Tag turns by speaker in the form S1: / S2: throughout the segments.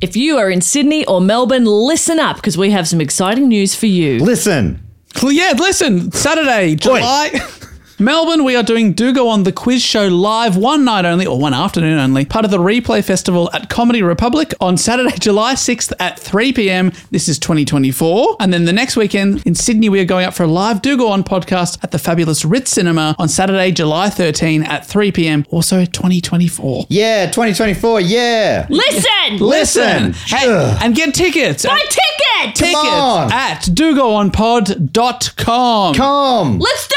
S1: If you are in Sydney or Melbourne, listen up because we have some exciting news for you.
S2: Listen.
S3: Well, yeah, listen, Saturday, July. Melbourne, we are doing Do Go On the Quiz Show live one night only, or one afternoon only, part of the Replay Festival at Comedy Republic on Saturday, July 6th at 3 p.m. This is 2024. And then the next weekend in Sydney, we are going up for a live Do Go On podcast at the fabulous Ritz Cinema on Saturday, July 13 at 3 p.m. Also 2024.
S2: Yeah, 2024. Yeah.
S1: Listen!
S2: Listen.
S3: Hey,
S2: Ugh.
S3: and get tickets.
S1: My
S3: at-
S1: ticket!
S3: tickets
S2: on.
S3: at dogoonpod.com.
S2: Come.
S1: Let's do it!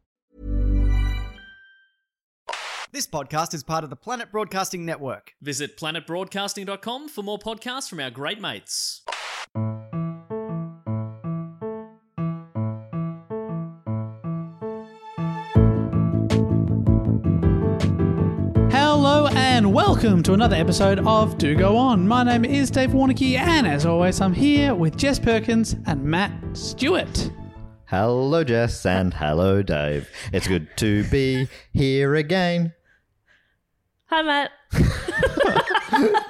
S4: This podcast is part of the Planet Broadcasting Network.
S5: Visit planetbroadcasting.com for more podcasts from our great mates.
S3: Hello and welcome to another episode of Do Go On. My name is Dave Warnicky, and as always, I'm here with Jess Perkins and Matt Stewart.
S2: Hello, Jess, and hello, Dave. It's good to be here again.
S1: Hi, Matt.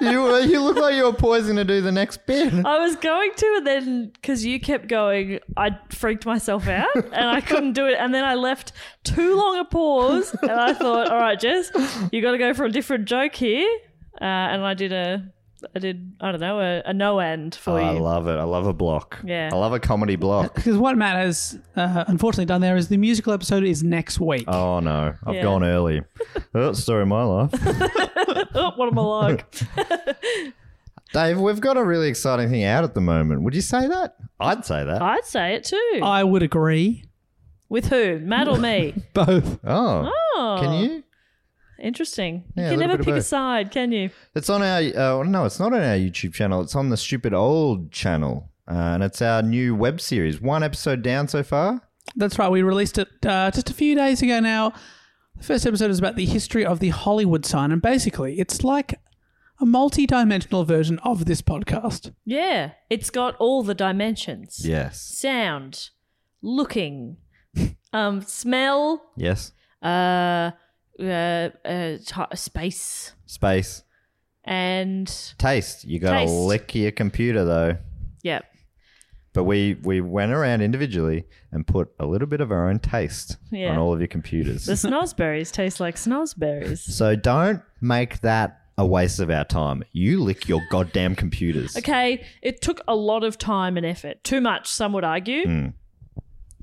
S2: You, you look like you were poising to do the next bit.
S6: I was going to, and then because you kept going, I freaked myself out and I couldn't do it. And then I left too long a pause, and I thought, "All right, Jess, you got to go for a different joke here." Uh, and I did a, I did, I don't know, a, a no end for
S2: Oh, I
S6: you.
S2: love it. I love a block.
S6: Yeah.
S2: I love a comedy block.
S3: Because what Matt has uh, unfortunately done there is the musical episode is next week.
S2: Oh no, I've
S6: Yeah.
S2: gone early. That's the story of my life.
S6: oh, what a monologue!
S2: Dave, we've got a really exciting thing out at the moment. Would you say that? I'd say that.
S6: I'd say it too.
S3: I would agree.
S6: With who, Matt or me?
S3: Both.
S2: Oh,
S6: Oh,
S2: can you?
S6: Interesting.
S2: Yeah, a
S6: you
S2: little
S6: can never
S2: bit of
S6: pick a
S2: both.
S6: side, can you?
S2: It's on our. Uh, no, it's not on our YouTube channel. It's on the stupid old channel, uh, and it's our new web series. One episode down so far.
S3: That's right. We released it uh, just a few days ago now. The first episode is about the history of the Hollywood sign, and basically, it's like a multi dimensional version of this podcast.
S6: Yeah, it's got all the dimensions.
S2: Yes.
S6: sound, looking, um, smell,
S2: Yes.
S6: uh, uh, uh, ti- space,
S2: Space.
S6: and
S2: Taste. You got to
S6: Taste.
S2: lick your computer though.
S6: yeah,
S2: But we we went around individually and put a little bit of our own taste
S6: Yeah.
S2: on all of your computers.
S6: the snozberries taste like snozberries.
S2: So don't make that a waste of our time. You lick your goddamn computers.
S6: Okay, it took a lot of time and effort. Too much, some would argue.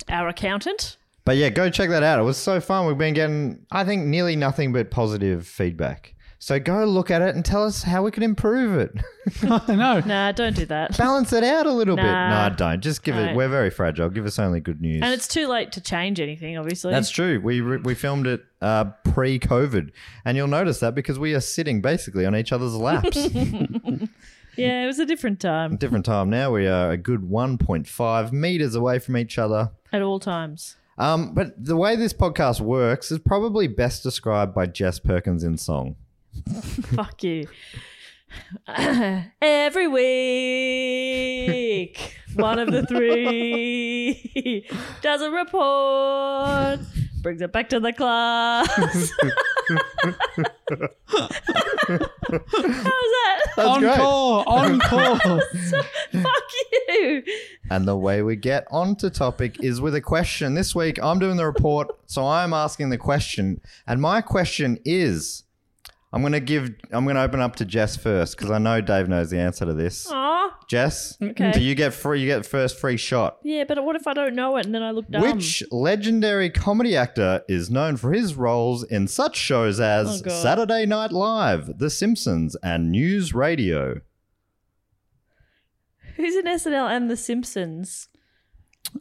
S6: Our accountant.
S2: But yeah, go check that out. It was so fun. We've been getting, I think, nearly nothing but positive feedback. So go look at it and tell us how we can improve it.
S3: I know.
S6: Nah, don't do that.
S2: Balance it out a little bit.
S6: Nah.
S2: No, don't. Just give it.
S6: No.
S2: We're very fragile. Give us only good news.
S6: And it's too late to change anything, obviously.
S2: That's true. We re- we filmed it uh, pre-COVID, and you'll notice that because we are sitting basically on each other's laps.
S6: yeah, it was a different time
S2: Different time now. We are a good 1.5 meters away from each other.
S6: at all times.
S2: Um, but the way this podcast works is probably best described by Jess Perkins in song.
S6: Fuck you. Every week, one of the three does a report, brings it back to the class. How was that?
S2: That's great.
S3: encore, encore.
S6: Fuck you.
S2: And the way we get onto topic is with a question. This week, I'm doing the report, so I'm asking the question. And my question is I'm going to give, I'm going to open up to Jess first because I know Dave knows the answer to this.
S6: Aw.
S2: Jess,
S6: Oh, Okay.
S2: do you get free, you get first free shot.
S6: Yeah, but what if I don't know it and then I look dumb?
S2: Which legendary comedy actor is known for his roles in such shows as
S6: Oh, God.
S2: Saturday Night Live, The Simpsons, and News Radio?
S6: Who's in SNL and The Simpsons?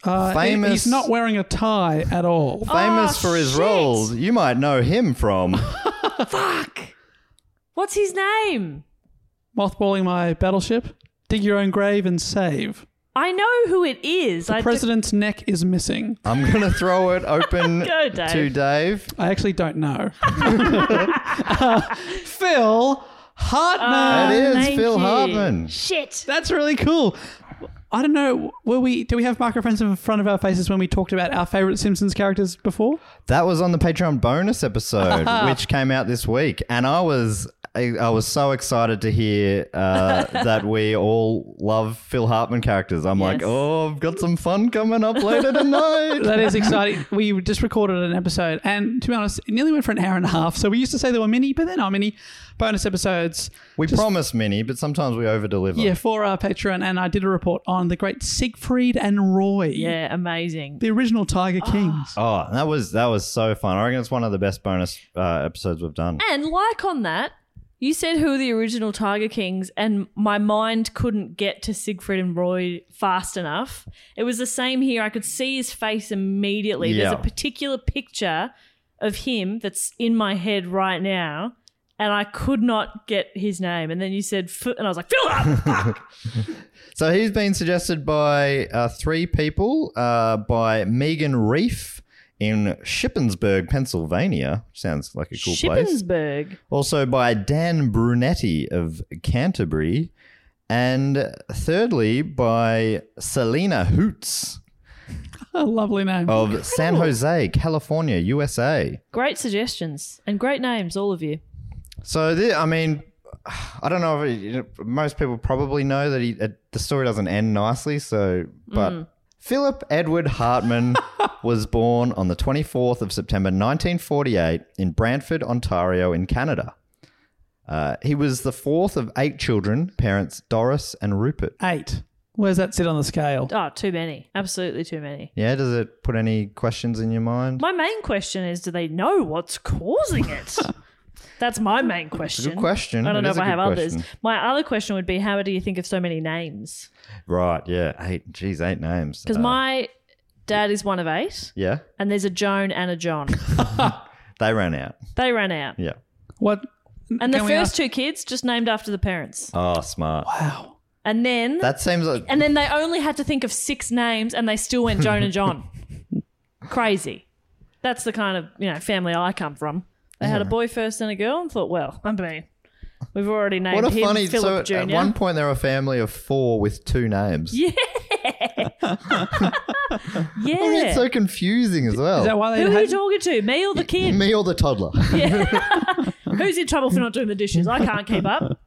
S3: Uh, he-
S2: Famous-
S3: He's not wearing a tie at all.
S2: Famous for his
S6: Ah, shit.
S2: roles, you might know him from.
S6: What's his name?
S3: Mothballing my battleship. Dig your own grave and save.
S6: I know who it is.
S3: The
S6: I do-
S3: president's neck is missing.
S2: I'm going to throw it open
S6: Go, Dave.
S2: to Dave.
S3: I actually don't know. Uh, Phil Hartman.
S2: It is
S6: Oh, Thank
S2: Phil
S6: you.
S2: Hartman.
S6: Shit.
S3: That's really cool. I don't know. Were we? Do we have microphones in front of our faces when we talked about our favorite Simpsons characters before?
S2: That was on the Patreon bonus episode, which came out this week, and I was I, I was so excited to hear uh, that we all love Phil Hartman characters. I'm like,
S6: Yes.
S2: oh, I've got some fun coming up later tonight.
S3: That is exciting. we just recorded an episode, and to be honest, it nearly went for an hour and a half. So we used to say there were many, but they're not many bonus episodes.
S2: we promise many, but sometimes we overdeliver.
S3: Yeah, for our Patreon, and I did a report on the great Siegfried and Roy.
S6: Yeah, Ah. amazing.
S3: The original Tiger Kings.
S2: Oh, that was that was so fun. I reckon it's one of the best bonus uh, episodes we've done.
S6: And like on that, you said who the original Tiger Kings, and my mind couldn't get to Siegfried and Roy fast enough. It was the same here. I could see his face immediately. There's
S2: Yeah.
S6: a particular picture of him that's in my head right now, and I could not get his name. And then you said, F-, and I was like, Phil up!
S2: So he's been suggested by uh, three people uh, by Megan Reef in Shippensburg, Pennsylvania. Sounds like a cool place.
S6: Shippensburg.
S2: Also by Dan Brunetti of Canterbury. And thirdly, by Selena Hoots
S3: A lovely name.
S2: of San Jose, California, USA.
S6: Great suggestions and great names, all of you.
S2: So, thi- I mean, I don't know if it, most people probably know that he, uh, the story doesn't end nicely. So, but
S6: Mm.
S2: Philip Edward Hartman was born on the 24th of September 1948 in Brantford, Ontario, in Canada. Uh, he was the fourth of eight children, parents Doris and Rupert.
S3: Eight. Where's that sit on the scale?
S6: Oh, too many. Absolutely too many.
S2: Yeah, does it put any questions in your mind?
S6: My main question is do they know what's causing it? That's my main question.
S2: good question.
S6: I
S2: It
S6: don't know
S2: is
S6: if
S2: a
S6: I have
S2: good
S6: others.
S2: question.
S6: My other question would be how do you think of so many names?
S2: Right, yeah, eight. Geez, eight names.
S6: Because
S2: Uh,
S6: my dad is one of eight,
S2: yeah,
S6: and there's a Joan and a John.
S2: they ran out.
S6: they ran out.
S2: Yeah.
S3: What?
S6: And the
S3: Can we
S6: first
S3: ask-
S6: two kids just named after the parents.
S2: Oh, smart.
S3: Wow.
S6: And then
S2: That seems like
S6: and then they only had to think of six names and they still went Joan and John. Crazy. That's the kind of, you know, family I come from. They had a boy first and a girl and thought, well, I mean, we've already named
S2: What a
S6: him
S2: funny!
S6: Philip
S2: so
S6: Jr.
S2: at one point, they're a family of four with two names. Yeah,
S6: yeah.
S2: I mean, it's so confusing as well.
S3: Is that why they
S6: Who are you
S3: had?
S6: talking to? Me or the kid?
S2: Me or the toddler?
S6: Who's in trouble for not doing the dishes? I can't keep up.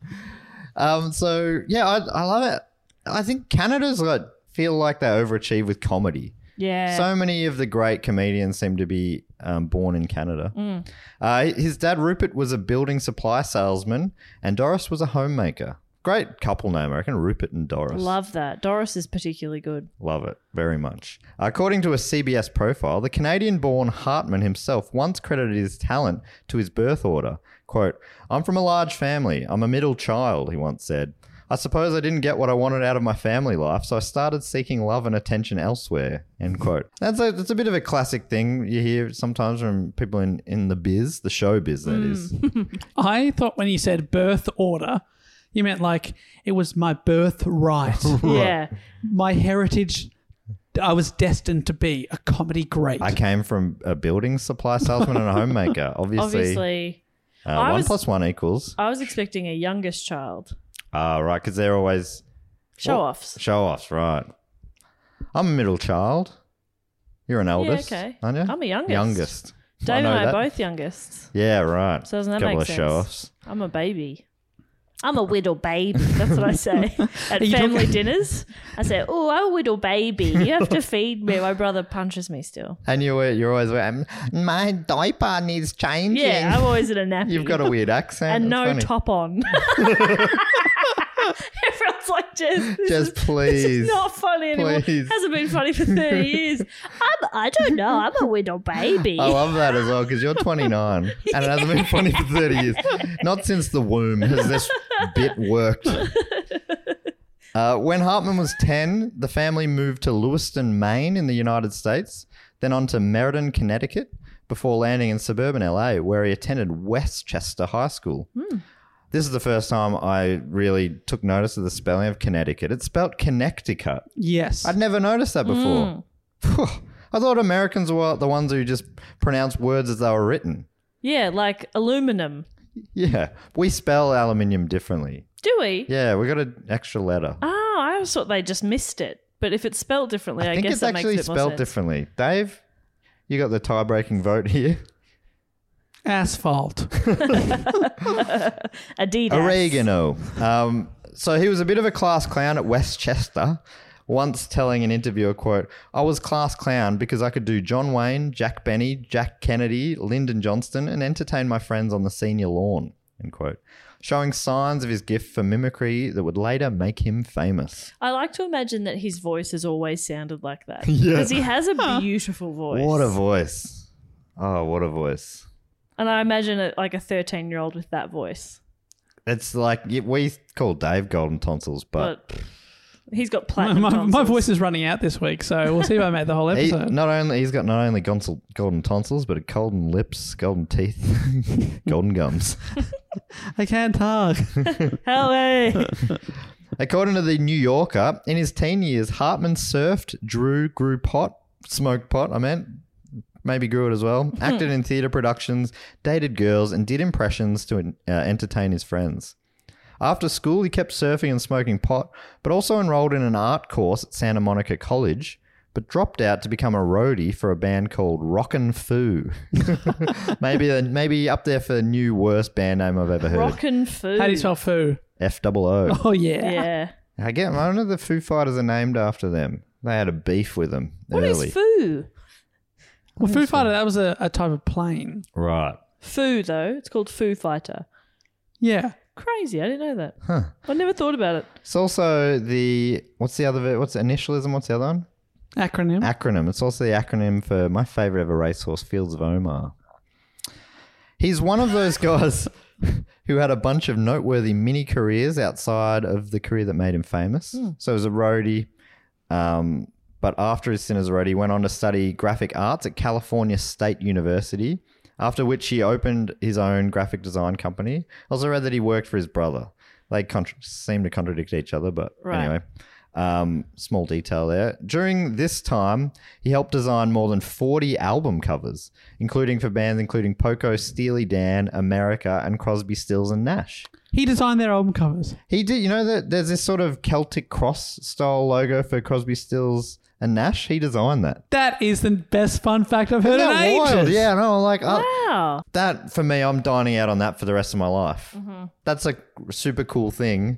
S2: um, so yeah, I, I love it. I think Canada's like feel like they overachieve with comedy.
S6: Yeah.
S2: So many of the great comedians seem to be um, born in Canada. Uh, his dad Rupert was a building supply salesman, and Doris was a homemaker. Great couple name, I reckon. Rupert and Doris.
S6: Love that. Doris is particularly good.
S2: Love it very much. According to a CBS profile, the Canadian born Hartman himself once credited his talent to his birth order. Quote, I'm from a large family. I'm a middle child, he once said. I suppose I didn't get what I wanted out of my family life, so I started seeking love and attention elsewhere. End quote. That's a, that's a bit of a classic thing you hear sometimes from people in, in the biz, the show biz, that is.
S6: Mm.
S3: I thought when you said birth order, you meant like it was my birthright,
S6: Yeah.
S3: my heritage. I was destined to be a comedy great.
S2: I came from a building supply salesman and a homemaker. Obviously,
S6: Obviously.
S2: uh,
S6: I
S2: one
S6: was-
S2: plus one equals.
S6: I was expecting a youngest child.
S2: Ah, right, because they're always
S6: Show offs.
S2: Show offs, right. I'm a middle child. You're an eldest.
S6: okay.
S2: Aren't you?
S6: I'm a youngest.
S2: Youngest.
S6: Dave and
S2: know
S6: I are
S2: that.
S6: both youngest.
S2: Yeah, right.
S6: So doesn't that
S2: Couple
S6: make
S2: of
S6: sense?
S2: show offs.
S6: I'm a baby. I'm a whittle baby. That's what I say at
S3: you
S6: family
S3: talking-
S6: dinners. I say, "Oh, I'm a whittle baby. You have to feed me." My brother punches me still.
S2: And you're you're always wearing, my diaper needs changing.
S6: Yeah, I'm always in a nappy.
S2: You've got a weird accent.
S6: and
S2: It's
S6: no
S2: funny.
S6: top on. Everyone's like, "Jez, this
S2: Just
S6: is- this
S2: please.
S6: is not funny anymore.
S2: Please.
S6: Hasn't been funny for thirty years. I'm, I don't know. I'm a widow baby.
S2: I love that as Oh, well because you're 29 and it hasn't been funny for 30 years. Not since the womb has this bit worked. Uh, when Hartman was 10, the family moved to Lewiston, Maine in the United States, then on to Meriden, Connecticut, before landing in suburban LA where he attended Westchester High School. This is the first time I really took notice of the spelling of Connecticut. It's spelled Connecticut.
S3: Yes.
S2: I'd never noticed that
S6: Mm.
S2: before. Phew. I thought Americans were the ones who just pronounce words as they were written.
S6: yeah, like aluminum.
S2: Yeah, we spell aluminium differently.
S6: Do we?
S2: Yeah, we got an extra letter.
S6: Oh, I always thought they just missed it. But if it's spelled differently, I,
S2: I think
S6: guess
S2: it's
S6: that
S2: actually
S6: makes it more
S2: spelled
S6: sense.
S2: differently. Dave, you got the tie-breaking vote here.
S3: Asphalt.
S6: Adidas.
S2: Oregano. Um, so he was a bit of a class clown at Westchester, once telling an interviewer, quote, I was class clown because I could do John Wayne, Jack Benny, Jack Kennedy, Lyndon Johnston, and entertain my friends on the senior lawn, end quote. Showing signs of his gift for mimicry that would later make him famous.
S6: I like to imagine that his voice has always sounded like that. Because he has a beautiful voice.
S2: What a voice. Oh, what a voice.
S6: and I imagine it like a 13 year old with that voice.
S2: It's like yeah, we call Dave golden tonsils, but,
S6: But pff, he's got
S3: my,
S6: platinum.
S3: my, my
S6: tonsils.
S3: voice is running out this week, so we'll see if I made the whole
S2: he,
S3: episode.
S2: not only he's got not only gonsil, golden tonsils, but golden lips, golden teeth, golden gums.
S3: I can't talk.
S6: Hell hey.
S2: According to the New Yorker, in his teen years, Hartman surfed, drew, grew pot, smoked pot. I meant maybe grew it as well. Acted in theater productions, dated girls, and did impressions to uh, entertain his friends. After school, he kept surfing and smoking pot, but also enrolled in an art course at Santa Monica College. But dropped out to become a roadie for a band called Rockin' Foo. maybe uh, maybe up there for the new worst band name I've ever heard.
S6: Rockin' food.
S3: How do you spell foo?
S2: F double O.
S3: Oh, yeah.
S6: Yeah.
S2: I get. I don't know if the Foo Fighters are named after them. They had a beef with them
S6: What
S2: early.
S6: is foo?
S3: Well, Foo Fighter, that was a, a type of plane.
S2: right.
S6: Foo, though. It's called Foo Fighter.
S3: Yeah.
S6: Crazy. I didn't know that. I never thought about it.
S2: It's also the what's the other what's initialism? What's the other one?
S3: Acronym.
S2: Acronym. It's also the acronym for my favorite ever racehorse, Fields of Omar. He's one of those guys who had a bunch of noteworthy mini careers outside of the career that made him famous.
S6: Hmm.
S2: So he was a roadie. Um, but after his Sinners Road, he went on to study graphic arts at California State University, after which he opened his own graphic design company. I also read that he worked for his brother. They contra- seem to contradict each other, but
S6: Right.
S2: anyway, um, small detail there. During this time, he helped design more than 40 album covers, including for bands including Poco, Steely Dan, America, and Crosby, Stills, and Nash.
S3: He designed their album covers.
S2: He did. You know that there's this sort of Celtic cross style logo for Crosby, Stills, and Nash. He designed that.
S3: That is the best fun fact I've heard in
S2: Isn't that
S3: ages.
S2: wild? Yeah, no, like uh,
S6: Wow.
S2: that for me, I'm dining out on that for the rest of my life. That's a super cool thing.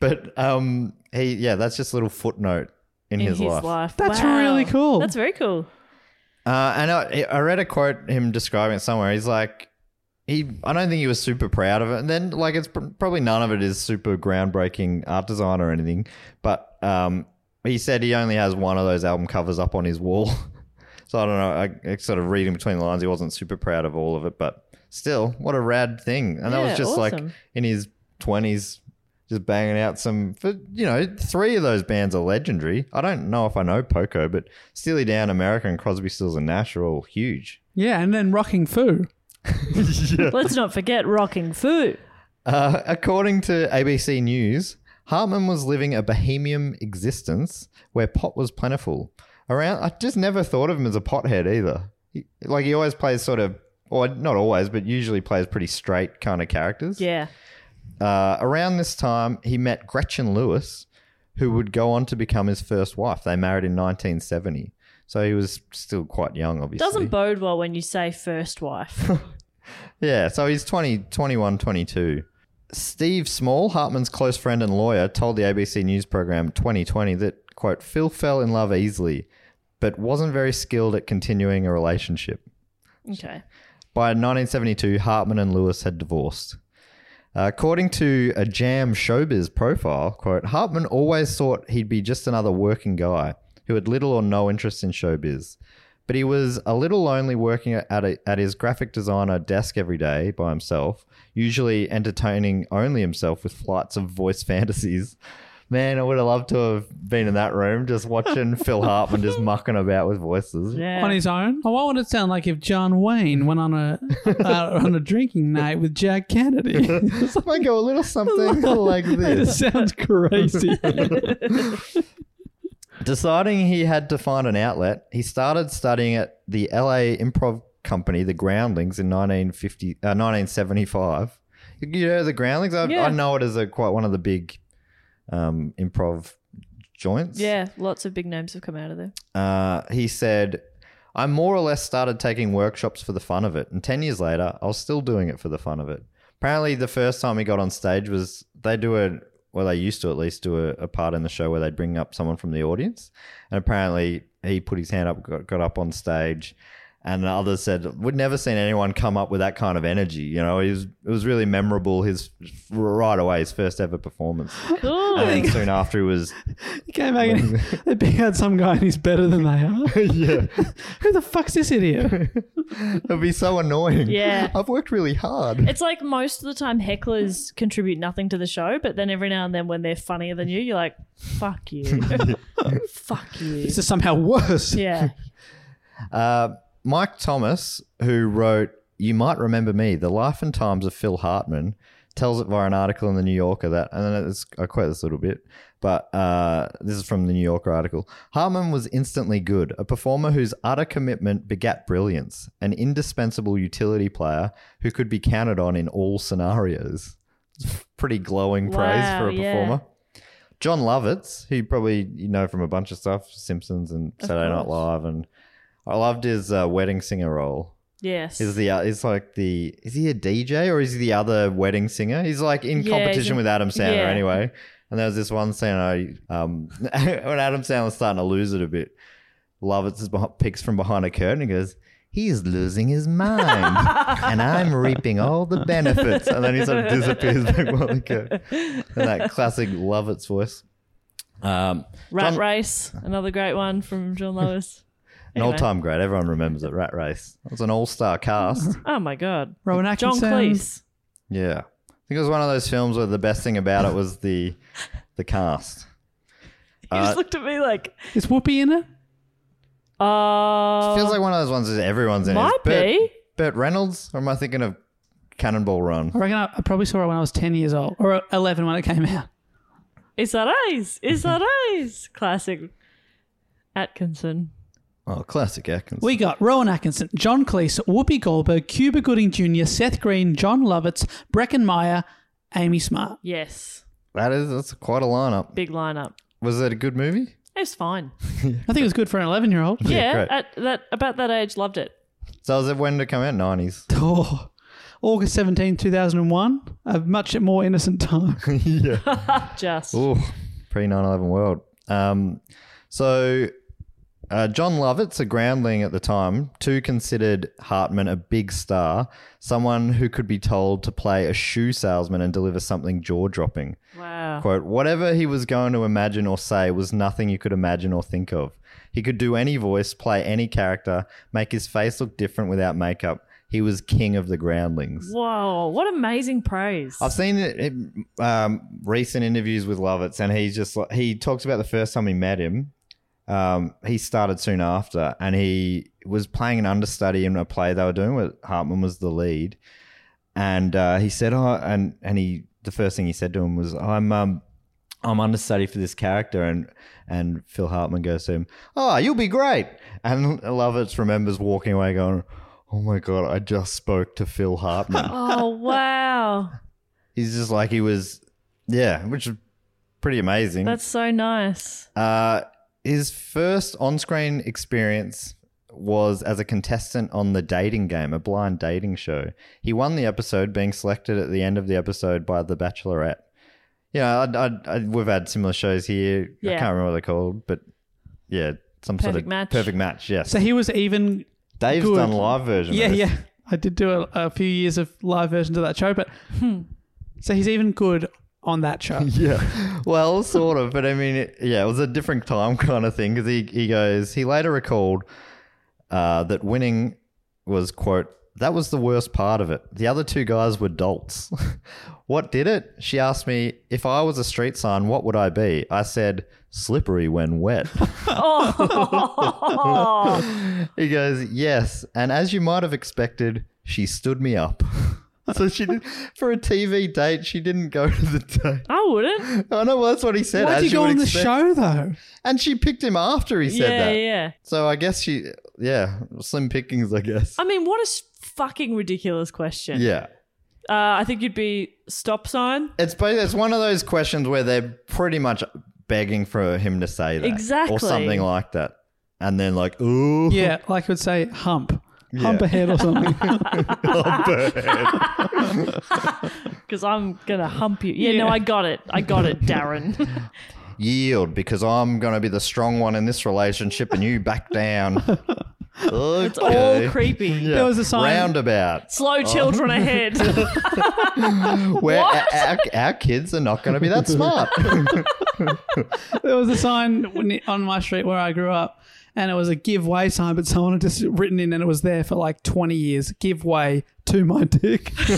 S2: But um, he, yeah, that's just a little footnote in,
S6: In
S2: his, life.
S3: That's
S6: Wow.
S3: really cool.
S6: That's very cool.
S2: Uh, and I, I read a quote him describing it somewhere. He's like, he, I don't think he was super proud of it. And then, like, it's pr- probably none of it is super groundbreaking art design or anything. But um, he said he only has one of those album covers up on his wall. so I don't know. I, I sort of reading between the lines, he wasn't super proud of all of it. But still, what a rad thing. And that
S6: Yeah,
S2: was just like
S6: awesome.
S2: in his 20s. Just banging out some, for you know, three of those bands are legendary. I don't know if I know Poco, but Steely Dan, America, and Crosby, Stills, and Nash are all huge.
S3: yeah, and then Rocking Foo.
S6: Let's not forget rocking foo.
S2: Uh, according to ABC News, Hartman was living a bohemian existence where pot was plentiful. Around, I just never thought of him as a pothead either. He, like he always plays sort of, or not always, but usually plays pretty straight kind of characters.
S6: Yeah.
S2: Uh, around this time, he met Gretchen Lewis, who would go on to become his first wife. They married in 1970. So he was still quite young, obviously.
S6: Doesn't bode well when you say first wife.
S2: Yeah, so he's 20, 21, 22. Steve Small, Hartman's close friend and lawyer, told the ABC News program 2020 that, quote, Phil fell in love easily, but wasn't very skilled at continuing a relationship.
S6: Okay.
S2: By 1972, Hartman and Lewis had divorced. Uh, according to a Jam Showbiz profile, quote, Hartman always thought he'd be just another working guy who had little or no interest in showbiz. But he was a little lonely working at, a, at his graphic designer desk every day by himself, usually entertaining only himself with flights of voice fantasies. Man, I would have loved to have been in that room just watching Phil Hartman just mucking about with voices.
S6: Yeah.
S3: on his own. Oh, what would it sound like if John Wayne went on a uh, on a drinking night with Jack Kennedy? it
S2: Just might go a little something like this.
S3: sounds crazy.
S2: Deciding he had to find an outlet, he started studying at the LA Improv Company, the Groundlings, in 1950, uh, 1975. You know, the Groundlings, I,
S6: Yeah.
S2: I know it as a, quite one of the big um, improv joints.
S6: yeah, lots of big names have come out of there.
S2: Uh, he said, I more or less started taking workshops for the fun of it. And 10 years later, I was still doing it for the fun of it. Apparently, the first time he got on stage was they do a, well, they used to at least do a, a part in the show where they'd bring up someone from the audience. And apparently, he put his hand up, got, got up on stage. And others said, we'd never seen anyone come up with that kind of energy. You know, it was, it was really memorable, his right away, his first ever performance. and then soon after, he was
S3: he came back and they pick out some guy and he's better than they are.
S2: yeah.
S3: Who the fuck's this idiot?
S2: It'd be so annoying.
S6: Yeah.
S2: I've worked really hard.
S6: It's like most of the time hecklers contribute nothing to the show, but then every now and then when they're funnier than you, you're like, fuck you. fuck you.
S3: This is somehow worse.
S6: Yeah.
S2: Uh, Mike Thomas, who wrote You Might Remember Me, The Life and Times of Phil Hartman, tells it via an article in The New Yorker that, and then it's, I quote this a little bit, but uh, this is from the New Yorker article. Hartman was instantly good, a performer whose utter commitment begat brilliance, an indispensable utility player who could be counted on in all scenarios. It's Pretty glowing praise
S6: Wow,
S2: for a
S6: yeah.
S2: performer. John Lovitz, who you probably you know from a bunch of stuff, Simpsons and Saturday Night
S6: course.
S2: Live, and I loved his uh, wedding singer role.
S6: Yes.
S2: Is the uh, is like the is he a DJ or is he the other wedding singer? He's like in
S6: Yeah, he's
S2: competition
S6: a-
S2: with Adam Sandler
S6: yeah.
S2: anyway. And there was this one scene I um when Adam Sandler's starting to lose it a bit. Lovitz is behind, picks from behind a curtain and goes, "He's losing his mind, and I'm reaping all the benefits." And then he sort of disappears back behind the curtain. And that classic Lovitz voice. Um,
S6: Rat
S2: John-
S6: Race, another great one from John Lewis.
S2: An
S6: Anyway.
S2: old time great. Everyone remembers it. Rat Race. It was an all star cast.
S6: Oh my god.
S3: Rowan
S6: John
S3: Atkinson.
S6: Cleese.
S2: yeah. I think it was one of those films where the best thing about it was the the cast. Uh,
S6: He just looked at me like,
S3: Is Whoopi in it?
S6: uh,
S2: Feels like one of those ones that everyone's in. It's
S6: might
S2: Burt,
S6: be.
S2: Burt Reynolds, or am I thinking of Cannonball Run?
S3: I reckon I, I probably saw it when I was 10 years old or 11 when it came out.
S6: Is that eyes? Is that eyes? Classic Atkinson.
S2: Oh, classic Atkins.
S3: We got Rowan Atkinson, John Cleese, Whoopi Goldberg, Cuba Gooding Jr., Seth Green, John Lovitz, Brecken Meyer, Amy Smart.
S6: Yes.
S2: that is that's quite a lineup.
S6: Big lineup.
S2: Was it a good movie?
S6: It's fine.
S3: I think it was good for an 11 year old.
S6: Yeah,
S2: great.
S6: at that about that age, loved it.
S2: So was it when did it come out? Nineties.
S3: Oh, August 17, 2001. A much more innocent time.
S6: Just
S2: Ooh, pre 9 11 world. Um, so, uh, John Lovitz, a groundling at the time, too considered Hartman a big star, someone who could be told to play a shoe salesman and deliver something jaw dropping.
S6: wow.
S2: Quote, whatever he was going to imagine or say was nothing you could imagine or think of. He could do any voice, play any character, make his face look different without makeup. He was king of the groundlings.
S6: Whoa, what amazing praise.
S2: I've seen it, it, um, recent interviews with Lovitz, and he's just like he talks about the first time he met him. Um, he started soon after, and he was playing an understudy in a play they were doing where Hartman was the lead. And uh, he said, "Oh," and and he the first thing he said to him was, "I'm um, I'm understudy for this character," and and Phil Hartman goes to him, "Oh, you'll be great." And Lovitz remembers walking away, going, "Oh my god, I just spoke to Phil Hartman."
S6: oh wow.
S2: He's just like he was, yeah, which is pretty amazing.
S6: That's so nice.
S2: uh, his first on-screen experience was as a contestant on the dating game, a blind dating show. He won the episode, being selected at the end of the episode by The Bachelorette. Yeah, I, I, I, we've had similar shows here. I
S6: Yeah.
S2: can't remember what they're called, but yeah, some sort
S6: Perfect
S2: of
S6: Match.
S2: perfect match. Yes,
S3: So he was even.
S2: Dave's
S3: good.
S2: done live version.
S3: Yeah,
S2: of this.
S3: yeah. I did do a, a few years of live versions of that show, but so he's even good on that show.
S2: Hmm. Yeah. Well, sort of. But I mean, it, yeah, it was a different time kind of thing because he, he goes, he later recalled uh, that winning was, quote, that was the worst part of it. The other two guys were dolts. what did it? She asked me, if I was a street sign, what would I be? I said, slippery when wet.
S6: Oh,
S2: he goes, yes. And as you might have expected, she stood me up. so she did, for a TV date, she didn't go to the date.
S6: I wouldn't.
S2: I know, Oh, well, that's what he said.
S3: Why'd
S2: as
S3: you go
S2: would
S3: on the
S2: expect.
S3: show though?
S2: And she picked him after he said
S6: yeah,
S2: that.
S6: yeah.
S2: So I guess she, yeah, slim pickings, I guess.
S6: I mean, what a s- fucking ridiculous question.
S2: yeah.
S6: Uh, I think you'd be stop sign.
S2: It's ba- it's one of those questions where they're pretty much begging for him to say that.
S6: Exactly.
S2: Or something like that. And then, like, ooh,
S3: Yeah, like I would say hump, hump ahead or something.
S6: Because I'm gonna hump you. Yeah, no, I got it. I got it, Darren.
S2: yield because I'm going to be the strong one in this relationship and you back down. okay. Oh.
S6: It's all creepy.
S2: Yeah.
S3: There was a sign-
S2: Roundabout.
S6: Slow children ahead.
S2: Where our, our, our kids are not going to be that smart.
S3: there was a sign when- on my street where I grew up, and it was a give way sign, but someone had just written in, and it was there for like 20 years give way to my dick.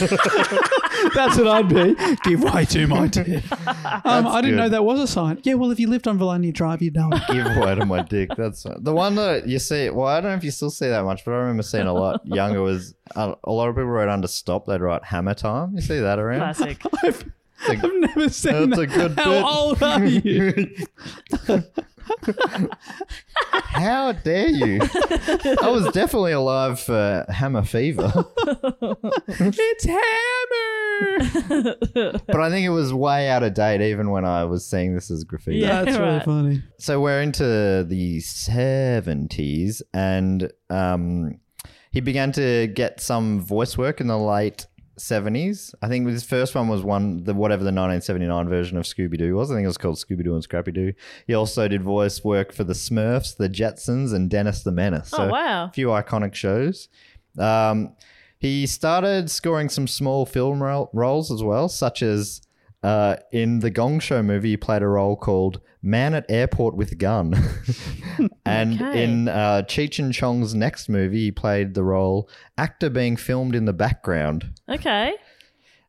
S3: That's what I'd be. Give way to my dick. Um, I
S2: good.
S3: didn't know that was a sign. Yeah, well, if you lived on Volania Drive, you'd know. it.
S2: give way to my dick. That's the one that you see. Well, I don't know if you still see that much, but I remember seeing a lot younger was a, a lot of people wrote under stop. They'd write hammer time. You see that around?
S6: Classic.
S2: It's
S3: I've never seen
S2: That's
S3: that.
S2: a good
S3: How
S2: bit.
S3: old are you?
S2: like, How dare you? I was definitely alive for hammer fever,
S3: it's hammer.
S2: but I think it was way out of date even when I was seeing this as graffiti.
S6: Yeah,
S3: That's really
S6: right.
S3: funny.
S2: So we're into the seventies, and um, he began to get some voice work in the late seventies. I think his first one was one the whatever the nineteen seventy nine version of Scooby Doo was. I think it was called Scooby Doo and Scrappy Doo. He also did voice work for the Smurfs, the Jetsons, and Dennis the Menace. So
S6: Oh, wow.
S2: a few iconic shows. Um, he started scoring some small film ro- roles as well, such as uh, in the Gong Show movie, he played a role called Man at Airport with Gun. and
S6: Okay.
S2: in uh, Cheech and Chong's next movie, he played the role actor being filmed in the background.
S6: Okay.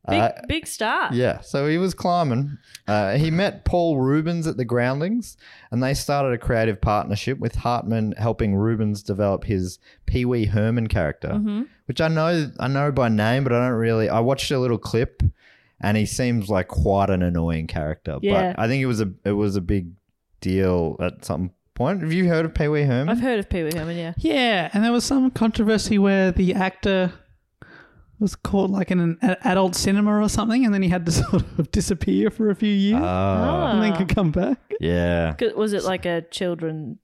S6: Big, big start.
S2: Uh, Yeah, so he was climbing. Uh, he met Paul Rubens at the Groundlings, and they started a creative partnership with Hartman helping Rubens develop his Pee Wee Herman character,
S6: Mm-hmm.
S2: which I know I know by name, but I don't really. I watched a little clip, and he seems like quite an annoying character.
S6: Yeah.
S2: But I think it was a it was a big deal at some point. Have you heard of Pee Wee Herman?
S6: I've heard of Pee Wee Herman, yeah.
S3: Yeah, and there was some controversy where the actor was caught like in an a- adult cinema or something, and then he had to sort of disappear for a few years and then
S6: Ah.
S3: could come back.
S2: yeah.
S6: Good- Was it like a children's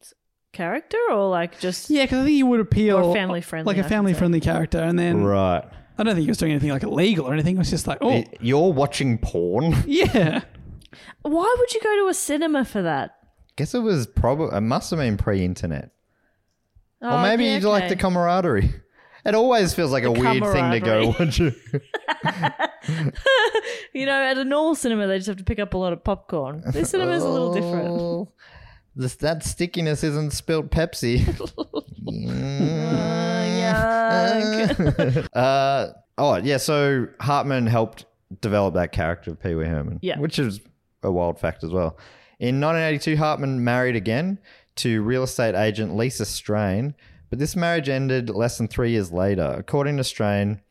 S6: character or like just
S3: Yeah, because I think he would appeal
S6: Or family-friendly,
S3: like
S6: I
S3: a
S6: should
S3: family friendly character, and then
S2: Right.
S3: I don't think he was doing anything like illegal or anything. It was just like, oh
S2: You're watching porn.
S3: yeah,
S6: why would you go to a cinema for that?
S2: Guess it was probably it must have been pre-internet. Or
S6: Oh,
S2: maybe
S6: yeah,
S2: you like the
S6: okay.
S2: camaraderie. It always feels like a weird thing to go watch.
S6: You know, at a normal cinema, they just have to pick up a lot of popcorn. This cinema's a little different.
S2: Oh, this, that stickiness isn't spilt Pepsi. Mm. uh, oh, yeah. So Hartman helped develop that character of Pee Wee Herman,
S6: Yeah.
S2: which is a wild fact as well. In 1982, Hartman married again to real estate agent Lisa Strain, but this marriage ended less than three years later. According to Strain,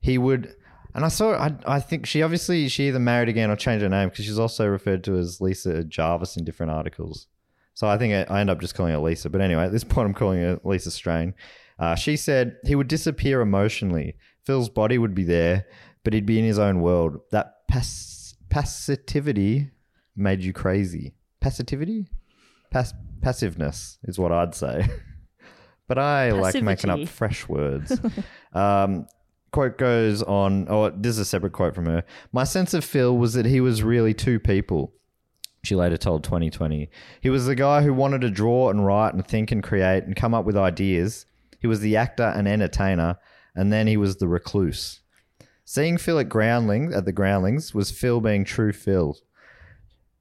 S2: he would. And I saw, I, I think she obviously, she either married again or changed her name because she's also referred to as Lisa Jarvis in different articles. So I think I, I end up just calling her Lisa. But anyway, at this point, I'm calling her Lisa Strain. Uh, she said he would disappear emotionally. Phil's body would be there, but he'd be in his own world. That pass- passivity made you crazy. Passivity? Pass- passiveness is what I'd say. but I like making up
S6: Passivity.
S2: fresh words. um, quote goes on, oh, this is a separate quote from her. My sense of Phil was that he was really two people. She later told 2020. He was the guy who wanted to draw and write and think and create and come up with ideas. He was the actor and entertainer, and then he was the recluse. Seeing Phil at Groundlings at the Groundlings was Phil being true Phil.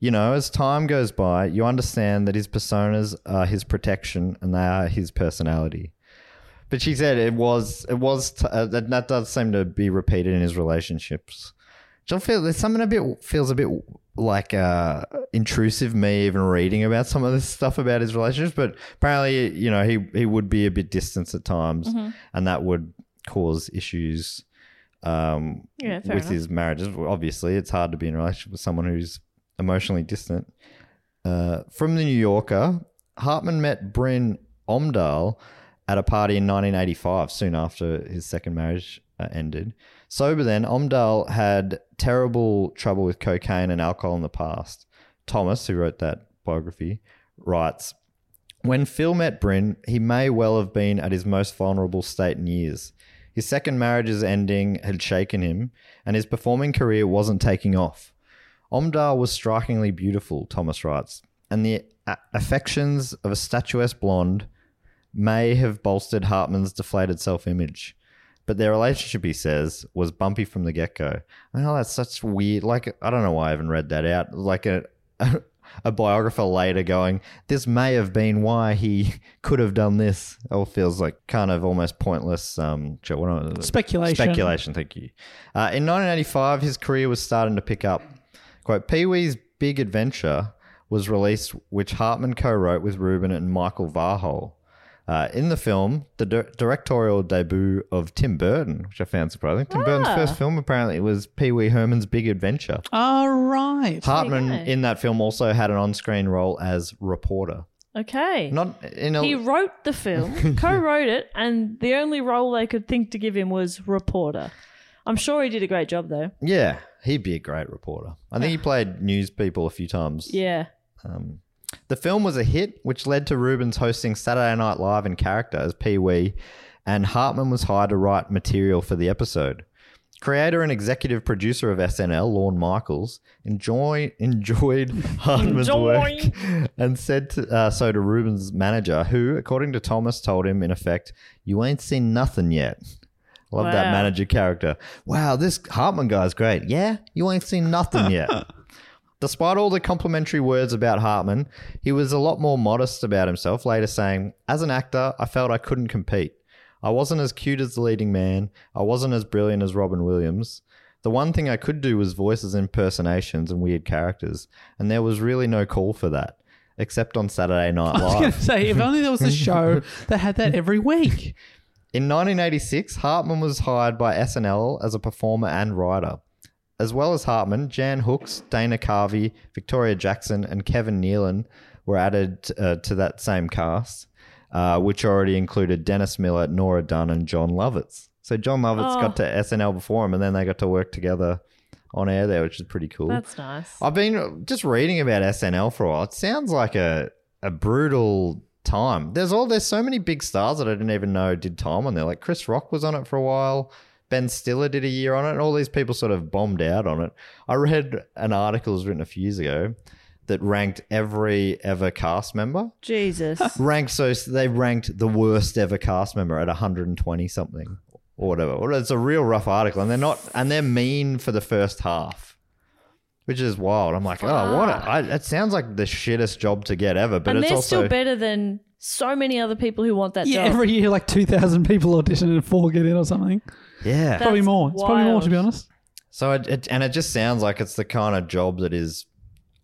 S2: You know, as time goes by, you understand that his personas are his protection and they are his personality. But she said it was it was t- uh, that that does seem to be repeated in his relationships. John feel there's something a bit feels a bit like uh, intrusive me even reading about some of this stuff about his relationships. But apparently, you know, he he would be a bit distant at times,
S6: Mm-hmm.
S2: and that would cause issues um,
S6: Yeah, fair
S2: with
S6: enough.
S2: his marriages. Obviously, it's hard to be in a relationship with someone who's emotionally distant. Uh, from the New Yorker, Hartman met Bryn Omdahl at a party in 1985, soon after his second marriage uh, ended. Sober then, Omdahl had terrible trouble with cocaine and alcohol in the past. Thomas, who wrote that biography, writes when Phil met Bryn, he may well have been at his most vulnerable state in years. His second marriage's ending had shaken him, and his performing career wasn't taking off. Omdar was strikingly beautiful, Thomas writes, and the a- affections of a statuesque blonde may have bolstered Hartman's deflated self image. But their relationship, he says, was bumpy from the get go. I know that's such weird. Like, I don't know why I haven't read that out. Like a. A biographer later going, this may have been why he could have done this. It all feels like kind of almost pointless. Um, jo- what am I-
S3: Speculation.
S2: Speculation, thank you. Uh, in 1985, his career was starting to pick up. Quote, Pee Wee's Big Adventure was released, which Hartman co wrote with Rubin and Michael Varhol. Uh, in the film, the dir- directorial debut of Tim Burton, which I found surprising. Tim Burton's
S6: Ah.
S2: first film apparently was Pee Wee Herman's Big Adventure.
S3: All right.
S2: Hartman
S6: go.
S2: in that film also had an on screen role as reporter.
S6: Okay.
S2: Not in a.
S6: he wrote the film, co-wrote it, and the only role they could think to give him was reporter. I'm sure he did a great job though.
S2: yeah, he'd be a great reporter. I think he played news people a few times.
S6: Yeah.
S2: The film was a hit, which led to Rubens hosting Saturday Night Live in character as Pee Wee, and Hartman was hired to write material for the episode. Creator and executive producer of SNL, Lorne Michaels, enjoy, enjoyed Hartman's work and said to, uh, so to Rubens' manager, who, according to Thomas, told him, in effect, you ain't seen nothing yet. Love that
S6: Wow.
S2: manager character. Wow, this Hartman guy's great. Yeah, you ain't seen nothing yet. Despite all the complimentary words about Hartman, he was a lot more modest about himself, later saying, As an actor, I felt I couldn't compete. I wasn't as cute as the leading man. I wasn't as brilliant as Robin Williams. The one thing I could do was voices, impersonations, and weird characters, and there was really no call for that, except on Saturday Night
S3: I was going to
S2: Live.
S3: say, if only there was a show that had that every week.
S2: In 1986, Hartman was hired by SNL as a performer and writer. As well as Hartman, Jan Hooks, Dana Carvey, Victoria Jackson, and Kevin Nealon were added uh, to that same cast, uh, which already included Dennis Miller, Nora Dunn, and John Lovitz. So John Lovitz got to SNL before him, and then they got to work together on air there, which is pretty cool.
S6: That's nice.
S2: I've been uh, just reading about SNL for a while. It sounds like a a brutal time. There's all there's so many big stars that I didn't even know did time on there. Like Chris Rock was on it for a while. Ben Stiller did a year on it, and all these people sort of bombed out on it. I read an article that was written a few years ago that ranked every ever cast member.
S6: Jesus.
S2: Ranked so they ranked the worst ever cast member at 120 something or whatever. Well, It's a real rough article, and they're not and they're mean for the first half, which is wild. I'm like, oh, what? A, I, that sounds like the shittest job to get ever, but
S6: and
S2: it's
S6: they're
S2: also
S6: still better than so many other people who want that
S3: Yeah,
S6: job.
S3: every year like 2,000 people audition and four get in or something.
S2: yeah.
S6: That's
S3: probably more. It's probably more, to be
S6: wild.
S3: honest.
S2: So it, it and it just sounds like it's the kind of job that is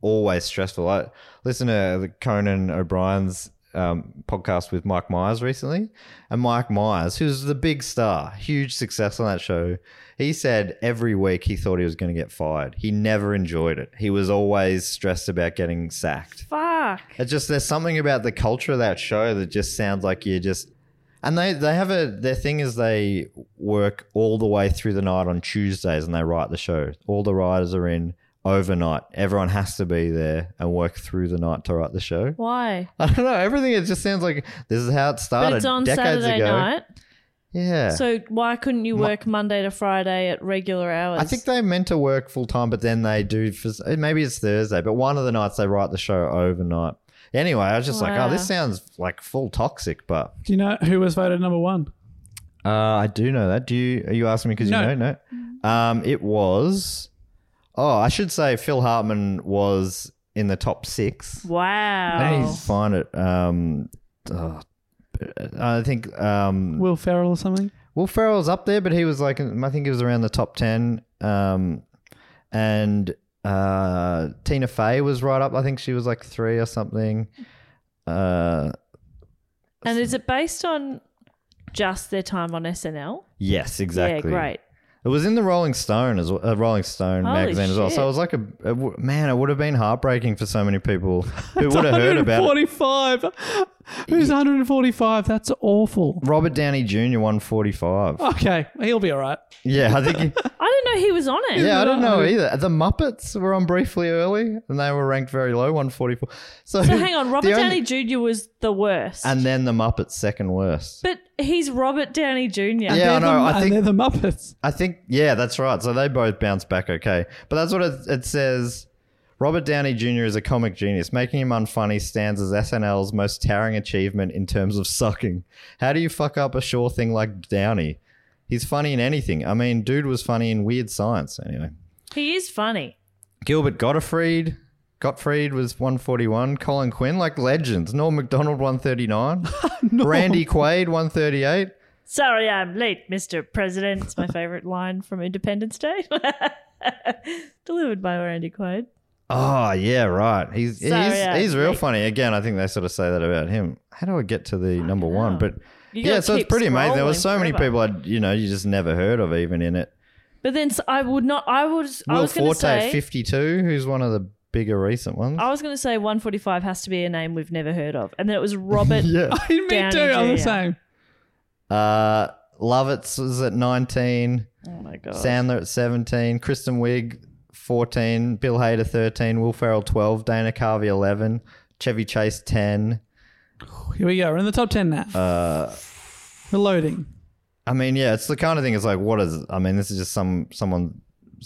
S2: always stressful. I listened to the Conan O'Brien's um, podcast with Mike Myers recently, and Mike Myers, who's the big star, huge success on that show, he said every week he thought he was going to get fired. He never enjoyed it. He was always stressed about getting sacked.
S6: Fuck.
S2: It's just there's something about the culture of that show that just sounds like you're just and they they have a their thing is they work all the way through the night on Tuesdays and they write the show. All the writers are in overnight. Everyone has to be there and work through the night to write the show.
S6: Why?
S2: I don't know. Everything it just sounds like this is how it started
S6: But it's on
S2: decades
S6: Saturday
S2: ago.
S6: night.
S2: Yeah.
S6: So why couldn't you work Monday to Friday at regular hours?
S2: I think they meant to work full time, but then they do. For, maybe it's Thursday, but one of the nights they write the show overnight. Anyway, I was just like, oh, this sounds like full toxic, but
S3: Do you know who was voted number one?
S2: uh, I do know that. Do you? Are you asking me because
S3: No.
S2: you know?
S6: Mm.
S2: No. Um, it was. Oh, I should say Phil Hartman was in the top six. I
S6: Wow.
S2: need to find it. Um, oh, I think um,
S3: Will Ferrell or something?
S2: Will Ferrell's up there, but he was like I think he was around the top ten. Um, and uh, Tina Fey was right up. I think she was like three or something. Uh,
S6: And is it based on just their time on SNL?
S2: yes, exactly.
S6: Yeah, great.
S2: It was in the Rolling Stone as well, uh, Rolling Stone
S6: Holy
S2: magazine as well. So
S6: shit.
S2: it was like a it w- man. It would have been heartbreaking for so many people who would have heard about it.
S3: 145. Who's 145? That's awful.
S2: Robert Downey Jr. one forty five.
S6: Oh.
S3: Okay, he'll be all right.
S2: Yeah, I think.
S6: I didn't know he was on it.
S2: Yeah, I don't know either. The Muppets were on briefly early, and they were ranked very low, one forty four. So,
S6: So hang on,
S2: the
S6: Robert
S2: only-
S6: Downey Jr. was the worst.
S2: And then the Muppets second worst.
S6: but he's Robert Downey Jr.
S2: yeah, I know.
S3: They're the-
S2: I
S3: and they're
S2: think
S3: the Muppets.
S2: I think yeah, that's right. So they both bounce back okay. But that's what it, it says. Robert Downey Jr. is a comic genius. Making him unfunny stands as SNL's most towering achievement in terms of sucking. How do you fuck up a sure thing like Downey? He's funny in anything. I mean, dude was funny in Weird Science. Anyway,
S6: He is funny.
S2: Gilbert Gottfried. Gottfried was 141. Colin Quinn, like legends. Norm MacDonald, 139. Randy Quaid, 138.
S6: Sorry, I'm late, Mr. President. It's my favorite line from Independence Day. Delivered by Randy Quaid.
S2: Oh yeah, right. He's
S6: So,
S2: he's,
S6: yeah,
S2: he's real
S6: like-
S2: funny. Again, I think they sort of say that about him. How do I get to the number one? But yeah,
S6: You gotta
S2: so it's
S6: keep
S2: pretty amazing. There were
S6: scrolling
S2: so many
S6: forever.
S2: people I would you know you just never heard of even in it.
S6: But then s- I would not. I was. I
S2: Will
S6: was going to
S2: Forte,
S6: say. Oh,
S2: fifty two, who's one of the bigger recent ones.
S6: I was going to say 145 has to be a name we've never heard of, and then it was Robert.
S2: yeah,
S3: Me too.
S6: Downey
S3: I'm the
S6: Jr..
S3: same.
S2: uh, Lovitz was at nineteen.
S6: Oh my god.
S2: Sandler at seventeen. Kristen Wiig fourteen. Bill Hader thirteen. Will Ferrell twelve. Dana Carvey eleven. Chevy Chase ten.
S3: Here we go. We're in the top 10 now.
S2: Uh,
S3: We're loading.
S2: I mean, yeah, it's the kind of thing. It's like, what is? I mean, this is just some someone's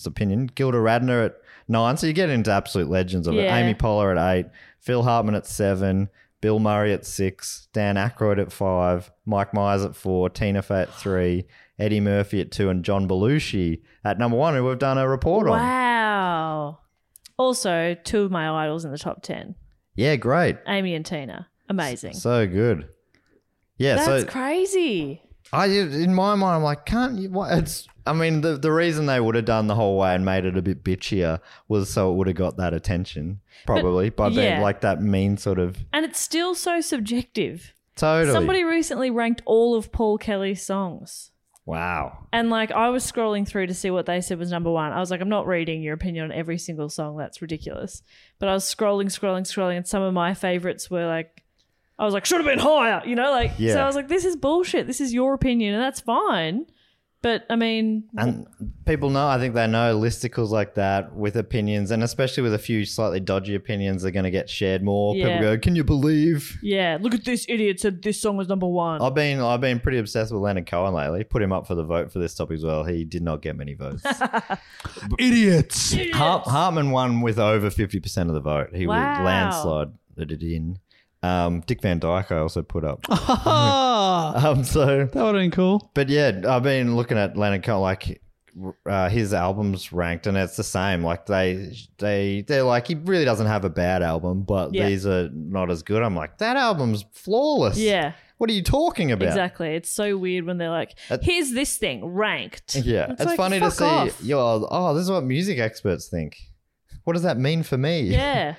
S2: opinion. Gilda Radner at nine, so you get into absolute legends of
S6: Yeah.
S2: it. Amy Poehler at eight, Phil Hartman at seven, Bill Murray at six, Dan Aykroyd at five, Mike Myers at four, Tina Fey at three, Eddie Murphy at two, and John Belushi at number one, who we've done a report on.
S6: Wow. Also, two of my idols in the top ten,
S2: Yeah, great,
S6: Amy and Tina. Amazing.
S2: so good. Yeah,
S6: That's
S2: so
S6: crazy.
S2: I in my mind, I'm like, can't you? What? It's. I mean, the the reason they would have done the whole way and made it a bit bitchier was so it would have got that attention, probably by being
S6: yeah.
S2: like that mean sort of
S6: And it's still so subjective.
S2: totally.
S6: Somebody recently ranked all of Paul Kelly's songs.
S2: wow.
S6: And like I was scrolling through to see what they said was number one. I was like, I'm not reading your opinion on every single song. That's ridiculous. But I was scrolling, scrolling, scrolling, and some of my favorites were like, I was like, should have been higher, you know? Like, so
S2: Yeah.
S6: I was like, this is bullshit. This is your opinion, and that's fine. But I mean,
S2: And people know, I think they know listicles like that with opinions, and especially with a few slightly dodgy opinions, they're going to get shared more.
S6: Yeah.
S2: People go, "Can you believe?"
S6: yeah, look at this idiot said this song was number one.
S2: I've been I've been pretty obsessed with Leonard Cohen lately. Put him up for the vote for this topic as well. He did not get many votes.
S3: Idiots.
S2: Har- Hartman won with over 50% of the vote. He
S6: Wow.
S2: would landslide it in. Um, Dick Van Dyke, I also put up.
S3: Ah,
S2: um, so,
S3: that would have been cool.
S2: but yeah, I've been looking at Leonard Cohen, like uh, his albums ranked, and it's the same. Like they, they, they're like he really doesn't have a bad album, but
S6: Yeah.
S2: these are not as good. I'm like that album's flawless.
S6: Yeah.
S2: What are you talking about?
S6: Exactly. It's so weird when they're like,
S2: That-
S6: here's this thing ranked.
S2: Yeah, it's,
S6: like,
S2: funny to
S6: fuck
S2: see.
S6: off.
S2: Yo, oh, this is what music experts think. What does that mean for me?
S6: Yeah.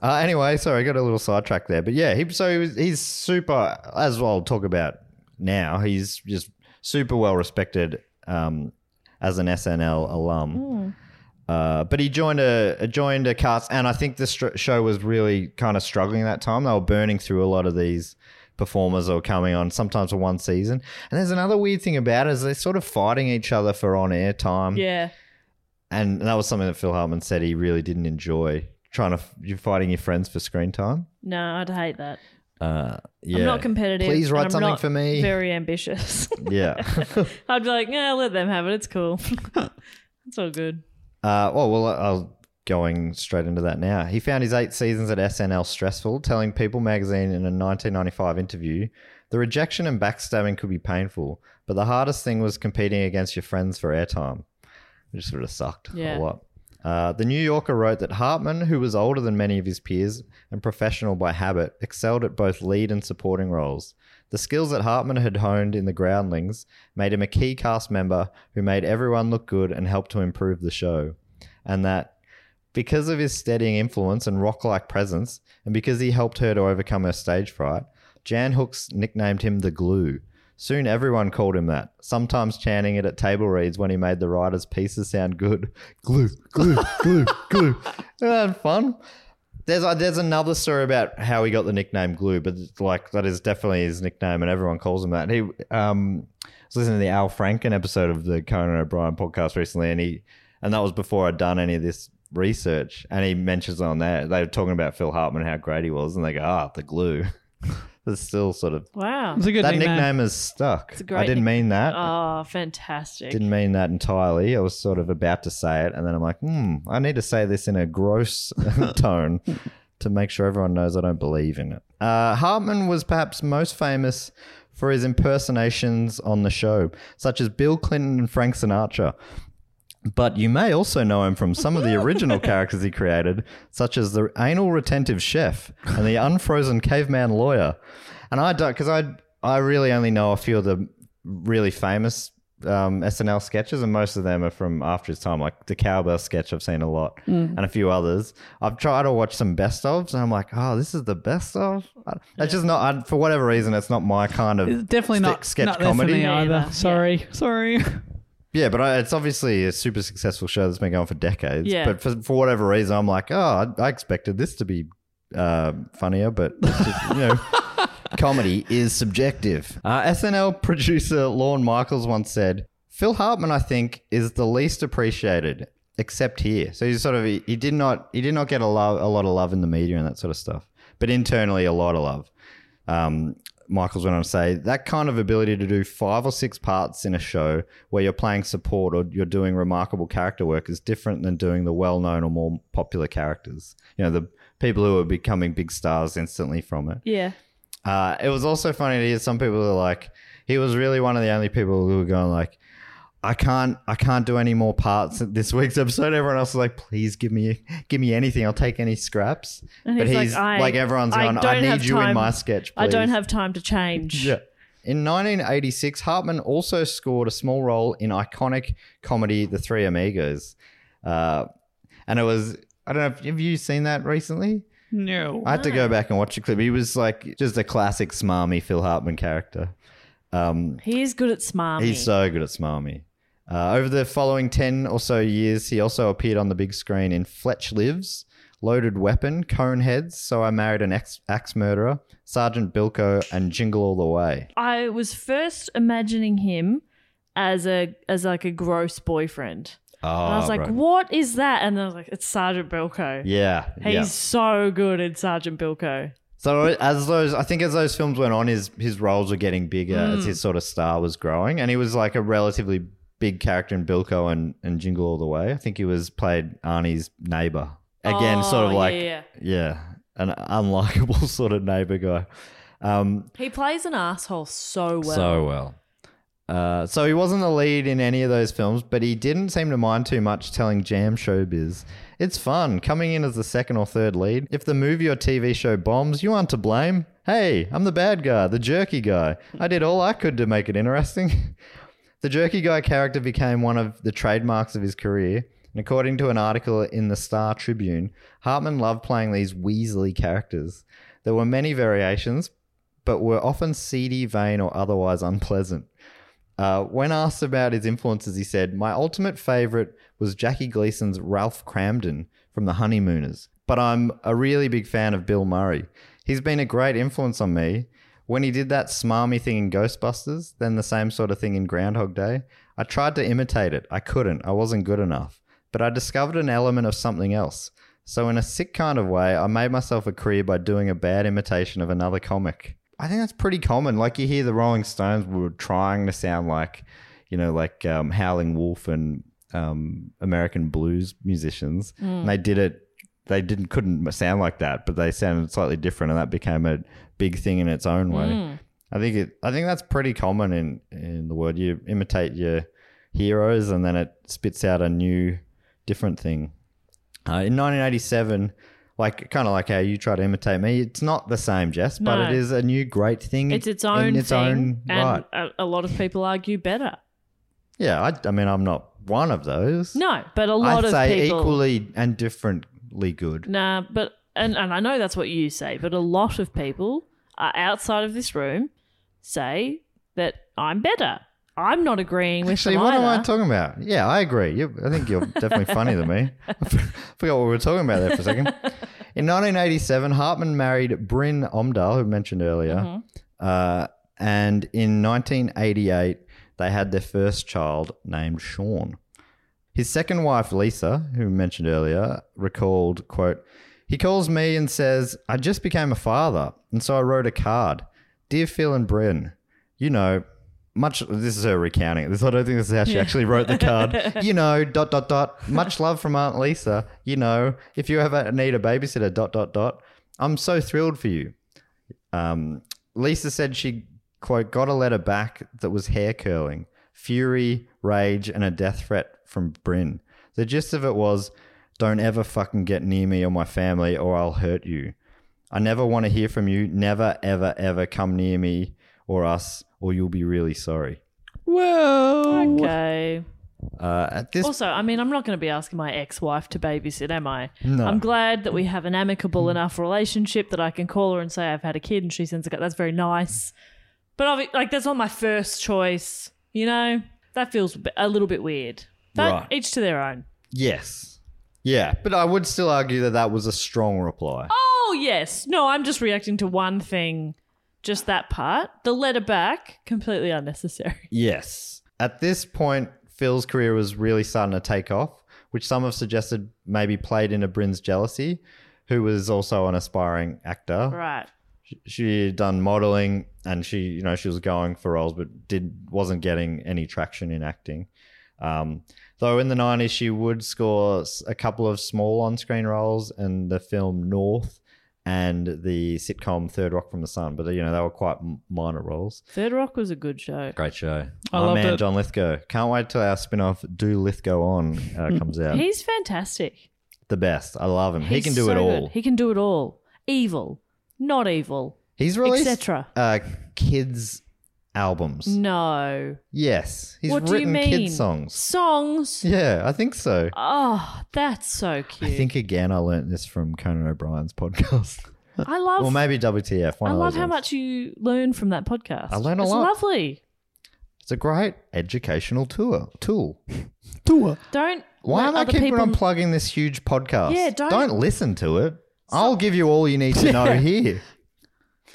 S2: Uh, anyway, sorry, I got a little sidetracked there, but yeah, he so he was, he's super. As well, talk about now. He's just super well respected um, as an SNL alum. Uh, but he joined a joined a cast, and I think the str- show was really kind of struggling that time. They were burning through a lot of these performers that were coming on, sometimes for one season. And there's another weird thing about it is they're sort of fighting each other for on air time
S6: Yeah.
S2: And that was something that Phil Hartman said he really didn't enjoy trying to you fighting your friends for screen time.
S6: No, I'd hate that.
S2: Yeah.
S6: I'm not competitive.
S2: Please
S6: and
S2: write
S6: I'm
S2: something
S6: not
S2: for me.
S6: Very ambitious.
S2: yeah.
S6: I'd be like, yeah, let them have it. It's cool. it's all good.
S2: Uh, oh, well, I- I'll going straight into that now. He found his eight seasons at SNL stressful, telling People magazine in a 1995 interview the rejection and backstabbing could be painful, but the hardest thing was competing against your friends for airtime, which sort of sucked
S6: Yeah.
S2: a lot. Uh, the New Yorker wrote that Hartman, who was older than many of his peers and professional by habit, excelled at both lead and supporting roles. The skills that Hartman had honed in the Groundlings made him a key cast member who made everyone look good and helped to improve the show. And that because of his steadying influence and rock like presence, and because he helped her to overcome her stage fright, Jan Hooks nicknamed him the glue. Soon everyone called him that, sometimes chanting it at table reads when he made the writer's pieces sound good. Glue, glue, glue, glue. Isn't that fun? There's uh, there's another story about how he got the nickname Glue, but like that is definitely his nickname, and everyone calls him that. He um, I was listening to the Al Franken episode of the Conan O'Brien podcast recently, and he and that was before I'd done any of this research, and he mentions on there they were talking about Phil Hartman how great he was, and they go ah the Glue. That's still sort of
S6: Wow.
S3: It's a good
S2: that
S3: nickname.
S2: nickname is stuck.
S6: a great
S2: I didn't mean that.
S6: Oh, fantastic.
S2: Didn't mean that entirely. I was sort of about to say it, and then I'm like, hmm, I need to say this in a gross tone to make sure everyone knows I don't believe in it. Uh, Hartman was perhaps most famous for his impersonations on the show, such as Bill Clinton and Frank Sinatra. But you may also know him from some of the original characters he created, such as the anal retentive chef and the unfrozen caveman lawyer. And I don't, because I I really only know a few of the really famous um, SNL sketches, and most of them are from after his time. Like the cowbell sketch, I've seen a lot,
S3: Mm.
S2: and a few others. I've tried to watch some best ofs, and I'm like, oh, this is the best of. I- It's just not I, for whatever reason, it's not my kind of
S3: It's definitely
S2: sti-
S3: not
S2: sketch
S3: not there for
S2: comedy.
S3: me either.
S6: Yeah.
S3: Sorry, sorry.
S2: Yeah, but I, it's obviously a super successful show that's been going for decades.
S6: Yeah.
S2: But for, for whatever reason, I'm like, oh, I, I expected this to be uh, funnier, but it's just, you know, comedy is subjective. Uh, SNL producer Lorne Michaels once said, Phil Hartman, I think, is the least appreciated, except here. So he's sort of he, he did not he did not get a, lo- a lot of love in the media and that sort of stuff, but internally a lot of love um, Michaels went on to say that kind of ability to do five or six parts in a show where you're playing support or you're doing remarkable character work is different than doing the well known or more popular characters. You know, the people who are becoming big stars instantly from it.
S6: Yeah.
S2: Uh, it was also funny to hear some people who are like, he was really one of the only people who were going like, I can't, I can't do any more parts in this week's episode. Everyone else is like, please give me, give me anything. I'll take any scraps.
S6: And
S2: but
S6: he's,
S2: he's
S6: like, I,
S2: like, everyone's
S6: I
S2: going,
S6: don't
S2: I need
S6: have
S2: you in
S6: time-
S2: my sketch. Please.
S6: I don't have time to change.
S2: Yeah. In 1986, Hartman also scored a small role in iconic comedy The Three Amigos. Uh, and it was, I don't know, if, have you seen that recently?
S3: no.
S2: I had to go back and watch a clip. He was like just a classic smarmy Phil Hartman character. Um,
S6: He is good at smarmy.
S2: He's so good at smarmy. Uh, over the following 10 or so years, he also appeared on the big screen in Fletch Lives, Loaded Weapon, Coneheads, So I Married an Ex- Axe Murderer, Sergeant Bilko, and Jingle All the Way.
S6: I was first imagining him as a as like a gross boyfriend.
S2: Oh,
S6: and I was like,
S2: right.
S6: what is that? And I was like, it's Sergeant Bilko.
S2: Yeah,
S6: He's
S2: yeah.
S6: so good at Sergeant Bilko.
S2: So as those, I think as those films went on, his his roles were getting bigger
S6: Hmm.
S2: as his sort of star was growing, and he was like a relatively big character in Bilko and and Jingle All the Way. I think he was played Arnie's neighbor again, sort of
S6: Oh,
S2: like
S6: yeah,
S2: yeah,
S6: yeah.
S2: an unlikable sort of neighbor guy. Um,
S6: He plays an asshole so well.
S2: well. Uh, so he wasn't the lead in any of those films, but he didn't seem to mind too much telling Jam Showbiz. It's fun coming in as the second or third lead. If the movie or TV show bombs, you aren't to blame. Hey, I'm the bad guy, the jerky guy. I did all I could to make it interesting. the jerky guy character became one of the trademarks of his career. And according to an article in the Star Tribune, Hartman loved playing these Weasley characters. There were many variations, but were often seedy, vain, or otherwise unpleasant. Uh, when asked about his influences, he said, My ultimate favorite was Jackie Gleason's Ralph Cramden from The Honeymooners, but I'm a really big fan of Bill Murray. He's been a great influence on me. When he did that smarmy thing in Ghostbusters, then the same sort of thing in Groundhog Day, I tried to imitate it. I couldn't. I wasn't good enough. but I discovered an element of something else. So, in a sick kind of way, I made myself a career by doing a bad imitation of another comic. I think that's pretty common. Like, you hear the Rolling Stones were trying to sound like, you know, like um, Howling Wolf and um, American blues musicians. And they did it, they didn't, couldn't sound like that, but they sounded slightly different. And that became a big thing in its own way.
S6: Mm.
S2: I think it, I think that's pretty common in, in the world. You imitate your heroes and then it spits out a new, different thing. Uh, in 1987, like kind of like how you try to imitate me, it's not the same, Jess,
S6: No.
S2: but it is a new great thing.
S6: It's its
S2: in
S6: own
S2: its
S6: thing,
S2: own
S6: and
S2: right.
S6: a, a lot of people argue better.
S2: Yeah, I, I mean, I'm not one of those.
S6: No, but a lot
S2: I'd
S6: of
S2: say
S6: people.
S2: equally and differently good.
S6: Nah, uh, but and, and I know that's what you say, but a lot of people are outside of this room say that I'm better. I'm not agreeing with
S2: Actually,
S6: them
S2: what
S6: either.
S2: am I talking about? Yeah, I agree. You, I think you're definitely funnier than me. I forgot what we were talking about there for a second. In 1987, Hartman married Bryn Omdahl, who mentioned earlier, uh, and in 1988 they had their first child named Sean. His second wife, Lisa, who mentioned earlier, recalled, quote, he calls me and says, I just became a father, and so I wrote a card. Dear Phil and Bryn, you know, much this is her recounting it. This I don't think this is how she actually wrote the card. you know, dot dot dot. Much love from Aunt Lisa. You know, if you ever need a babysitter, dot dot dot. I'm so thrilled for you. Um, Lisa said she quote got a letter back that was hair curling, fury, rage, and a death threat from Bryn. The gist of it was, don't ever fucking get near me or my family, or I'll hurt you. I never want to hear from you. Never, ever, ever come near me or us, or you'll be really sorry.
S3: Whoa.
S6: Okay.
S2: Uh, at this,
S6: Also, I mean, I'm not going to be asking my ex-wife to babysit, am I?
S2: No.
S6: I'm glad that we have an amicable enough relationship that I can call her and say I've had a kid, and she sends a. That's very nice, but obvi- like that's not my first choice. You know, that feels a bit- a little bit weird. But
S2: Right.
S6: each to their own.
S2: yes, yeah, but I would still argue that that was a strong reply.
S6: Oh yes, no, I'm just reacting to one thing, just that part. The letter back, completely unnecessary.
S2: Yes. At this point, Phil's career was really starting to take off, which some have suggested maybe played into Bryn's jealousy, who was also an aspiring actor.
S6: Right.
S2: she had done modeling and she you know she was going for roles but did wasn't getting any traction in acting um, though in the 90s she would score s- a couple of small on-screen roles in the film north and the sitcom third rock from the sun but you know they were quite m- minor roles
S6: Third Rock was a good show.
S2: great show
S3: I
S2: my
S3: loved
S2: man
S3: it.
S2: john lithgow can't wait till our spin-off do lithgow on uh, comes out
S6: Hmm. He's fantastic.
S2: the best i love him he
S6: He's
S2: can do
S6: so
S2: it
S6: good.
S2: all
S6: He can do it all. Evil, not evil.
S2: he's released
S6: cetera.
S2: uh, kids albums
S6: No.
S2: Yes, he's
S6: what do you
S2: written
S6: mean?
S2: kid songs.
S6: Songs.
S2: Yeah, I think so.
S6: Oh, that's so
S2: I
S6: cute. I,
S2: think again, I learnt this from Conan O'Brien's podcast,
S6: love.
S2: or maybe WTF. One
S6: I
S2: of
S6: love
S2: those
S6: how
S2: ones.
S6: much you learn from that podcast.
S2: I learn a
S6: it's
S2: lot.
S6: Lovely.
S2: It's a great educational tour tool.
S3: Tour.
S6: Don't.
S2: Why
S6: let
S2: am I
S6: other
S2: keeping
S6: people...
S2: on plugging this huge podcast?
S6: Yeah, don't-
S2: listen to it. I'll give you all you need to know here.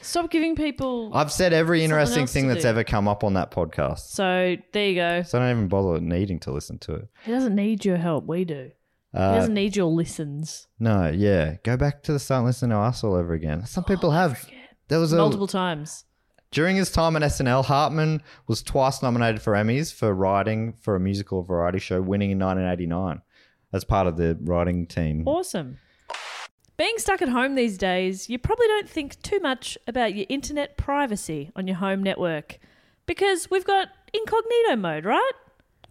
S6: Stop giving people.
S2: I've said every interesting
S6: else
S2: thing
S6: to
S2: that's
S6: do.
S2: ever come up on that podcast,
S6: So there you go.
S2: so I don't even bother needing to listen to it.
S6: He doesn't need your help. We do.
S2: Uh,
S6: he doesn't need your listens.
S2: No, yeah, go back to the start, and listen to us all over again. Some people have. There was a
S6: Oh, Multiple times.
S2: During his time on SNL, Hartman was twice nominated for Emmys for writing for a musical variety show, winning in 1989 as part of the writing team.
S6: Awesome. Being stuck at home these days, you probably don't think too much about your internet privacy on your home network because we've got incognito mode, right?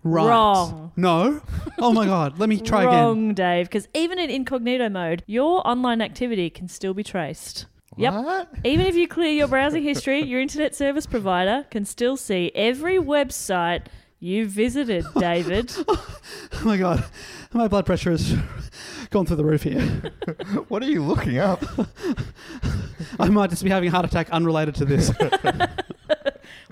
S3: Right.
S6: Wrong.
S3: No. Oh my God. Let me try again.
S6: Wrong, Dave, because even in incognito mode, your online activity can still be traced.
S2: What?
S6: Even if you clear your browsing history, your internet service provider can still see every website you visited, David.
S3: Oh my God. My blood pressure has gone through the roof here.
S2: What are you looking up?
S3: I might just be having a heart attack unrelated to this.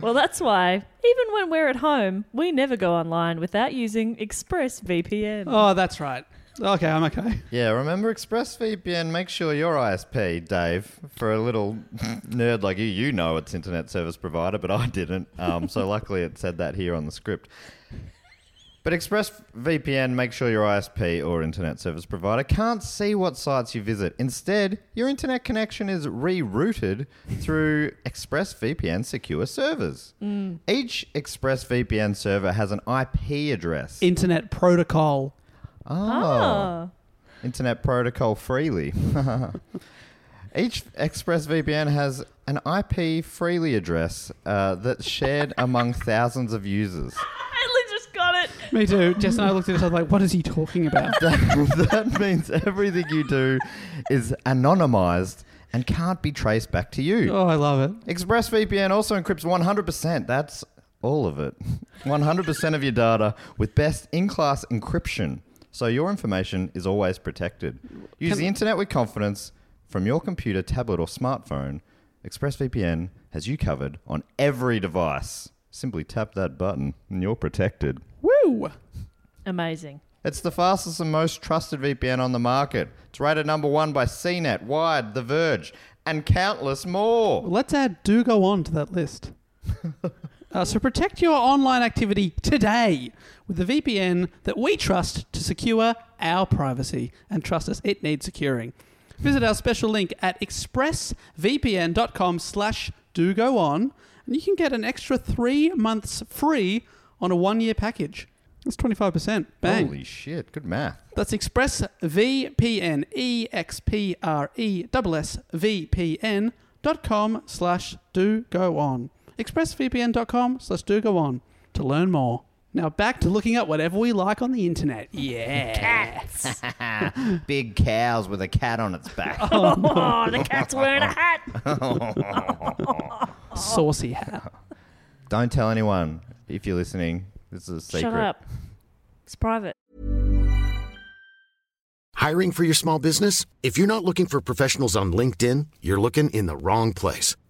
S6: Well, that's why, even when we're at home, we never go online without using ExpressVPN.
S3: oh, that's right. Okay, I'm okay.
S2: yeah, remember ExpressVPN. Make sure your ISP, Dave, for a little nerd like you, you know it's internet service provider, but I didn't. Um, so luckily it said that here on the script. But ExpressVPN, make sure your ISP or internet service provider can't see what sites you visit. Instead, your internet connection is rerouted through ExpressVPN secure servers. Each ExpressVPN server has an IP address. Oh.
S3: Internet protocol.
S6: Ah.
S2: Internet protocol freely. Each ExpressVPN has an IP freely address uh, that's shared among thousands of users.
S6: I literally just got it.
S3: Me too. Jess and I looked at each other like, what is he talking about?
S2: that, that means everything you do is anonymized and can't be traced back to you.
S3: oh, I love it.
S2: ExpressVPN also encrypts 100%. That's all of it. 100% of your data with best in class encryption. So your information is always protected. Use the internet with confidence from your computer, tablet, or smartphone. ExpressVPN has you covered on every device. Simply tap that button and you're protected.
S3: Woo!
S6: Amazing.
S2: It's the fastest and most trusted VPN on the market. It's rated number one by CNET, Wired, The Verge, and countless more.
S3: Let's add do go on to that list. Uh, so protect your online activity today with the VPN that we trust to secure our privacy. And trust us, it needs securing. Visit our special link at expressvpn.com slash do go on and you can get an extra three months free on a one-year package. That's 25%. Bang.
S2: Holy shit, good math.
S3: That's expressvpn, E X P R E S S V P N dot com slash do go on. Expressvpn.com slash do go on to learn more. Now back to looking up whatever we like on the internet. Yeah.
S2: Big cows with a cat on its back.
S6: Oh, the cat's wearing a hat.
S3: Saucy hat.
S2: Don't tell anyone if you're listening. This is a secret.
S6: Shut up. It's private.
S7: Hiring for your small business? If you're not looking for professionals on LinkedIn, you're looking in the wrong place.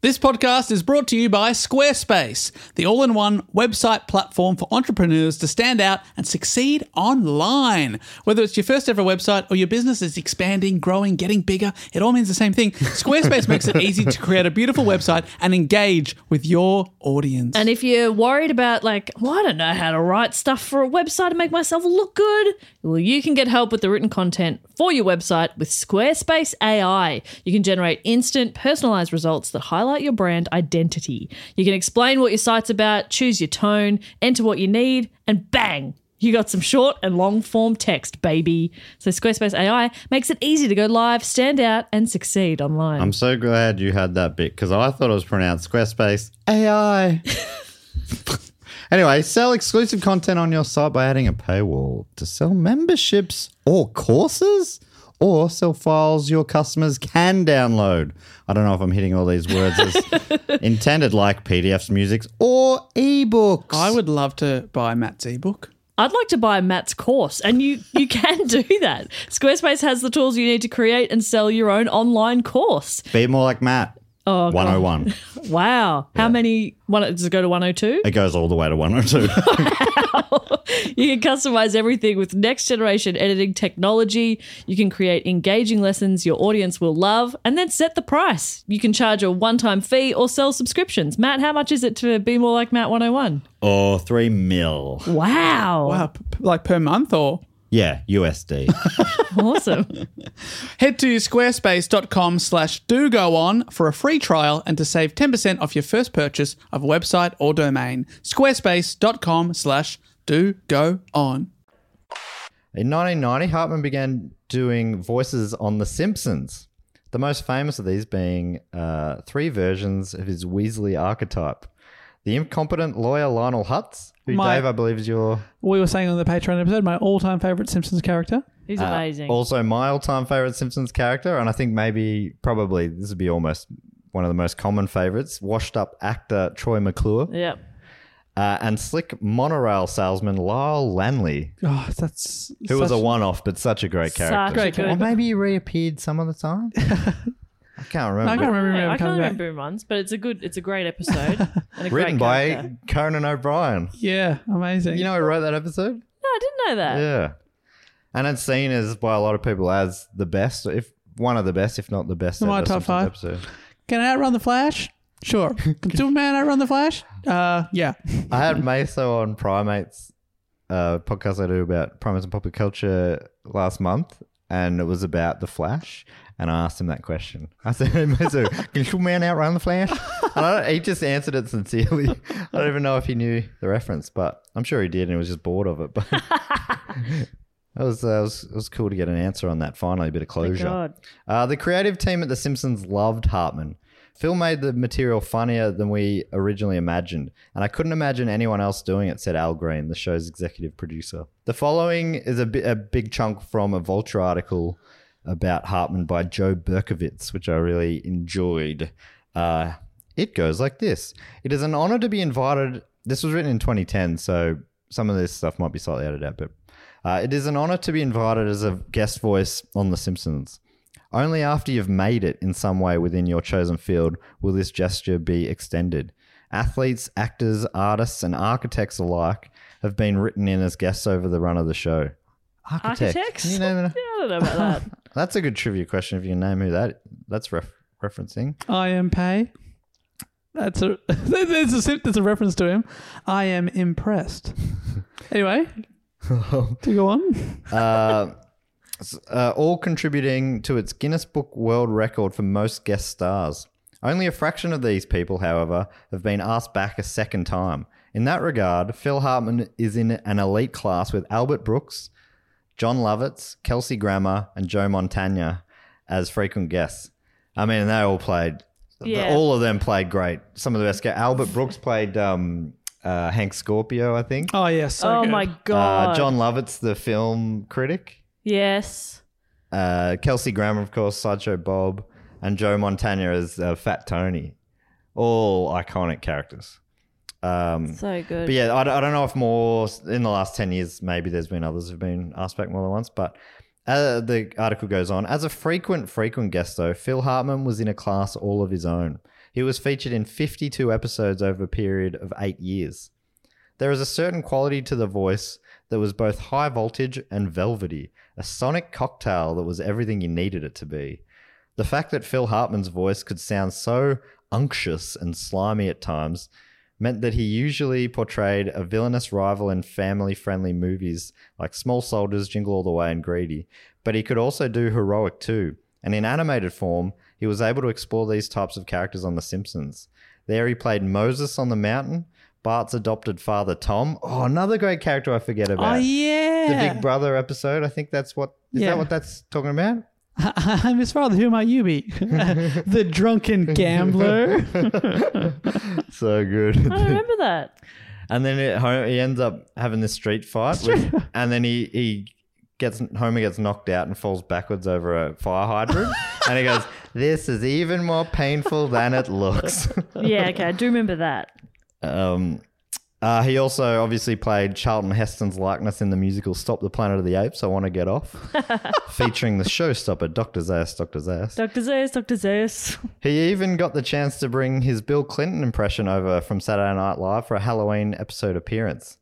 S3: This podcast is brought to you by Squarespace, the all in one website platform for entrepreneurs to stand out and succeed online. Whether it's your first ever website or your business is expanding, growing, getting bigger, it all means the same thing. Squarespace makes it easy to create a beautiful website and engage with your audience.
S1: And if you're worried about, like, well, I don't know how to write stuff for a website to make myself look good, well, you can get help with the written content for your website with Squarespace AI. You can generate instant, personalized results that highlight your brand identity. You can explain what your site's about, choose your tone, enter what you need, and bang! You got some short and long form text, baby. So Squarespace AI makes it easy to go live, stand out, and succeed online.
S2: I'm so glad you had that bit because I thought it was pronounced Squarespace AI. anyway, sell exclusive content on your site by adding a paywall to sell memberships or courses or sell files your customers can download. I don't know if I'm hitting all these words as intended, like PDFs, musics, or ebooks.
S3: I would love to buy Matt's ebook.
S1: I'd like to buy Matt's course, and you you can do that. Squarespace has the tools you need to create and sell your own online course.
S2: Be more like Matt.
S1: Oh, God.
S2: 101.
S1: Wow, how many? One, does it go to one hundred two?
S2: It goes all the way to 102.
S1: You can customize everything with next generation editing technology. You can create engaging lessons your audience will love, and then set the price. You can charge a one time fee or sell subscriptions. Matt, how much is it to be more like Matt one hundred one?
S2: or 3 mil.
S1: Wow,
S3: Wow, p- p- like per month or?
S2: Yeah, USD.
S1: awesome.
S3: Head to squarespace.com slash do go on for a free trial and to save 10% off your first purchase of a website or domain. Squarespace.com slash do go on.
S2: In 1990, Hartman began doing voices on The Simpsons, the most famous of these being uh, three versions of his Weasley archetype. The incompetent lawyer Lionel Hutz, who
S3: My-
S2: Dave, I believe, is your
S3: We were saying on the Patreon episode, my all time favorite Simpsons character.
S6: He's
S2: Uh,
S6: amazing.
S2: also my all-time favorite Simpsons character, and I think maybe probably this would be almost one of the most common favorites, washed-up actor Troy McClure.
S6: yep.
S2: uh, and slick monorail salesman Lyle Lanley,
S3: Oh, that's
S2: who was a
S3: such-
S2: one-off but such a great character.
S6: Such a good.
S2: Or maybe he reappeared some of the time. I can't remember.
S3: I can't remember. him
S6: I can't
S3: coming back.
S6: remember him once, but it's a good. It's a great episode. and a
S2: Written
S6: great
S2: by
S6: character.
S2: Conan O'Brien.
S3: Yeah, amazing.
S2: You know who wrote that episode?
S6: No, I didn't know that.
S2: Yeah. And it's seen as by a lot of people as the best, if one of the best, if not the best.
S3: In my
S2: ever
S3: top
S2: Simpsons
S3: five.
S2: Episode.
S3: can I outrun the Flash? Sure. Can Superman outrun the Flash? Uh, yeah.
S2: I had Meso on Primates uh, podcast I do about primates and popular culture last month, and it was about the Flash. And I asked him that question. I said, hey, Meso, can Superman outrun the Flash? And I don't, he just answered it sincerely. I don't even know if he knew the reference, but I'm sure he did, and he was just bored of it. But that was, uh, it was it was cool to get an answer on that. Finally, a bit of closure.
S6: God.
S2: Uh, the creative team at The Simpsons loved Hartman. Phil made the material funnier than we originally imagined, and I couldn't imagine anyone else doing it, said Al Green, the show's executive producer. The following is a, bi- a big chunk from a Vulture article about Hartman by Joe Berkovitz, which I really enjoyed. Uh, it goes like this It is an honor to be invited. This was written in 2010, so some of this stuff might be slightly out of date, but uh, it is an honor to be invited as a guest voice on The Simpsons. Only after you've made it in some way within your chosen field will this gesture be extended. Athletes, actors, artists, and architects alike have been written in as guests over the run of the show. Architect.
S6: Architects?
S2: You know,
S6: I don't know about that.
S2: that's a good trivia question if you can name who that that's ref- referencing.
S3: I am pay. That's a there's a sim- there's a reference to him. I am impressed. Anyway, to go on.
S2: Uh, s- uh, all contributing to its Guinness Book World Record for most guest stars. Only a fraction of these people, however, have been asked back a second time. In that regard, Phil Hartman is in an elite class with Albert Brooks, John Lovitz, Kelsey Grammer, and Joe Montana as frequent guests. I mean, they all played.
S6: Yeah.
S2: All of them played great. Some of the best. ga- Albert Brooks played um, uh, Hank Scorpio, I think.
S3: Oh yes. so
S6: oh
S3: good.
S6: my god.
S2: Uh, John Lovitz, the film critic.
S6: Yes.
S2: Uh, Kelsey Grammer, of course, Sideshow Bob, and Joe Montana as uh, Fat Tony. All iconic characters. Um,
S6: So good.
S2: but yeah, I, don't- I don't know if more in the last 10 years, maybe there's been others who've been asked back more than once, but uh, the article goes on. As a frequent, frequent guest, though, Phil Hartman was in a class all of his own. He was featured in 52 episodes over a period of eight years. There is a certain quality to the voice that was both high voltage and velvety, a sonic cocktail that was everything you needed it to be. The fact that Phil Hartman's voice could sound so unctuous and slimy at times meant that he usually portrayed a villainous rival in family friendly movies like Small Soldiers, Jingle All the Way, and Greedy. But he could also do heroic too, and in animated form, he was able to explore these types of characters on The Simpsons. There he played Moses on the mountain, Bart's adopted father Tom. Oh, another great character I forget about.
S3: Oh
S2: The
S3: yeah.
S2: Big Brother episode. I think that's what is
S3: Yeah.
S2: that what that's talking about?
S3: I'm his father. Who might you be? the drunken gambler.
S2: So good.
S6: I don't remember that.
S2: And then at home, he ends up having this street fight, with- and then he he gets Homer gets knocked out and falls backwards over a fire hydrant, and he goes, "This is even more painful than it looks."
S6: Yeah, okay, I do remember that.
S2: um, uh, he also obviously played Charlton Heston's likeness in the musical "Stop the Planet of the Apes." I want to get off, featuring the showstopper Doctor Zayas. Doctor Zayas.
S6: Dr. Zeus, Dr. Zeus.
S2: He even got the chance to bring his Bill Clinton impression over from Saturday Night Live for a Halloween episode appearance.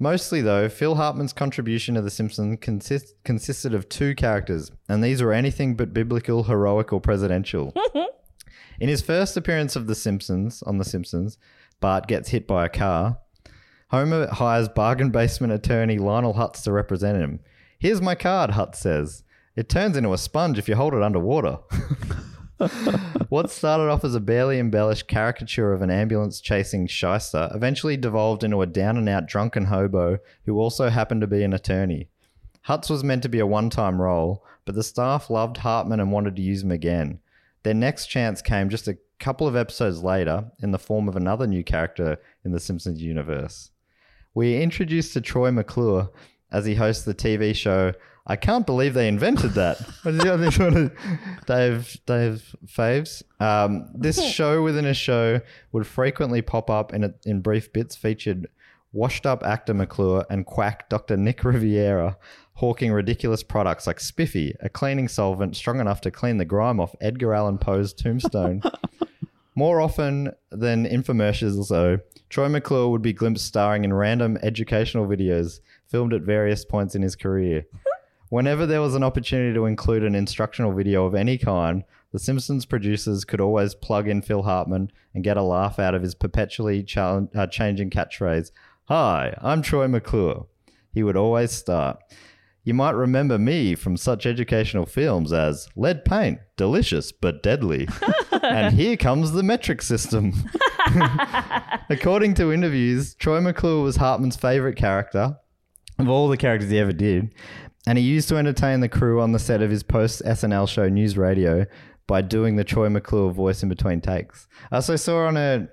S2: Mostly, though, Phil Hartman's contribution to The Simpsons consist- consisted of two characters, and these were anything but biblical, heroic, or presidential. In his first appearance of The Simpsons on The Simpsons, Bart gets hit by a car. Homer hires bargain basement attorney Lionel Hutz to represent him. Here's my card, Hutz says. It turns into a sponge if you hold it underwater. What started off as a barely embellished caricature of an ambulance chasing shyster eventually devolved into a down and out drunken hobo who also happened to be an attorney. Hutz was meant to be a one time role, but the staff loved Hartman and wanted to use him again. Their next chance came just a couple of episodes later in the form of another new character in the Simpsons universe. We are introduced to Troy McClure, as he hosts the TV show. I can't believe they invented that. What is the other one? Dave, Dave Faves. Um, this show within a show would frequently pop up in, a, in brief bits featured washed up actor McClure and quack Dr. Nick Riviera hawking ridiculous products like Spiffy, a cleaning solvent strong enough to clean the grime off Edgar Allan Poe's tombstone. More often than infomercials, though, Troy McClure would be glimpsed starring in random educational videos filmed at various points in his career. Whenever there was an opportunity to include an instructional video of any kind, The Simpsons producers could always plug in Phil Hartman and get a laugh out of his perpetually challenge, uh, changing catchphrase Hi, I'm Troy McClure. He would always start. You might remember me from such educational films as Lead Paint, Delicious but Deadly, and Here Comes the Metric System. According to interviews, Troy McClure was Hartman's favorite character of all the characters he ever did, and he used to entertain the crew on the set of his post SNL show News Radio by doing the Troy McClure voice in between takes. Uh, I also saw on a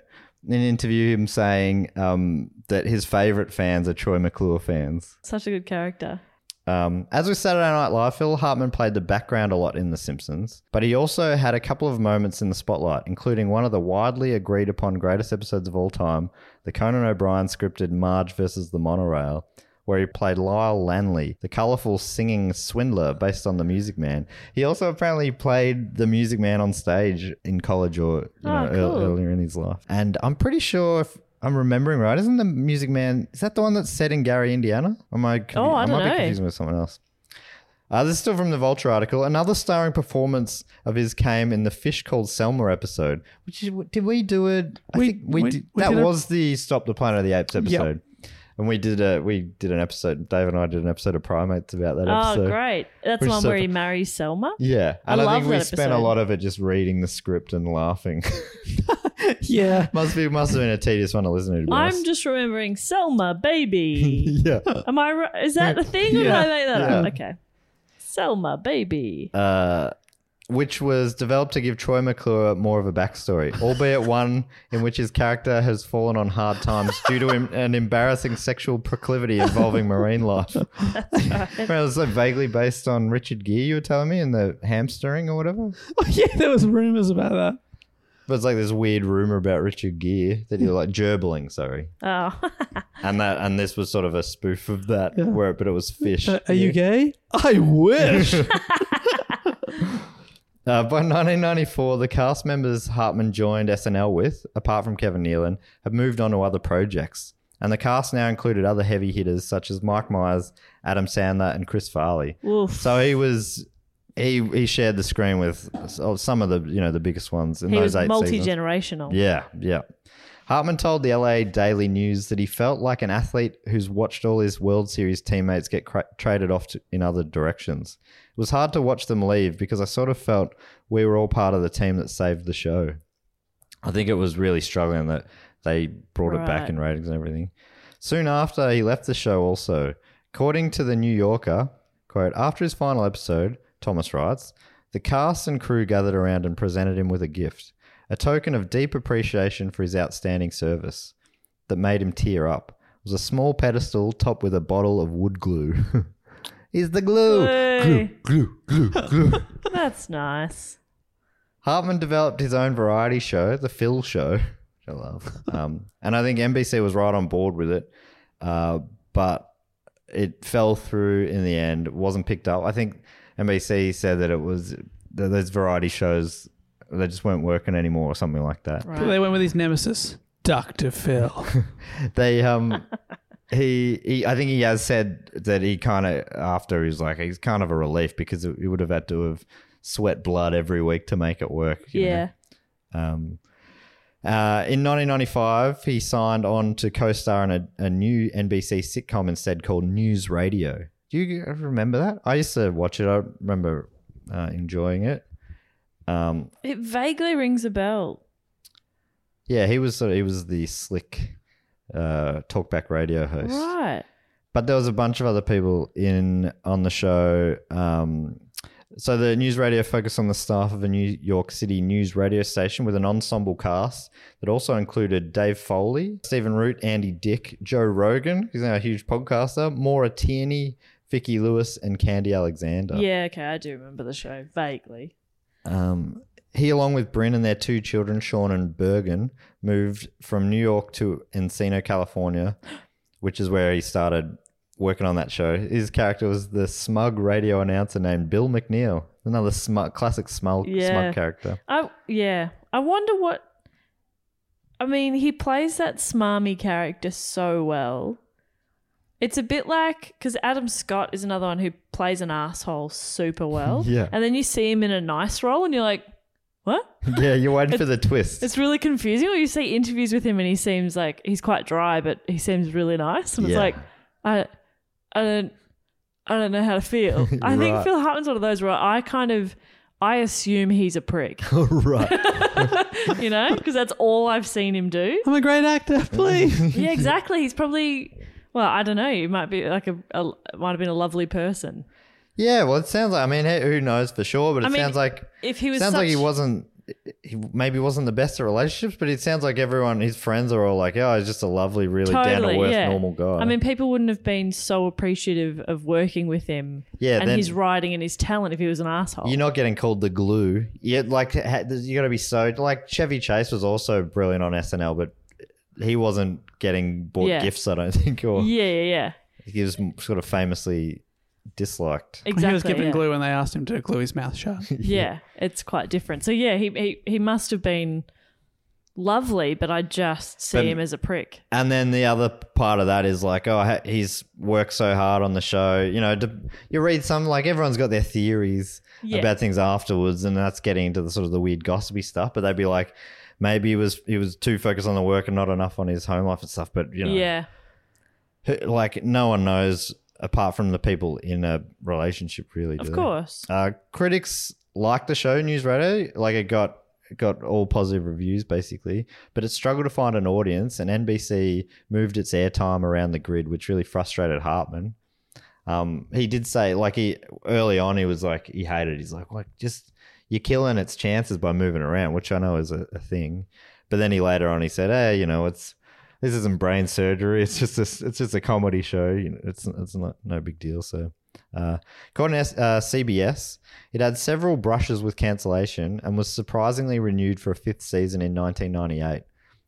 S2: an interview him saying um, that his favorite fans are Troy McClure fans.
S6: Such a good character.
S2: Um, as with Saturday Night Live, Phil Hartman played the background a lot in The Simpsons, but he also had a couple of moments in the spotlight, including one of the widely agreed upon greatest episodes of all time, the Conan O'Brien scripted Marge versus the Monorail, where he played Lyle Lanley, the colorful singing swindler based on The Music Man. He also apparently played The Music Man on stage in college or you know, ear-
S6: cool.
S2: earlier in his life. And I'm pretty sure if I'm remembering right, isn't The Music Man, is that the one that's set in Gary, Indiana? Or Am I, confu-
S6: Oh, I
S2: might
S6: don't
S2: be
S6: know.
S2: confusing with someone else. Uh, this is still from the Vulture article. Another starring performance of his came in the Fish Called Selma episode, which is, did we do it? I
S3: We-
S2: think we,
S3: we-
S2: did,
S3: we
S2: that
S3: did a-
S2: was the Stop the Planet of the Apes episode. And we did a we did an episode. Dave and I did an episode of Primates about that episode.
S6: oh, great. That's the
S2: Which
S6: one
S2: so-
S6: where he marries Selma.
S2: Yeah, and I,
S6: I love
S2: think we
S6: that
S2: spent a
S6: episode.
S2: lot of it just reading the script and laughing.
S3: Yeah.
S2: must be must have been a tedious one to listen to. to be
S6: I'm
S2: honest.
S6: just remembering Selma, baby.
S2: yeah.
S6: Am I right? Is that the thing or did
S3: Yeah.
S6: I make that up?
S2: Yeah.
S6: Okay. Selma, baby.
S2: uh, which was developed to give Troy McClure more of a backstory, albeit one in which his character has fallen on hard times due to em- an embarrassing sexual proclivity involving marine life. it was like vaguely based on Richard Gere, you were telling me, in the hamstering or whatever.
S3: yeah, there was rumors about that.
S2: But it's like this weird rumor about Richard Gere that he was like gerbling, sorry,
S6: Oh.
S2: and that and this was sort of a spoof of that, where but it was fish.
S3: Uh, are you gay? I wish.
S2: Uh, by 1994, the cast members Hartman joined SNL with, apart from Kevin Nealon, had moved on to other projects. And the cast now included other heavy hitters such as Mike Myers, Adam Sandler, and Chris Farley.
S6: Oof.
S2: So he was he he shared the screen with so- some of the you know the biggest ones in
S6: He
S2: those
S6: was
S2: eight
S6: multi
S2: seasons.
S6: generational.
S2: Yeah, yeah. Hartman told the LA Daily News that he felt like an athlete who's watched all his World Series teammates get cra- traded off to, in other directions. It was hard to watch them leave because I sort of felt we were all part of the team that saved the show. I think it was really struggling that they brought it back
S6: Right.
S2: in ratings and everything. Soon after, he left the show also. According to The New Yorker, quote, after his final episode, Thomas writes, the cast and crew gathered around and presented him with a gift, a token of deep appreciation for his outstanding service that made him tear up. It was a small pedestal topped with a bottle of wood glue. He's the glue.
S6: Hey,
S2: Glue, glue, glue.
S6: that's nice.
S2: Hartman developed his own variety show, The Phil Show, which I love. Um, and I think NBC was right on board with it, uh, but it fell through in the end. It wasn't picked up. I think NBC said that it was that those variety shows they just weren't working anymore or something like that.
S3: But they went with his nemesis, Dr. Phil.
S2: They um. He, he, I think he has said that he kind of after he was like he's kind of a relief because he would have had to have sweat blood every week to make it work. you know?
S6: Yeah.
S2: Um, uh, in 1995, he signed on to co-star in a, a new NBC sitcom instead called News Radio. Do you remember that? I used to watch it. I remember uh, enjoying it. Um,
S6: It vaguely rings a bell.
S2: yeah, he was sort of, he was the slick uh, talkback radio host.
S6: Right.
S2: But there was a bunch of other people in on the show. Um, So the news radio focused on the staff of a New York City news radio station with an ensemble cast that also included Dave Foley, Stephen Root, Andy Dick, Joe Rogan, who's now a huge podcaster, Maura Tierney, Vicky Lewis, and Candy Alexander.
S6: Yeah, okay, I do remember the show vaguely.
S2: Um, he, along with Bryn and their two children, Sean and Bergen, moved from New York to Encino, California, which is where he started working on that show. His character was the smug radio announcer named Bill McNeil, another smug, classic smug,
S6: Yeah.
S2: smug character.
S6: I yeah, I wonder what. I mean, he plays that smarmy character so well. It's a bit like because Adam Scott is another one who plays an asshole super well.
S2: Yeah.
S6: and then you see him in a nice role, and you're like, what?
S2: yeah, you're waiting for the twist.
S6: It's really confusing. Or you see interviews with him and he seems like he's quite dry, but he seems really nice. And
S2: Yeah.
S6: it's like, I, I don't, I don't know how to feel. I
S2: Right.
S6: think Phil Hartman's one of those where I kind of, I assume he's a prick,
S2: right.
S6: you know, because that's all I've seen him do.
S3: I'm a great actor, please.
S6: Yeah, exactly. He's probably, well, I don't know. He might be like a, a might have been a lovely person.
S2: Yeah, well, it sounds like, I mean, hey, who knows for sure, but it
S6: I mean,
S2: sounds like,
S6: If he was
S2: sounds like he
S6: such-
S2: wasn't, he maybe wasn't the best at relationships, but it sounds like everyone, his friends are all like, oh, he's just a lovely, really down to earth, normal guy.
S6: I mean, people wouldn't have been so appreciative of working with him
S2: Yeah,
S6: and
S2: then-
S6: his writing and his talent if he was an asshole.
S2: You're not getting called the glue. Yeah, like ha- you got to be so like Chevy Chase was also brilliant on SNL, but he wasn't getting bought
S6: Yeah.
S2: gifts. I don't think, or
S6: yeah, yeah, yeah.
S2: he was m- sort of famously disliked.
S6: Exactly.
S3: he was given
S6: yeah.
S3: glue when they asked him to glue his mouth shut.
S6: Yeah, it's quite different. So yeah, he he, he must have been lovely, but I just see
S2: But-
S6: him as a prick.
S2: And then the other part of that is like, oh, ha- he's worked so hard on the show. You know, d you read some like everyone's got their theories
S6: Yeah.
S2: about things afterwards, and that's getting into the sort of the weird gossipy stuff. But they'd be like, maybe he was he was too focused on the work and not enough on his home life and stuff. But you know,
S6: Yeah.
S2: Who- like no one knows apart from the people in a relationship really do
S6: Of
S2: they?
S6: course.
S2: uh, critics liked the show news radio like it got it got all positive reviews basically but it struggled to find an audience and nbc moved its airtime around the grid which really frustrated hartman um, he did say like he early on he was like he hated it. he's like like just you're killing its chances by moving around which i know is a, a thing but then he later on he said hey you know it's this isn't brain surgery it's just a, it's just a comedy show you know, it's it's not no big deal so uh, according to S- uh, CBS, it had several brushes with cancellation and was surprisingly renewed for a fifth season in 1998.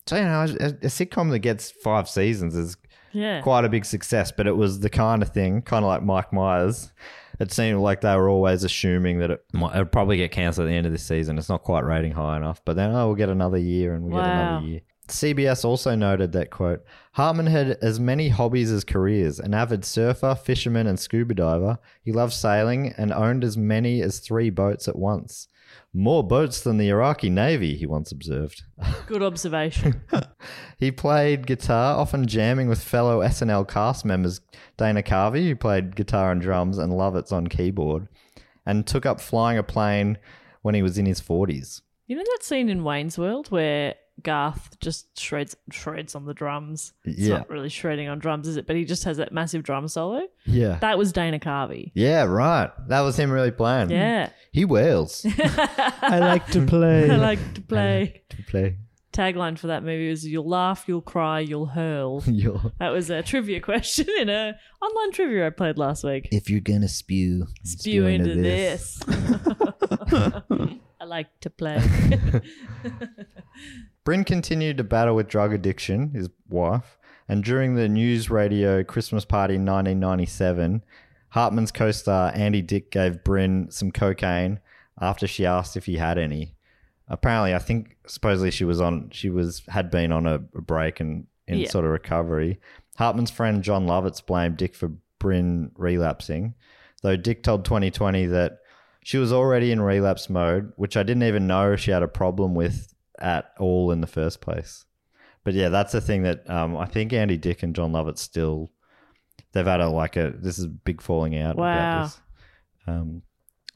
S2: So, you know, a, a sitcom that gets five seasons is
S6: Yeah.
S2: quite a big success, but it was the kind of thing, kind of like Mike Myers. It seemed like they were always assuming that it might it'd probably get cancelled at the end of this season. It's not quite rating high enough, but then, oh, we'll get another year and we'll get
S6: Wow.
S2: another year. CBS also noted that, quote, Hartman had as many hobbies as careers an avid surfer, fisherman, and scuba diver. He loved sailing and owned as many as three boats at once. More boats than the Iraqi Navy, he once observed.
S6: Good observation.
S2: He played guitar, often jamming with fellow SNL cast members Dana Carvey, who played guitar and drums, and Lovitz on keyboard, and took up flying a plane when he was in his 40s.
S6: you know that scene in Wayne's World where Garth just shreds shreds on the drums. It's
S2: Yeah.
S6: not really shredding on drums, is it? But he just has that massive drum solo.
S2: Yeah.
S6: That was Dana Carvey.
S2: yeah, right. That was him really playing.
S6: Yeah.
S2: He wails
S3: I like to play.
S6: I like to play.
S2: to play.
S6: Tagline for that movie was "You'll laugh, you'll cry, you'll hurl."
S2: Your-
S6: That was a trivia question in a online trivia I played last week.
S2: if you're going to spew,
S6: Spew, into, this. I like to play.
S2: Bryn continued to battle with drug addiction, his wife, and during the news radio Christmas party in 1997, Hartman's co star Andy Dick gave Bryn some cocaine after she asked if he had any. Apparently, I think supposedly she was on, she was, had been on a, a break and in
S6: Yeah.
S2: sort of recovery. Hartman's friend John Lovitz blamed Dick for Bryn relapsing, though Dick told 2020 that she was already in relapse mode, which I didn't even know she had a problem with at all in the first place. But yeah, that's the thing that um, I think Andy Dick and John Lovett still they've had a like a this is a big falling out
S6: Wow.
S2: about this. Um,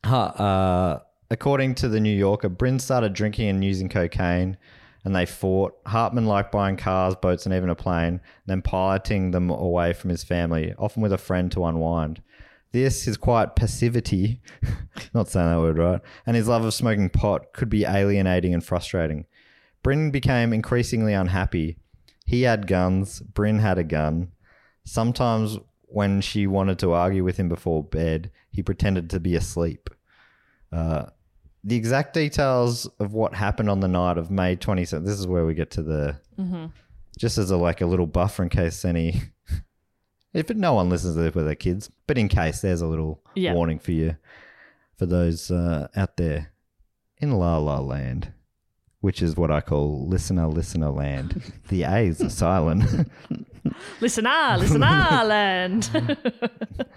S2: huh, uh, according to the New Yorker, Bryn started drinking and using cocaine, and they fought. Hartman liked buying cars, boats, and even a plane, and then piloting them away from his family, often with a friend to unwind. This, his quiet passivity, not saying that word right, and his love of smoking pot could be alienating and frustrating. Bryn became increasingly unhappy. He had guns, Bryn had a gun. Sometimes when she wanted to argue with him before bed, he pretended to be asleep. Uh, the exact details of what happened on the night of May 27th, this is where we get to the just as a like a little buffer in case any if no one listens to this with their kids but in case there's a little
S1: Yeah.
S2: warning for you for those uh, out there in la la land which is what i call listener listener land the a's are silent
S1: Listen ah, listen ah, land.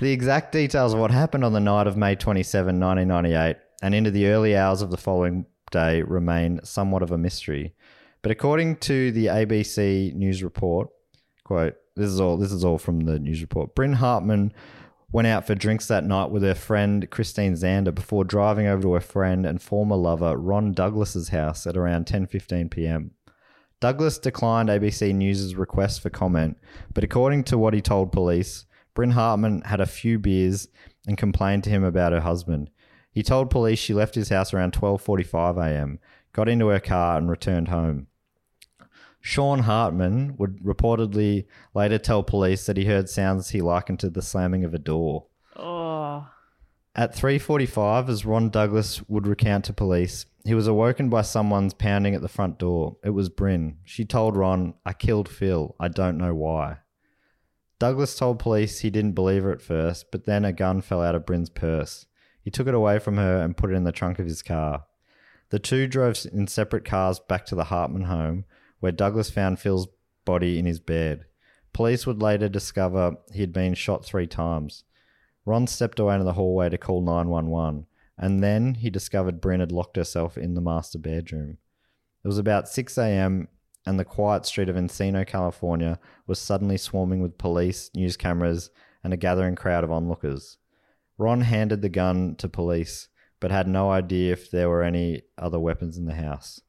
S2: The exact details of what happened on the night of May 27, 1998, and into the early hours of the following day remain somewhat of a mystery. But according to the ABC news report, quote, this is all this is all from the news report. Bryn Hartman went out for drinks that night with her friend Christine Zander before driving over to her friend and former lover Ron Douglas's house at around 10:15 p.m. Douglas declined ABC News' request for comment, but according to what he told police, Bryn Hartman had a few beers and complained to him about her husband. He told police she left his house around 12:45 a.m., got into her car and returned home. Sean Hartman would reportedly later tell police that he heard sounds he likened to the slamming of a door.
S6: Oh.
S2: At 3:45, as Ron Douglas would recount to police, he was awoken by someone's pounding at the front door. It was Bryn. She told Ron, "I killed Phil. I don't know why." Douglas told police he didn't believe her at first, but then a gun fell out of Bryn's purse. He took it away from her and put it in the trunk of his car. The two drove in separate cars back to the Hartman home, where Douglas found Phil's body in his bed. Police would later discover he had been shot three times. Ron stepped away into the hallway to call 911, and then he discovered Bryn had locked herself in the master bedroom. It was about 6 a.m., and the quiet street of Encino, California was suddenly swarming with police, news cameras, and a gathering crowd of onlookers. Ron handed the gun to police, but had no idea if there were any other weapons in the house.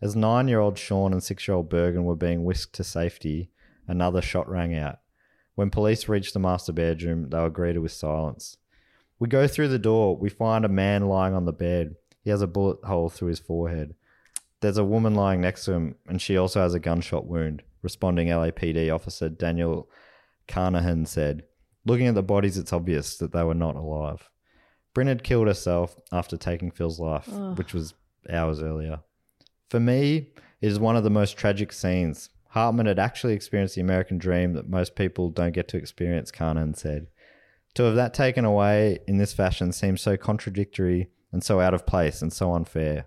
S2: As nine year old Sean and six year old Bergen were being whisked to safety, another shot rang out. When police reached the master bedroom, they were greeted with silence. We go through the door, we find a man lying on the bed. He has a bullet hole through his forehead. There's a woman lying next to him, and she also has a gunshot wound, responding LAPD officer Daniel Carnahan said. Looking at the bodies, it's obvious that they were not alive. Bryn had killed herself after taking Phil's life, which was hours earlier. For me, it is one of the most tragic scenes. Hartman had actually experienced the American dream that most people don't get to experience, Carnan said. To have that taken away in this fashion seems so contradictory and so out of place and so unfair.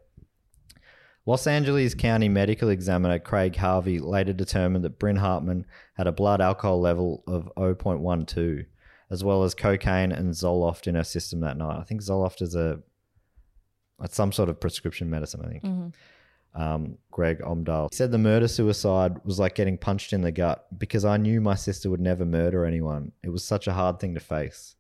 S2: Los Angeles County Medical Examiner Craig Harvey later determined that Bryn Hartman had a blood alcohol level of 0.12, as well as cocaine and Zoloft in her system that night. I think Zoloft is a it's some sort of prescription medicine, I think um, Greg Omdahl. He said the murder suicide was like getting punched in the gut because I knew my sister would never murder anyone. It was such a hard thing to face.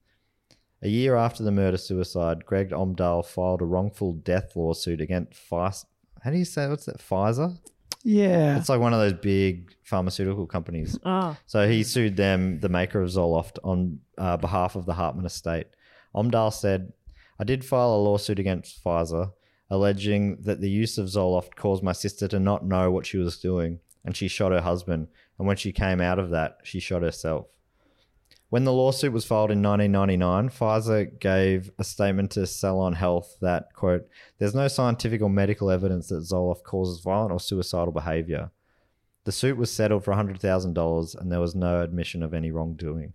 S2: A year after the murder suicide, Greg Omdahl filed a wrongful death lawsuit against Pfizer. How do you say what's that? Pfizer?
S3: Yeah.
S2: It's like one of those big pharmaceutical companies.
S1: Ah.
S2: So he sued them, the maker of Zoloft, on uh, behalf of the Hartman estate. Omdahl said, I did file a lawsuit against Pfizer, alleging that the use of Zoloft caused my sister to not know what she was doing, and she shot her husband. And when she came out of that, she shot herself. When the lawsuit was filed in 1999, Pfizer gave a statement to Salon Health that, quote, there's no scientific or medical evidence that Zoloft causes violent or suicidal behavior. The suit was settled for $100,000 and there was no admission of any wrongdoing.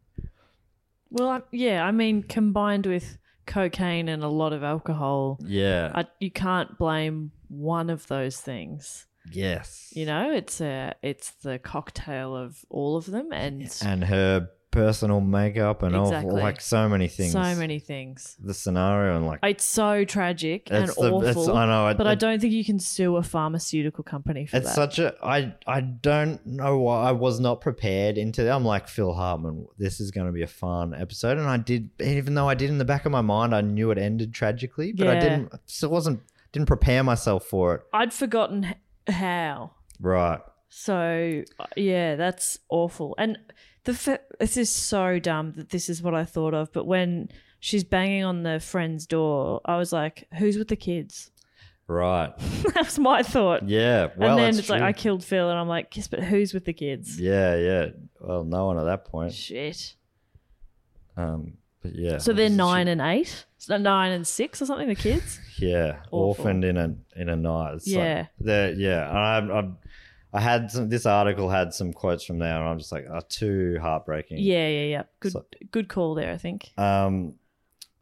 S1: well, I, yeah, I mean, combined with cocaine and a lot of alcohol,
S2: Yeah.
S1: I, you can't blame one of those things.
S2: yes.
S1: You know, it's a it's the cocktail of all of them and
S2: And her personal makeup and
S1: Exactly.
S2: all, like so many things.
S1: so many things.
S2: The scenario and like,
S1: It's so tragic and
S2: It's the-
S1: awful.
S2: it's- I know, it-
S1: but I
S2: it-
S1: don't think you can sue a pharmaceutical company for
S2: it's
S1: that.
S2: such a, I, I don't know why I was not prepared into, I'm like, Phil Hartman, this is going to be a fun episode. And I did, even though I did in the back of my mind, I knew it ended tragically, but I
S1: Yeah.
S2: didn't, I still wasn't, didn't prepare myself for it.
S1: I'd forgotten h- how.
S2: Right.
S1: So uh, yeah, that's awful. And
S6: the f- this is so dumb that this is what I thought of. But when she's banging on the friend's door, I was like, "Who's with the kids?"
S2: Right.
S6: That's my thought.
S2: Yeah. Well,
S6: and then
S2: it's
S6: it's, like
S2: true.
S6: I killed Phil, and I'm like, "Yes, but who's with the kids?"
S2: Yeah, yeah. Well, no one at that point.
S6: Shit.
S2: Um, but yeah.
S6: So they're nine and eight, so nine and six, or something. The kids.
S2: Yeah,
S6: Awful.
S2: orphaned in a in a night. It's like-
S6: Yeah.
S2: they're- yeah. And I, I, I had some. This article had some quotes from there, and I'm just like, oh, too heartbreaking.
S6: yeah, yeah, yeah. Good,
S2: So-
S6: good call there. I think.
S2: Um,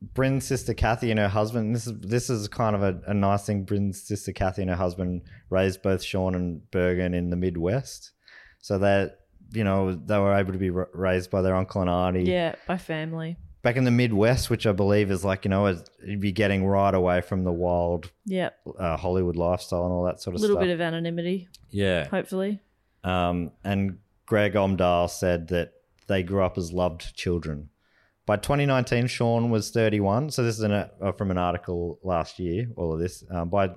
S2: Bryn's sister Kathy and her husband. This is this is kind of a, a nice thing. Bryn's sister Kathy and her husband raised both Sean and Bergen in the Midwest, so that you know they were able to be ra- raised by their uncle and auntie.
S6: yeah, by family.
S2: Back in the Midwest, which I believe is like you know, is- you'd be getting right away from the wild
S6: Yeah,
S2: uh, Hollywood lifestyle and all that sort
S6: a
S2: of
S6: little
S2: stuff.
S6: bit of anonymity,
S2: yeah.
S6: hopefully.
S2: Um, and Greg Omdahl said that they grew up as loved children. By 2019, Sean was 31. So this is an, uh, from an article last year. All of this um, by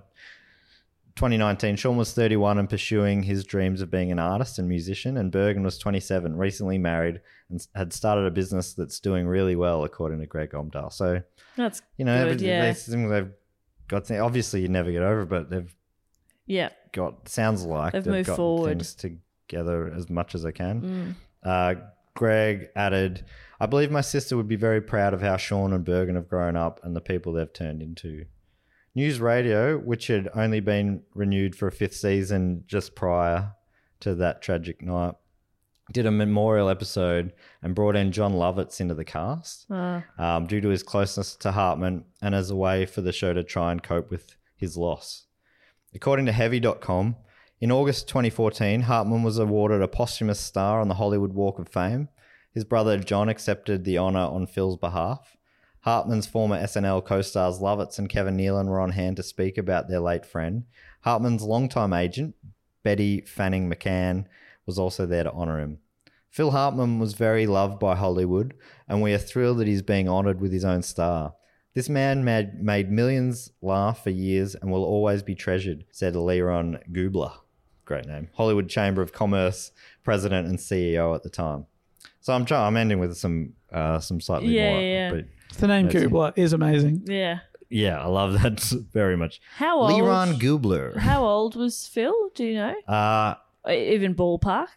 S2: 2019, Sean was 31 and pursuing his dreams of being an artist and musician. And Bergen was 27, recently married, and s- had started a business that's doing really well, according to Greg Omdahl. So
S6: That's
S2: you know,
S6: Good,
S2: every-
S6: yeah.
S2: these things they've got. Obviously, you never get over, it, but they've
S6: yeah.
S2: got sounds like
S6: They've
S2: they've
S6: moved
S2: gotten
S6: forward. Mm.
S2: things together as much as they can. Uh, Greg added, "I believe my sister would be very proud of how Sean and Bergen have grown up and the people they've turned into." News Radio, which had only been renewed for a fifth season just prior to that tragic night, did a memorial episode and brought in John Lovitz into the cast
S6: Ah.
S2: um, due to his closeness to Hartman and as a way for the show to try and cope with his loss. According to Heavy.com, in August 2014, Hartman was awarded a posthumous star on the Hollywood Walk of Fame. His brother John accepted the honor on Phil's behalf. Hartman's former SNL co stars Lovitz and Kevin Nealon were on hand to speak about their late friend. Hartman's longtime agent, Betty Fanning McCann, was also there to honor him. Phil Hartman was very loved by Hollywood, and we are thrilled that he's being honored with his own star. This man made, made millions laugh for years and will always be treasured, said Leron Gubler. Great name. Hollywood Chamber of Commerce president and CEO at the time. So I'm trying, I'm ending with some uh, some slightly
S6: Yeah,
S2: more.
S6: yeah, yeah.
S2: But
S3: The name
S2: That's it.
S3: Kubler is amazing.
S6: Yeah.
S2: yeah, I love that very much.
S6: How old?
S2: Leron Gubler.
S6: How old was Phil? Do you know?
S2: Uh,
S6: Uh, Even ballpark.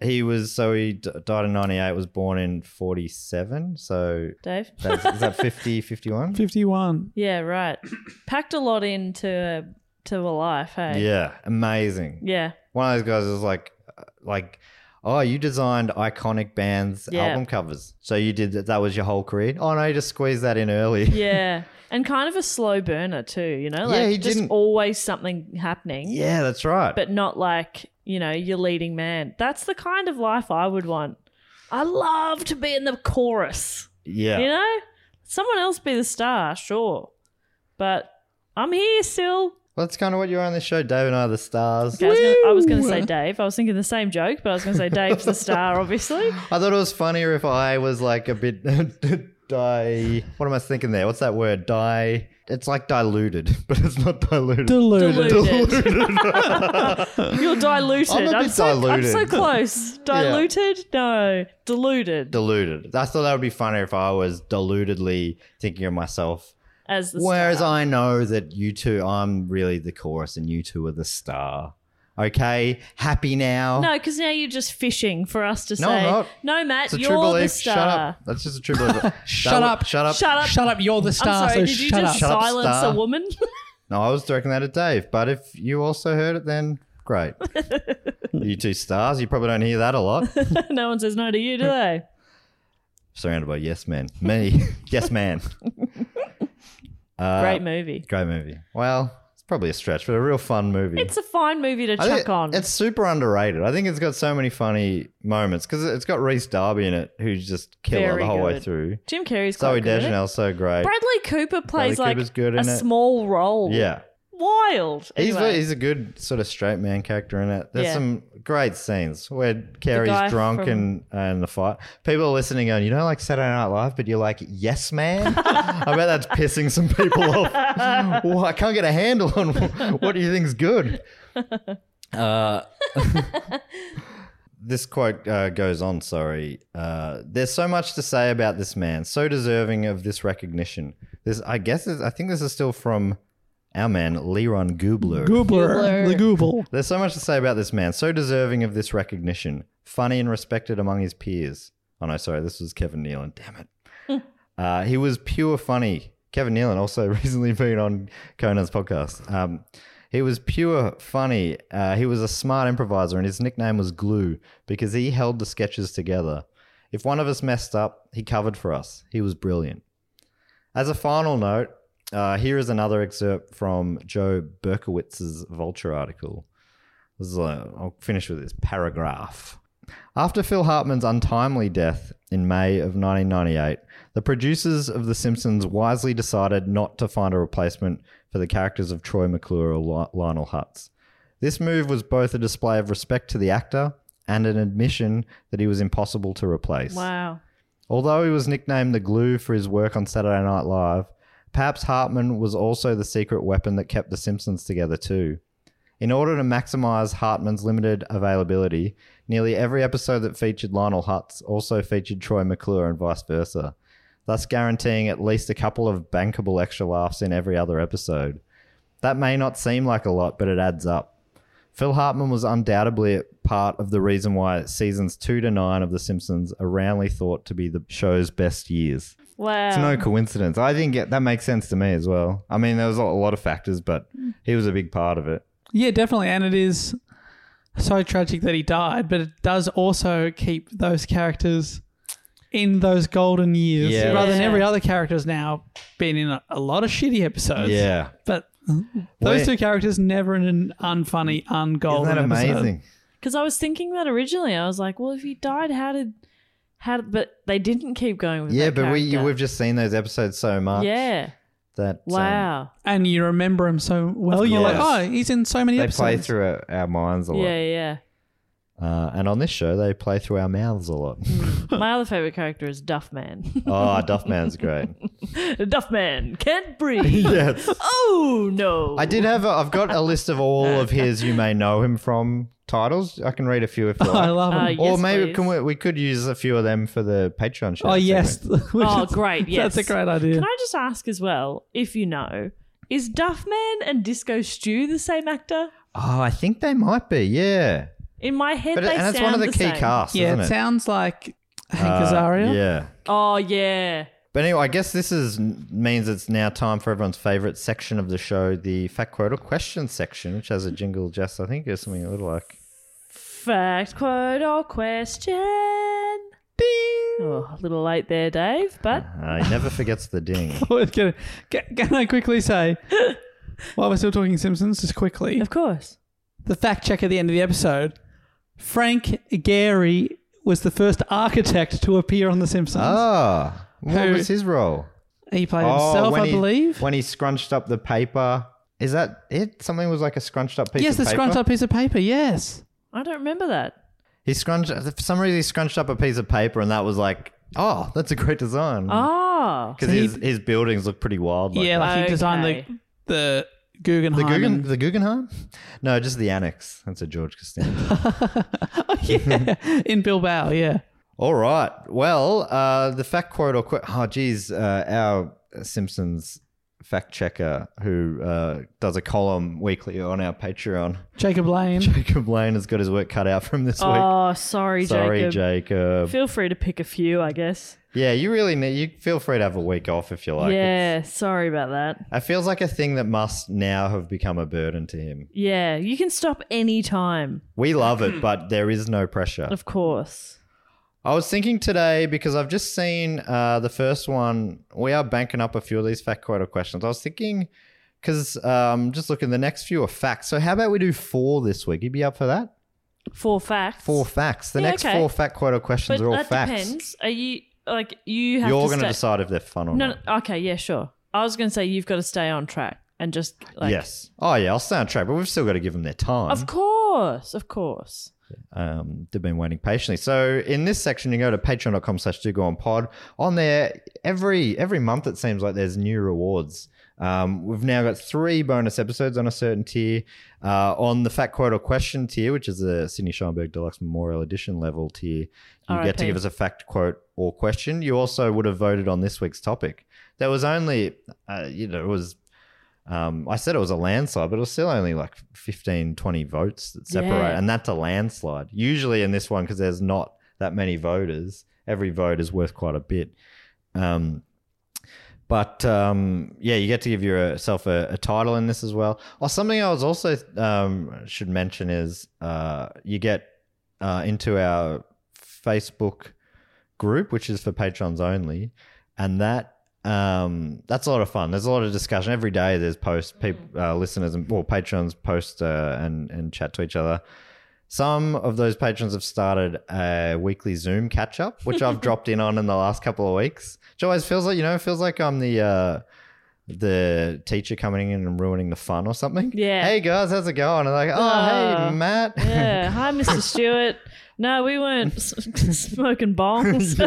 S2: he was so he d- died in 98, was born in 47. So
S6: Dave.
S2: that's, is that 50, 51?
S3: 51.
S6: Yeah, right. Packed a lot into to a life. Hey.
S2: Yeah, amazing.
S6: Yeah.
S2: One of those guys is like, uh, like, oh, you designed iconic bands
S6: Yeah.
S2: album covers, so you did that. That was your whole career. Oh no, you just squeezed that in early.
S6: Yeah. And kind of a slow burner too, you know? Like
S2: Yeah, he
S6: just
S2: didn't-
S6: always something happening.
S2: Yeah, that's right.
S6: But not like, you know, your leading man. That's the kind of life I would want. I love to be in the chorus.
S2: yeah,
S6: You know? Someone else be the star, sure. But I'm here still.
S2: well, that's kind of what you're on this show. Dave and I are the stars.
S6: Okay, I was gonna- I was going to say Dave. I was thinking the same joke, but I was going to say Dave's the star, obviously.
S2: I thought it was funnier if I was like a bit di. What am I thinking there? What's that word? Di. It's like diluted, but it's not diluted.
S3: Deluded.
S6: Diluted. You're diluted.
S2: I'm a bit
S6: so,
S2: diluted.
S6: I'm so close. Diluted? No. Diluted
S2: diluted. I thought that would be funnier if I was dilutedly thinking of myself
S6: as the
S2: Whereas I know that you two, I'm really the chorus and you two are the star. Okay, happy now.
S6: No, because now you're just fishing for us to
S2: No,
S6: say,
S2: I'm not.
S6: no, Matt,
S2: it's a
S6: you're
S2: true
S6: the
S2: belief.
S6: star.
S2: Shut up. That's just a true belief. That
S3: Shut
S2: wa-
S3: up.
S2: Shut up.
S6: Shut up.
S3: Shut up, you're the
S6: I'm
S3: star,
S6: sorry,
S3: so
S6: did you
S3: shut
S6: just
S3: up.
S2: Shut up,
S6: silence
S2: star.
S6: a woman?
S2: No, I was directing that at Dave, but if you also heard it, then great. you two stars, you probably don't hear that a lot.
S6: no one says no to you, do
S2: Uh,
S6: they?
S2: Surrounded by yes men. Me, yes man. Uh,
S6: Great movie.
S2: Great movie. Well, it's probably a stretch, but a real fun movie.
S6: It's a fine movie to
S2: I think
S6: chuck on.
S2: It's super underrated. I think it's got so many funny moments because it's got Reese Darby in it, who's just killer
S6: Very
S2: the whole way
S6: good.
S2: through.
S6: Jim Carrey's quite
S2: Zoe
S6: good. in it.
S2: Deschanel's so great.
S6: Bradley Cooper plays
S2: Cooper's
S6: like
S2: good
S6: a
S2: in it.
S6: small role.
S2: yeah,
S6: wild.
S2: he's
S6: Anyway,
S2: he's a good sort of straight man character in it. There's
S6: Yeah.
S2: some great scenes where
S6: guy
S2: Carrie's drunk
S6: from-
S2: and and the fight. People are listening going, you don't like Saturday Night Live, but you're like, yes man. I bet that's pissing some people off. well, I can't get a handle on what do you think's good. this quote uh, goes on, sorry. Uh, There's so much to say about this man, so deserving of this recognition. This, I guess, is, I think this is still from our man, Leron Goobler.
S3: Goobler. The Gooble.
S2: There's so much to say about this man, so deserving of this recognition, funny and respected among his peers. Oh no, sorry, this was Kevin Nealon. Damn it. uh, he was pure funny. Kevin Nealon also recently been on Conan's podcast. Um, he was pure funny. Uh, he was a smart improviser, and his nickname was Glue because he held the sketches together. If one of us messed up, he covered for us. He was brilliant. As a final note, uh, here is another excerpt from Joe Berkowitz's Vulture article. This is a, I'll finish with this paragraph. After Phil Hartman's untimely death in May of 1998, the producers of The Simpsons wisely decided not to find a replacement for the characters of Troy McClure or Li- Lionel Hutz. This move was both a display of respect to the actor and an admission that he was impossible to replace.
S6: Wow.
S2: Although he was nicknamed the glue for his work on Saturday Night Live, perhaps Hartman was also the secret weapon that kept The Simpsons together, too. In order to maximize Hartman's limited availability, nearly every episode that featured Lionel Hutz also featured Troy McClure and vice versa, thus guaranteeing at least a couple of bankable extra laughs in every other episode. That may not seem like a lot, but it adds up. Phil Hartman was undoubtedly part of the reason why seasons two to nine of The Simpsons are roundly thought to be the show's best years.
S6: Wow.
S2: It's no coincidence. I think it, that makes sense to me as well. I mean, there was a lot of factors, but he was a big part of it.
S3: Yeah, definitely. And it is so tragic that he died, but it does also keep those characters in those golden years
S2: Yeah.
S3: rather than
S6: Yeah.
S3: every other character's now been in a, a lot of shitty episodes.
S2: Yeah.
S3: But those
S2: Wait.
S3: two characters never in an unfunny,
S2: Isn't
S3: ungolden
S2: that
S3: episode.
S2: amazing?
S6: Because I was thinking that originally. I was like, well, if he died, how did. How, did- but they didn't keep going with
S2: Yeah,
S6: that
S2: but we
S6: character.
S2: we've just seen those episodes so much.
S6: Yeah.
S2: That um,
S6: Wow.
S3: And you remember him so well. You're like,
S2: course.
S3: oh, he's in so many
S2: they
S3: episodes.
S2: play through our, our minds a lot.
S6: yeah, yeah.
S2: Uh, and on this show, they play through our mouths a lot.
S6: My other favorite character is Duffman.
S2: oh, Duffman's great.
S6: Duffman can't breathe.
S2: yes.
S6: Oh no!
S2: I did have. A, I've got a list of all of his. You may know him from titles. I can read a few if you like.
S3: I love him.
S6: Uh,
S2: or
S6: yes,
S2: maybe
S6: please.
S2: can we, we could use a few of them for the Patreon show.
S3: oh, yes.
S6: Oh, great! Yes,
S3: That's a great idea.
S6: Can I just ask as well, if you know, is Duffman and Disco Stew the same actor?
S2: Oh, I think they might be. Yeah.
S6: In my head,
S2: But it-
S6: they
S2: and
S6: sound
S2: it's one of the, key
S6: same.
S2: casts,
S3: yeah,
S2: isn't
S3: it
S2: it?
S3: sounds like Hank
S2: Uh,
S3: Azaria.
S2: Yeah.
S6: Oh yeah,
S2: But anyway, I guess this is means it's now time for everyone's favorite section of the show, the fact quote or question section, which has a jingle just I think is something a little like
S6: fact, quote, or question. Oh, a little late there, Dave. But
S2: uh, he never forgets the ding.
S3: Well, can, can, can I quickly say, while we're still talking Simpsons, just quickly,
S6: of course,
S3: the fact check at the end of the episode Frank Gehry was the first architect to appear on The Simpsons.
S2: Ah, what
S3: Who-
S2: was his role?
S3: He played himself,
S2: Oh, when
S3: I
S2: he-
S3: believe.
S2: When he scrunched up the paper. Is that it? Something was like a scrunched up piece
S3: Yes,
S2: of
S3: the
S2: paper.
S3: scrunched up piece of paper, yes.
S6: I don't remember that.
S2: He scrunched for some reason he scrunched up a piece of paper and that was like, oh, that's a great design.
S6: Oh,
S2: Because his, his buildings look pretty wild. Like
S3: yeah,
S2: that.
S3: like he designed the,
S6: Okay.
S3: the Guggenheim.
S2: The, Guggen,
S3: and-
S2: the Guggenheim? No, just the annex. That's a George Costanza.
S3: Oh, yeah, in Bilbao, yeah.
S2: All right. Well, uh, the fact quote or quote. Oh, geez, uh, our Simpsons fact checker who uh, does a column weekly on our Patreon,
S3: Jacob Lane.
S2: Jacob Lane, has got his work cut out from this week.
S6: oh, sorry,
S2: Sorry,
S6: Jacob.
S2: Jacob.
S6: Feel free to pick a few, I guess.
S2: Yeah, you really need. You feel free to have a week off if you like.
S6: yeah, sorry about that.
S2: It feels like a thing that must now have become a burden to him.
S6: Yeah, you can stop any time,
S2: We love it, but there is no pressure.
S6: of course.
S2: I was thinking today because I've just seen uh, the first one. We are banking up a few of these fact quote or questions. I was thinking because um, just looking, the next few are facts. So how about we do four this week? You be up for that?
S6: Four facts.
S2: Four facts. The
S6: Yeah,
S2: next
S6: okay.
S2: four fact quote or questions
S6: But
S2: are all
S6: that
S2: facts.
S6: depends. Are you like you have
S2: You're
S6: to
S2: going to
S6: stay-
S2: decide if they're fun or
S6: No,
S2: not.
S6: no, okay, yeah, sure. I was going to say you've got to stay on track and just like
S2: yes. Oh yeah, I'll stay on track, but we've still got to give them their time.
S6: Of course, of course.
S2: um, they've been waiting patiently. So in this section, you go to patreon.com slash do go on pod. On there, every every month it seems like there's new rewards. Um, we've now got three bonus episodes on a certain tier. Uh, on the fact quote or question tier, which is the Sydney Scheinberg Deluxe Memorial Edition level tier, you get to
S1: RIP.
S2: give us a fact quote or question. You also would have voted on this week's topic. There was only, uh, you know, it was um, I said it was a landslide, but it was still only like 15, 20 votes that separate.
S1: Yeah.
S2: And that's a landslide. Usually in this one, because there's not that many voters, every vote is worth quite a bit. Um, but um, yeah, you get to give yourself a, a title in this as well. Or something I was also um, should mention is uh, you get uh, into our Facebook group, which is for patrons only, and that um, that's a lot of fun. There's a lot of discussion every day. There's posts,
S1: Mm-hmm.
S2: peop- uh, listeners, and well, patrons post uh, and and chat to each other. Some of those patrons have started a weekly Zoom catch up, which I've dropped in on in the last couple of weeks. Which always feels like you know, it feels like I'm the uh, the teacher coming in and ruining the fun or something.
S1: Yeah.
S2: Hey guys, how's it going? And like, oh
S1: Uh,
S2: hey Matt.
S1: Yeah. Hi, Mr. Stewart. No, we weren't s- smoking bongs.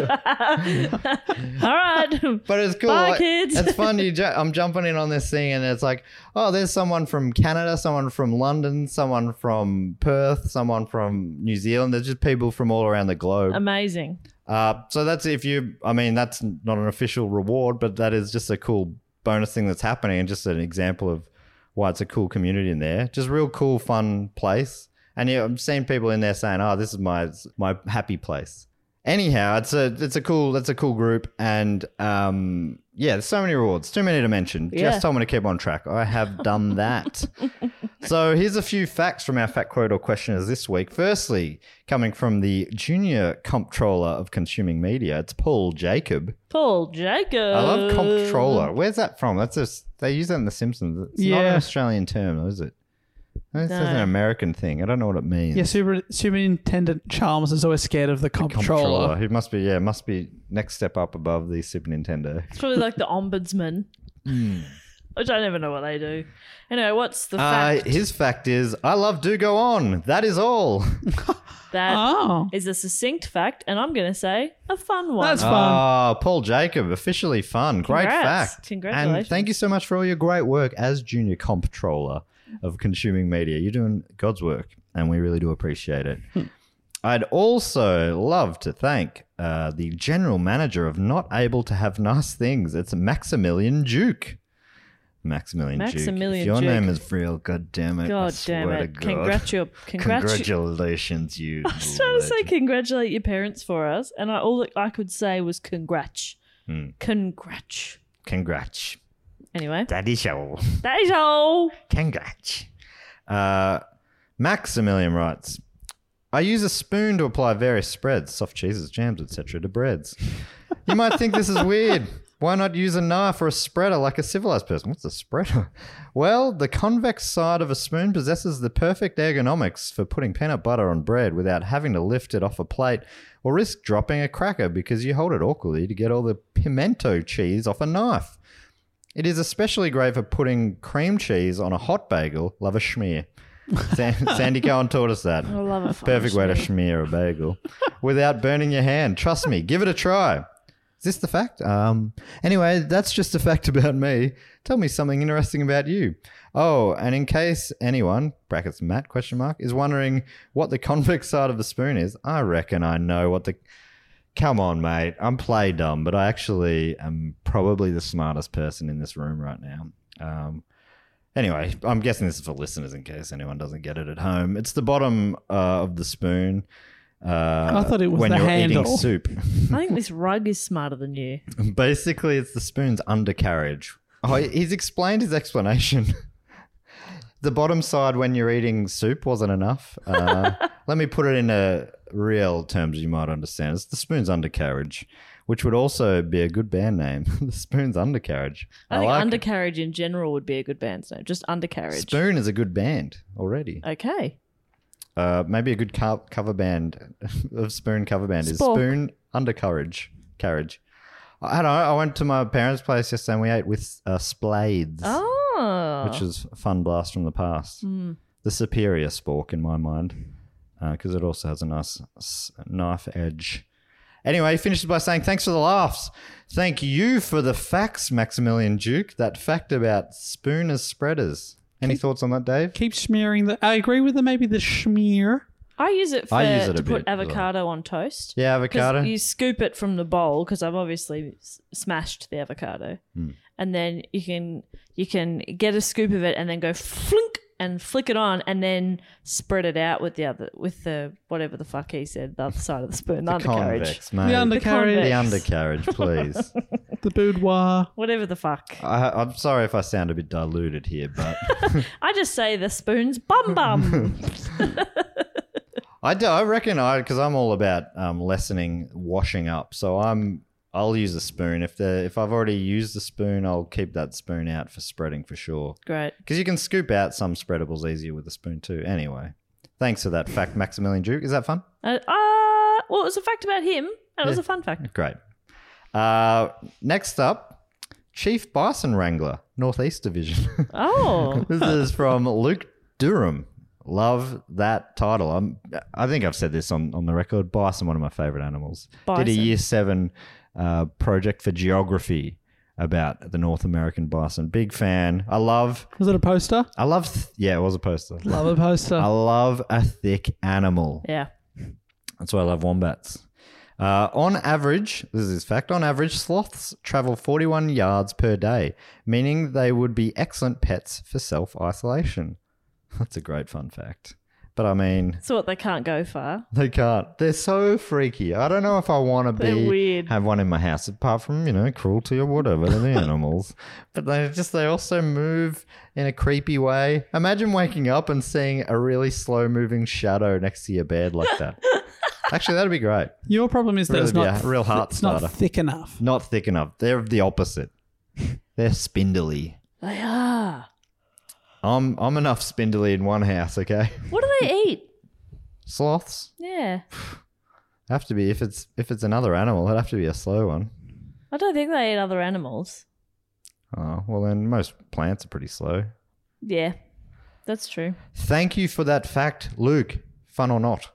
S1: All right.
S2: But it's cool.
S1: Bye,
S2: like,
S1: kids.
S2: It's fun. You, ju- I'm jumping in on this thing, and it's like, oh, there's someone from Canada, someone from London, someone from Perth, someone from New Zealand. There's just people from all around the globe.
S1: Amazing.
S2: Uh, so that's if you. I mean, that's not an official reward, but that is just a cool bonus thing that's happening, and just an example of why it's a cool community in there. Just real cool, fun place. And yeah, I'm seeing people in there saying, "Oh, this is my my happy place." Anyhow, it's a it's a cool that's a cool group, and um, yeah, there's so many rewards. Too many to mention.
S1: Yeah.
S2: Just told me to keep on track. I have done that. So here's a few facts from our fact quote or questioners this week. Firstly, coming from the junior comptroller of consuming media, it's Paul Jacob.
S1: Paul Jacob.
S2: I love comptroller. Where's that from? That's just they use that in The Simpsons. It's not an
S3: Yeah.
S2: Australian term, though, is it? That's
S1: No.
S2: an American thing. I don't know what it means.
S3: Yeah, super, Superintendent Chalmers is always scared of the comptroller.
S2: comptroller. Who must be yeah, must be next step up above the Super Nintendo.
S1: It's probably like the ombudsman,
S2: Hmm.
S1: which I never know what they do. Anyway, what's the
S2: Uh,
S1: fact
S2: his fact is, I love do go on. That is all.
S1: that is
S3: Oh,
S1: a succinct fact, and I'm going to say a fun one.
S3: that's fun.
S2: Ah, Paul Jacob, officially fun. Great
S1: Congrats.
S2: fact. And
S1: Congratulations.
S2: thank you so much for all your great work as junior comptroller of consuming media. You're doing God's work, and we really do appreciate it.
S1: Hmm.
S2: I'd also love to thank uh, the general manager of Not Able to Have Nice Things. It's Maximilian Duke. Maximilian, Duke.
S1: Maximilian
S2: If your
S1: Duke.
S2: name is real, God damn it. I
S1: God damn
S2: swear
S1: it.
S2: To God.
S1: Congratu- congratu-
S2: Congratulations, you.
S1: I was trying to say congratulate your parents for us, and I, all that I could say was congrats. Congrats.
S2: Congrats.
S1: Anyway,
S2: That is all.
S1: that is all.
S2: Congrats. Uh, Maximilian writes, I use a spoon to apply various spreads, soft cheeses, jams, etc., to breads. You might think this is weird. Why not use a knife or a spreader like a civilized person? What's a spreader? Well, the convex side of a spoon possesses the perfect ergonomics for putting peanut butter on bread without having to lift it off a plate or risk dropping a cracker because you hold it awkwardly to get all the pimento cheese off a knife. It is especially great for putting cream cheese on a hot bagel. Love a schmear. San- Sandy Cohen taught us that.
S1: I love a fun
S2: Perfect way to
S1: schmear.
S2: schmear a bagel without burning your hand. Trust me, give it a try. Is this the fact? Um, anyway, that's just a fact about me. Tell me something interesting about you. Oh, and in case anyone brackets Matt question mark is wondering what the convex side of the spoon is, I reckon I know what the. Come on, mate. I'm play dumb, but I actually am probably the smartest person in this room right now. Um, Anyway, I'm guessing this is for listeners in case anyone doesn't get it at home. It's the bottom uh, of the spoon. Uh,
S3: I thought it was
S2: when
S3: the
S2: you're eating
S3: handle.
S2: soup.
S1: I think this rug is smarter than you.
S2: Basically, it's the spoon's undercarriage. Oh, he- he's explained his explanation. the bottom side when you're eating soup wasn't enough. Uh, let me put it in a real terms you might understand. It's the spoon's undercarriage, which would also be a good band name. the spoon's undercarriage.
S1: I, think
S2: like it.
S1: undercarriage in general would be a good band's name. Just undercarriage.
S2: Spoon is a good band already.
S1: Okay.
S2: Uh, maybe a good co- cover band of Spoon cover band is
S1: Spork.
S2: Spoon Undercarriage Carriage. I don't know. I went to my parents' place yesterday and we ate with uh, Splades,
S1: Oh.
S2: which is a fun blast from the past. The superior spork in my mind. because it also has a nice s- knife edge. Anyway, he finishes by saying, Thanks for the laughs. Thank you for the facts, Maximilian Duke. That fact about spooners spreaders. Any thoughts on that, Dave?
S3: Keep smearing the. I agree with the maybe the schmear.
S6: I use it for
S2: I use it a
S6: to
S2: bit
S6: put
S2: as well.
S6: avocado on toast.
S2: Yeah,
S6: 'Cause
S2: avocado.
S6: You scoop it from the bowl because I've obviously s- smashed the avocado, and then you can you can get a scoop of it and then go flink and flick it on, and then spread it out with the other with the whatever the fuck he said the other side of the spoon, the undercarriage,
S2: Convex, mate.
S3: The undercarriage.
S2: The
S6: convex.
S2: undercarriage, please.
S3: The boudoir.
S6: whatever the fuck.
S2: I, I'm sorry if I sound a bit diluted here, but
S6: I just say the spoon's bum bum.
S2: I do. I reckon I because I'm all about um, lessening washing up. So I'm I'll use a spoon if the if I've already used the spoon, I'll keep that spoon out for spreading for sure.
S6: Great.
S2: Because you can scoop out some spreadables easier with a spoon too. Anyway, thanks for that fact, Maximilian Duke. Is that fun?
S6: Uh, uh, well, it was a fact about him, and it was a fun fact.
S2: Great. Uh, next up, Chief Bison Wrangler, Northeast Division.
S6: Oh,
S2: This is from Luke Durham. Love that title. I'm, I think I've said this on, on the record. Bison, one of my favorite animals. Did a
S6: Bison.
S2: year seven uh, project for geography about the North American bison. Big fan. I love,
S3: Was it a poster?
S2: I love, th- yeah, it was a poster.
S3: Love a poster.
S2: I love a thick animal.
S6: yeah.
S2: That's why I love wombats. Uh, on average, this is fact, on average, sloths travel 41 yards per day, meaning they would be excellent pets for self isolation. That's a great fun fact. But I mean,
S6: So what they can't go far.
S2: they can't. They're so freaky. I don't know if I want to
S6: They're
S2: be
S6: weird.
S2: have one in my house, apart from you know cruelty or whatever. They're the animals, but they just they also move in a creepy way. Imagine waking up and seeing a really slow moving shadow next to your bed like that. Actually, that'd be great.
S3: Your problem is that
S2: Really
S3: it's
S2: be
S3: not
S2: a real
S3: th-
S2: heart
S3: It's not
S2: starter.
S3: thick enough.
S2: Not thick enough. They're the opposite. They're spindly.
S6: They are.
S2: I'm I'm enough spindly in one house. Okay,
S6: What do they eat?
S2: sloths
S6: Yeah.
S2: have to be if it's if it's another animal, it'd have to be a slow one.
S6: I don't think they eat other animals.
S2: Oh well, then most plants are pretty slow.
S6: Yeah. That's true.
S2: Thank you for that fact, Luke. Fun or not?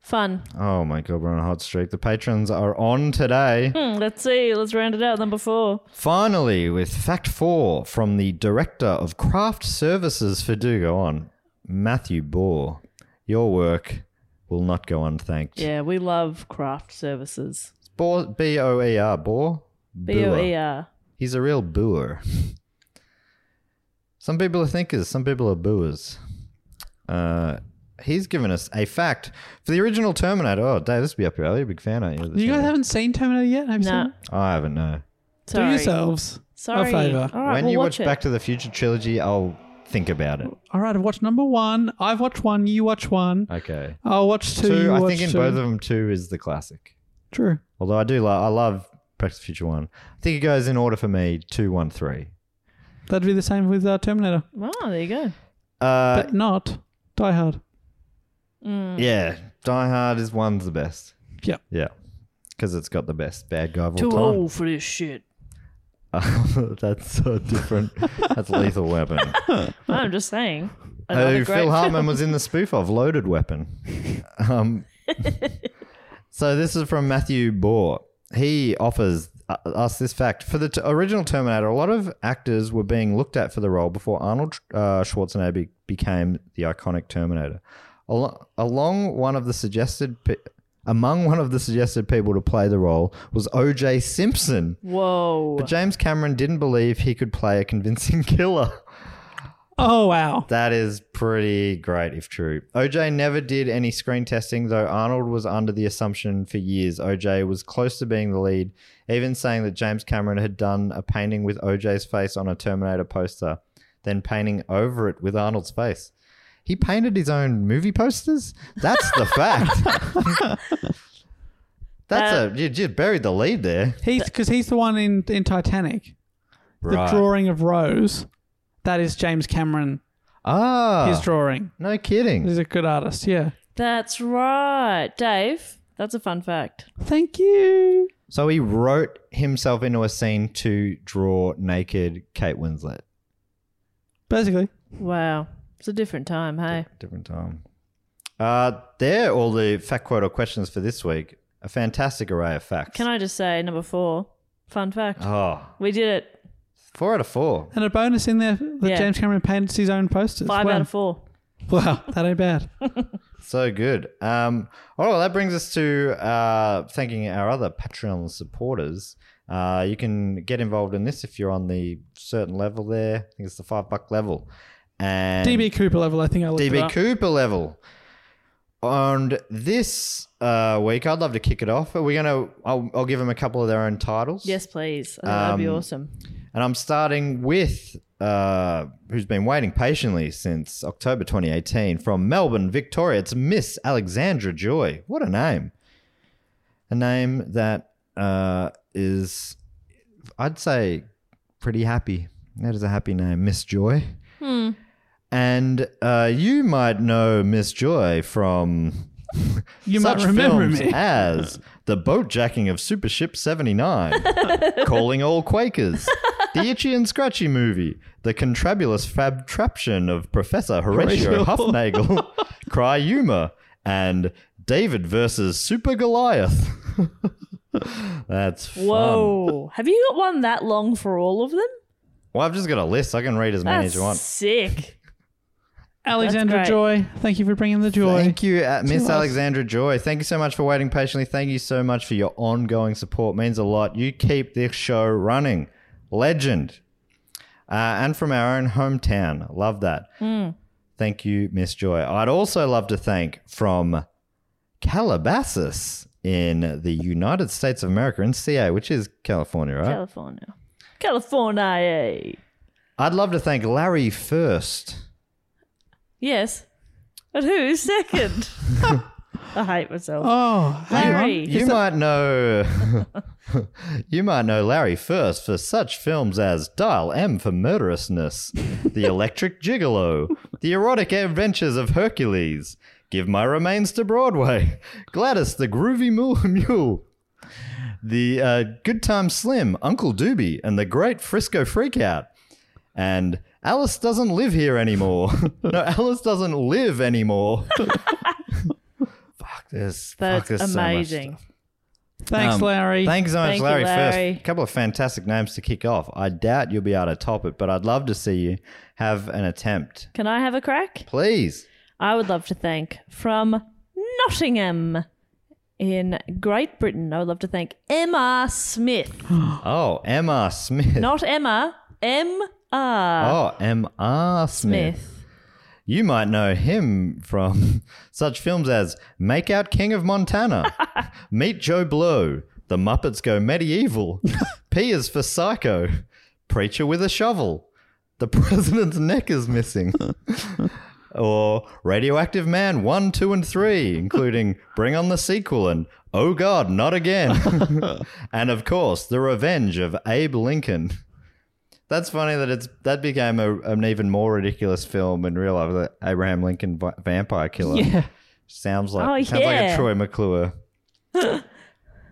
S6: Fun.
S2: Oh my god, we're on a hot streak. The patrons are on today.
S6: Hmm, let's see. Let's round it out number four.
S2: Finally, with fact four from the director of craft services for Do Go On, Matthew Bohr. Your work will not go unthanked.
S6: Yeah, we love craft services.
S2: Bohr, B O E R, Bohr.
S6: B O E
S2: Boer.
S6: R.
S2: He's a real booer. some people are thinkers, some people are booers. Uh, he's given us a fact for the original Terminator. Oh, Dave, this would be up your alley. You're a big fan, aren't you? of the
S3: You guys
S2: Terminator?
S3: haven't seen Terminator yet? Have you
S6: No.
S3: seen it?
S2: I haven't. No.
S6: Sorry.
S3: Do yourselves
S6: Sorry. Oh.
S3: a favour.
S6: All right,
S2: when
S6: we'll
S2: you watch,
S6: watch, it.
S2: Back to the Future trilogy, I'll think about it.
S3: All right, I've watched number one. I've watched one. You watch one.
S2: Okay.
S3: I'll watch two.
S2: Two.
S3: you
S2: I
S3: watch
S2: think in
S3: two.
S2: both of them, two is the classic.
S3: True.
S2: Although I do love, I love Back to the Future one. I think it goes in order for me: two, one, three.
S3: That'd be the same with uh, Terminator,
S6: Oh, there you go.
S2: Uh,
S3: but not Die Hard.
S2: yeah, Die Hard is one's the best.
S3: Yeah.
S2: Yeah, because it's got the best bad guy of all
S6: Too
S2: time.
S6: old for this shit.
S2: That's so different. That's Lethal Weapon.
S6: I'm just saying. Another
S2: Who
S6: great
S2: Oh, Phil Hartman
S6: film.
S2: was in the spoof of Loaded Weapon. Um, so this is from Matthew Bohr. He offers uh, us this fact for the t- original Terminator. A lot of actors were being looked at for the role before Arnold uh, Schwarzenegger be- became the iconic Terminator. Al- along one of the suggested. Pe- among one of the suggested people to play the role was O.J. Simpson.
S6: Whoa.
S2: But James Cameron didn't believe he could play a convincing killer.
S3: Oh wow.
S2: That is pretty great if true. OJ never did any screen testing, though Arnold was under the assumption for years OJ was close to being the lead, even saying that James Cameron had done a painting with OJ's face on a Terminator poster, then painting over it with Arnold's face. He painted his own movie posters? That's the fact. That's a you just buried the lead there.
S3: He's because he's the one in in Titanic.
S2: Right.
S3: The drawing of Rose. That is James Cameron.
S2: Ah,
S3: His drawing.
S2: no kidding.
S3: He's a good artist. Yeah.
S6: That's right. Dave, that's a fun fact.
S3: Thank you.
S2: So he wrote himself into a scene to draw naked Kate Winslet.
S3: Basically,
S6: Wow. It's a different time, hey?
S2: Different time. Uh, there are all the fact quote or questions for this week. A fantastic array of facts.
S6: Can I just say number four? Fun fact.
S2: Oh,
S6: We did it.
S2: four out of four.
S3: And a bonus in there that
S6: Yeah.
S3: James Cameron painted his own posters.
S6: Five
S3: wow.
S6: out of four.
S3: Wow, that ain't bad.
S2: So good. Um, all right, well, that brings us to uh, thanking our other Patreon supporters. Uh, you can get involved in this if you're on the certain level there. I think it's the five buck level. And
S3: DB Cooper level, I think I looked it
S2: DB
S3: up.
S2: Cooper level. And this uh, week, I'd love to kick it off. Are we going to? I'll, I'll give them a couple of their own titles.
S6: Yes, please. I think that'd
S2: Um,
S6: be awesome.
S2: And I'm starting with uh, who's been waiting patiently since October 2018 from Melbourne, Victoria. It's Miss Alexandra Joy. What a name. A name that uh, is, I'd say, pretty happy. That is a happy name, Miss Joy. And uh, you might know Miss Joy from
S3: You
S2: such
S3: might remember
S2: films
S3: me.
S2: as the boat jacking of Super Ship 79, Calling All Quakers, the Itchy and Scratchy movie, the contrabulous fabtraption of Professor Horatio
S3: Horatio.
S2: Huffnagel, Cry Humor, and David versus Super Goliath. That's fun.
S6: Whoa. Have you got one that long for all of them?
S2: Well, I've just got a list. I can read as many as
S6: That's
S2: you want.
S6: sick.
S3: Alexandra
S6: great.
S3: Joy, thank you for bringing the joy.
S2: Thank you, uh, Miss
S3: us.
S2: Alexandra Joy. Thank you so much for waiting patiently. Thank you so much for your ongoing support. means a lot. You keep this show running. Legend. Uh, and from our own hometown. Love that. Thank you, Miss Joy. I'd also love to thank from Calabasas in the United States of America, in CA, which is California, right?
S6: California. California. eh?
S2: I'd love to thank Larry first.
S6: Yes. But who's second? I hate myself.
S3: Oh, hang on.
S6: Larry.
S2: You might know You might know Larry first for such films as Dial M for Murderousness, The Electric Gigolo, The Erotic Adventures of Hercules, Give My Remains to Broadway, Gladys the Groovy Mule, Mule The uh, Good Time Slim, Uncle Doobie, and The Great Frisco Freakout. And Alice doesn't live here anymore. no, Alice doesn't live anymore. fuck this. fuck,
S6: That's
S2: there's so much
S6: amazing.
S2: stuff.
S3: Thanks,
S2: Um,
S3: Larry.
S2: Thanks so much,
S6: Thank you,
S2: Larry,
S6: Larry.
S2: First, a couple of fantastic names to kick off. I doubt you'll be able to top it, but I'd love to see you have an attempt.
S6: Can I have a crack?
S2: Please.
S6: I would love to thank from Nottingham in Great Britain. I would love to thank Emma Smith.
S2: Oh, Emma Smith.
S6: Not Emma, M R
S2: Oh, M.R. Smith.
S6: Smith.
S2: You might know him from such films as Make Out King of Montana, Meet Joe Blow, The Muppets Go Medieval, P is for Psycho, Preacher with a Shovel, The President's Neck is Missing, or Radioactive Man 1, 2, and 3, including Bring on the Sequel and Oh God, Not Again. and of course, The Revenge of Abe Lincoln. That's funny that it's that became a, an even more ridiculous film in real life. The Abraham Lincoln vi- vampire killer. Yeah, sounds like
S6: Oh,
S2: sounds like a
S6: yeah.
S2: Troy McClure. oh,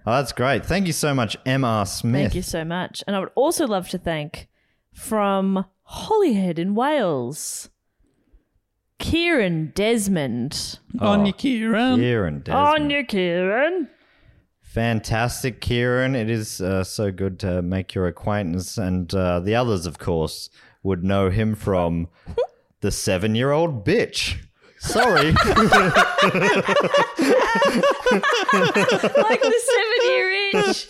S2: that's great. Thank you so much, M.R. Smith.
S6: Thank you so much. And I would also love to thank from Holyhead in Wales, Kieran Desmond.
S2: Oh.
S3: on your Kieran.
S2: Kieran Desmond.
S6: On you, Kieran.
S2: Fantastic, Kieran. It is uh, so good to make your acquaintance. And uh, the others, of course, would know him from the seven year old bitch. Sorry.
S6: Like the seven year itch.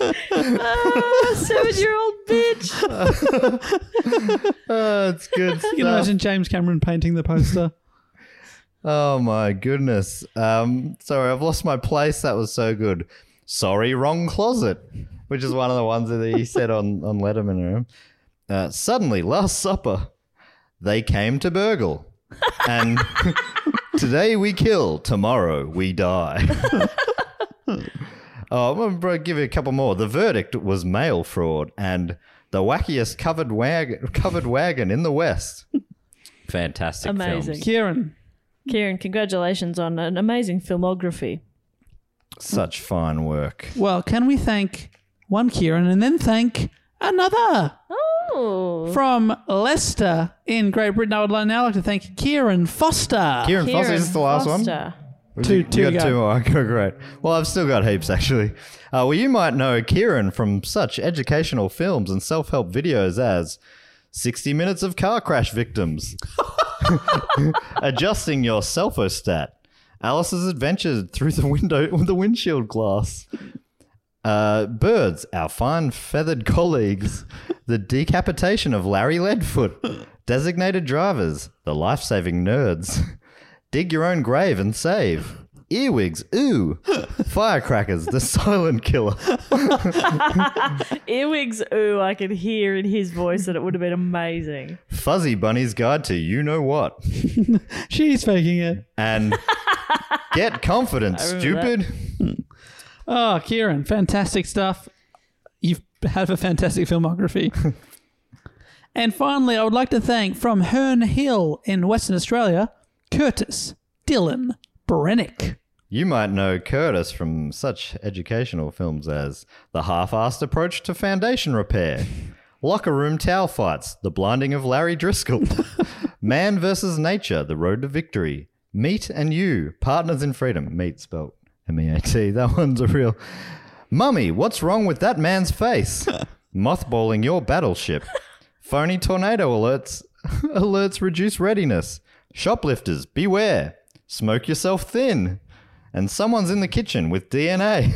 S6: seven year old bitch.
S2: oh, it's good.
S3: You can
S2: stuff.
S3: imagine James Cameron painting the poster.
S2: Oh my goodness. Um, sorry, I've lost my place. That was so good. Sorry, wrong closet, which is one of the ones that he said on on Letterman Room. Uh, suddenly, Last Supper, they came to burgle, and today we kill, tomorrow we die. oh, I'm gonna give you a couple more. The verdict was mail fraud and the wackiest covered wagon covered wagon in the West. Fantastic,
S6: Amazing.
S2: films.
S3: Kieran.
S6: Kieran, congratulations on an amazing filmography.
S2: Such fine work.
S3: Well, can we thank one Kieran and then thank another?
S6: Oh.
S3: From Leicester in Great Britain, I would now like to thank Kieran Foster.
S2: Kieran Foster, is this the last one?
S6: Foster.
S3: Two-
S2: you,
S3: two
S2: you
S3: to
S2: got
S3: go.
S2: two more. Okay, great. Well, I've still got heaps actually. Uh, well, you might know Kieran from such educational films and self-help videos as 60 Minutes of Car Crash Victims, Adjusting Your Selfostat, Alice's Adventures Through the Window with the Windshield Glass, uh, Birds, Our Fine Feathered Colleagues, The Decapitation of Larry Leadfoot, Designated Drivers, The Life Saving Nerds. Dig your own grave and save. Earwigs, ooh. Firecrackers, the silent killer.
S6: Earwigs, ooh, I could hear in his voice that it would have been amazing.
S2: Fuzzy Bunny's Guide to You Know What.
S3: She's faking it.
S2: And Get Confident, Stupid.
S3: Oh, Kieran, fantastic stuff. You have a fantastic filmography. and finally, I would like to thank from Herne Hill in Western Australia, Curtis Dylan Brennick.
S2: You might know Curtis from such educational films as The Half-Assed Approach to Foundation Repair, Locker Room Towel Fights, The Blinding of Larry Driscoll, Man vs. Nature, The Road to Victory, Meat and You, Partners in Freedom, Meat spelt M-E-A-T, E that one's a real... Mummy, what's wrong with that man's face? Mothballing your battleship. Phony tornado alerts alerts reduce readiness. Shoplifters, beware. Smoke yourself thin. And someone's in the kitchen with DNA.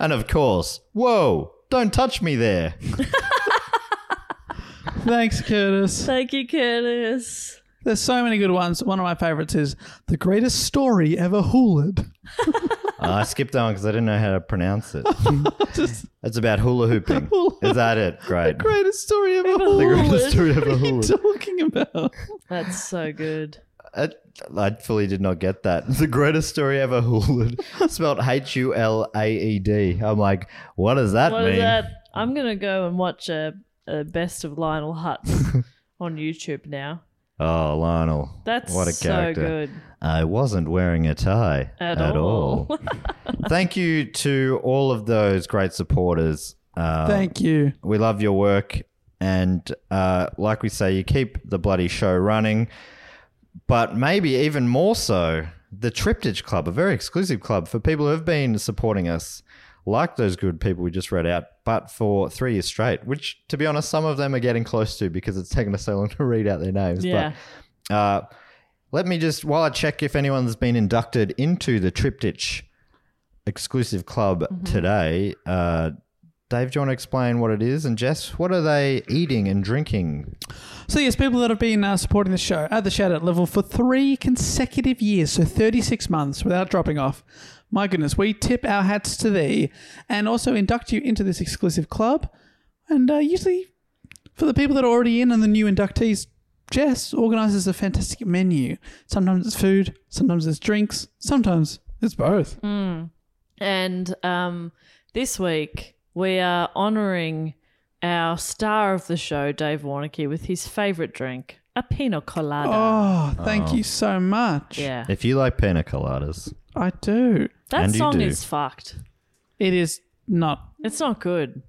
S2: and of course, whoa, don't touch me there.
S3: Thanks, Curtis.
S6: Thank you, Curtis.
S3: There's so many good ones. One of my favorites is The Greatest Story Ever Hooled.
S2: Oh, I skipped that one because I didn't know how to pronounce it. It's about hula hooping. Is that it? Great.
S3: Greatest Story Ever Uh,
S2: The
S3: Hooled.
S2: greatest story ever hula.
S3: What are you talking about?
S6: That's so good.
S2: I, I fully did not get that. The greatest story ever, Hulud. Spelled H U L A E D. I'm like, what does that
S6: What
S2: mean?
S6: is that? I'm gonna go and watch a, a best of Lionel Hutz on YouTube now.
S2: Oh, Lionel.
S6: That's
S2: what a
S6: so
S2: character.
S6: good.
S2: I wasn't wearing a tie
S6: At all.
S2: Thank you to all of those great supporters. Uh,
S3: Thank you.
S2: we love your work. And uh, like we say, you keep the bloody show running. But maybe even more so, the Triptych Club, a very exclusive club for people who have been supporting us, like those good people we just read out, but for three years straight, which, to be honest, some of them are getting close to because it's taken us so long to read out their names.
S6: Yeah.
S2: But uh, let me just, while I check if anyone's been inducted into the Triptych exclusive club today, uh, Dave, do you want to explain what it is? And Jess, what are they eating and drinking?
S3: So yes, people that have been uh, supporting the show at the shout out level for three consecutive years, so 36 months without dropping off. My goodness, we tip our hats to thee and also induct you into this exclusive club. And uh, usually for the people that are already in and the new inductees, Jess organises a fantastic menu. Sometimes it's food, sometimes it's drinks, sometimes it's both.
S6: Mm. And um, this week we are honouring our star of the show, Dave Warnocky, with his favourite drink, a pina colada.
S3: Oh, thank you so much.
S6: yeah,
S2: If you like pina coladas,
S3: I do.
S6: that
S2: and you
S6: song
S2: do.
S6: is fucked.
S3: It is not
S6: It's not good.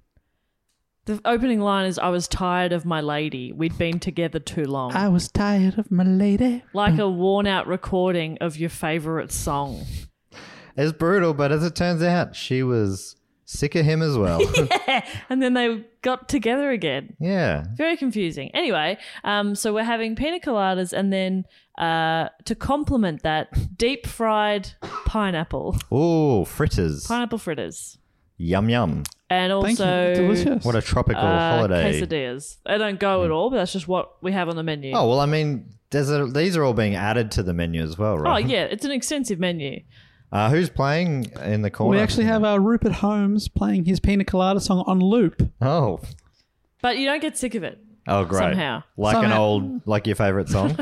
S6: The opening line is, "I was tired of my lady. We'd been together too long."
S3: I was tired of my lady.
S6: like a worn out recording of your favorite song.
S2: it's brutal, but as it turns out, she was sick of him as well.
S6: And then they got together again.
S2: yeah.
S6: Very confusing. Anyway, um, so we're having pina coladas and then uh, to complement that, deep fried pineapple,
S2: Ooh, fritters.
S6: pineapple fritters,
S2: Yum, yum.
S3: Thank
S6: and also
S3: you. Delicious.
S2: What a tropical
S6: uh,
S2: holiday.
S6: quesadillas. They don't go at all, but that's just what we have on the menu.
S2: Oh, well, I mean, there's a, these are all being added to the menu as well,
S6: Oh,
S2: right?
S6: yeah, it's an extensive menu.
S2: Uh, who's playing in the corner?
S3: we actually have our Rupert Holmes playing his Pina Colada song on loop.
S2: Oh.
S6: But you don't get sick of it.
S2: Oh, great.
S6: Somehow.
S2: Like an
S3: Somehow.
S2: old, like your favorite song.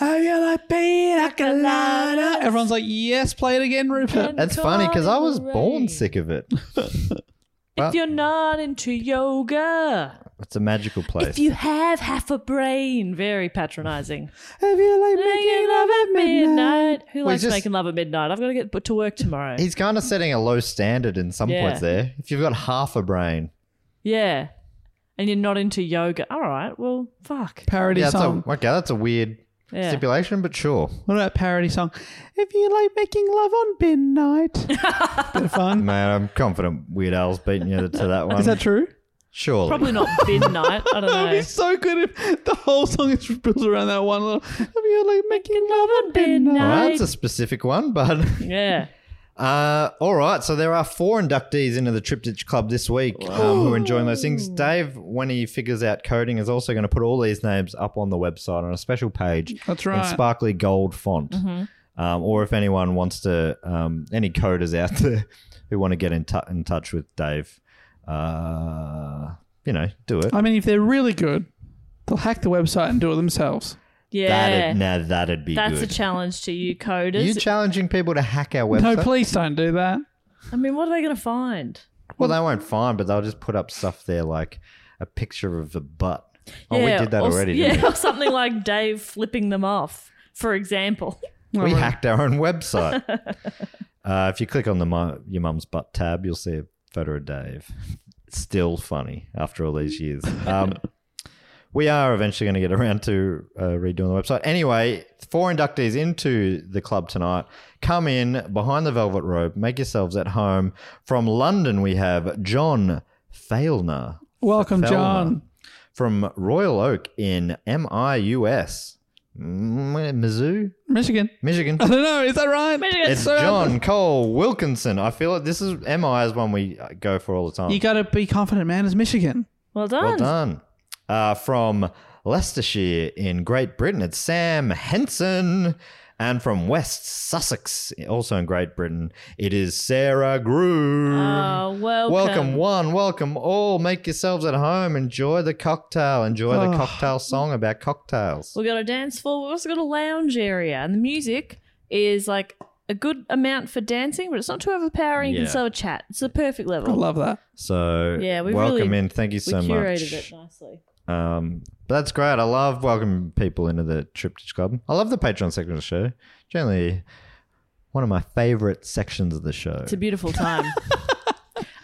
S3: Oh, you like Pina Colada? Everyone's like, yes, play it again, Rupert.
S2: That's funny because I was born sick of it.
S6: If you're not into yoga,
S2: It's a magical place.
S6: if you have half a brain, very patronizing.
S3: Have you like making love at midnight?
S6: Who
S2: Well,
S6: likes
S2: just-
S6: making love at midnight? I've got to get put to work tomorrow.
S2: He's kind of setting a low standard in some
S6: Yeah.
S2: points there. If you've got half a brain,
S6: Yeah. And you're not into yoga. All right. Well, fuck.
S3: Parody
S2: yeah, that's a,
S3: song.
S2: okay, that's a weird
S1: Yeah.
S2: stipulation, but sure.
S3: What about parody song? If you like making love on bin night. Bit of fun.
S2: Man, I'm confident Weird Al's beaten you to that one.
S3: Is that true?
S2: Surely.
S1: Probably not midnight. I don't know.
S3: It's so good if the whole song is built around that one little. If you like making love on bin night.
S2: Well, that's a specific one, but
S1: Yeah.
S2: uh, all right. So there are four inductees into the Triptych Club this week um, who are enjoying those things. Dave, when he figures out coding, is also going to put all these names up on the website on a special page.
S3: That's
S2: in
S3: right.
S2: sparkly gold font. Um, or if anyone wants to, um, any coders out there who want to get in, t- in touch with Dave, uh, you know, do it.
S3: I mean, if they're really good, they'll hack the website and do it themselves.
S1: Yeah.
S2: That'd, now that'd be
S1: That's
S2: good.
S1: a challenge to you coders.
S2: you challenging people to hack our website?
S3: No, please don't do that.
S1: I mean, what are they going to find?
S2: Well, they won't find, but they'll just put up stuff there like a picture of the butt. Oh, we did that
S1: or,
S2: already.
S1: Yeah,
S2: Didn't we?
S1: or something like Dave flipping them off, for example.
S2: We hacked our own website. uh, if you click on the mu- your mum's butt tab, you'll see a photo of Dave. Still funny after all these years. Um, we are eventually going to get around to uh, redoing the website. Anyway, four inductees into the club tonight. Come in behind the velvet rope. Make yourselves at home. From London, we have John Failner.
S3: Welcome,
S2: Felmer.
S3: John.
S2: From Royal Oak in MIUS, Mm, Mizzou,
S3: Michigan.
S2: Michigan.
S3: I don't know. Is that right? Michigan.
S2: It's John Cole Wilkinson. I feel like this is MI is one we uh, go for all the time.
S3: You got to be confident, man. It's Michigan.
S1: Well done.
S2: well done. Uh, from Leicestershire in Great Britain, it's Sam Henson. And from West Sussex, also in Great Britain, it is Sarah Grew.
S1: Oh, welcome.
S2: Welcome one, welcome all. Make yourselves at home. Enjoy the cocktail. Enjoy the cocktail song about cocktails.
S1: We've got a dance floor. We've also got a lounge area. And the music is like a good amount for dancing, but it's not too overpowering. You
S2: Yeah.
S1: can still chat. It's the perfect
S3: I
S1: level.
S3: love that.
S2: So
S1: Yeah, we
S2: welcome
S1: really-
S2: in. Thank you
S1: we
S2: so much.
S1: curated it nicely.
S2: Um, but that's great. I love welcoming people into the Triptych Club. I love the Patreon section of the show. Generally, one of my favorite sections of the show.
S1: It's a beautiful time.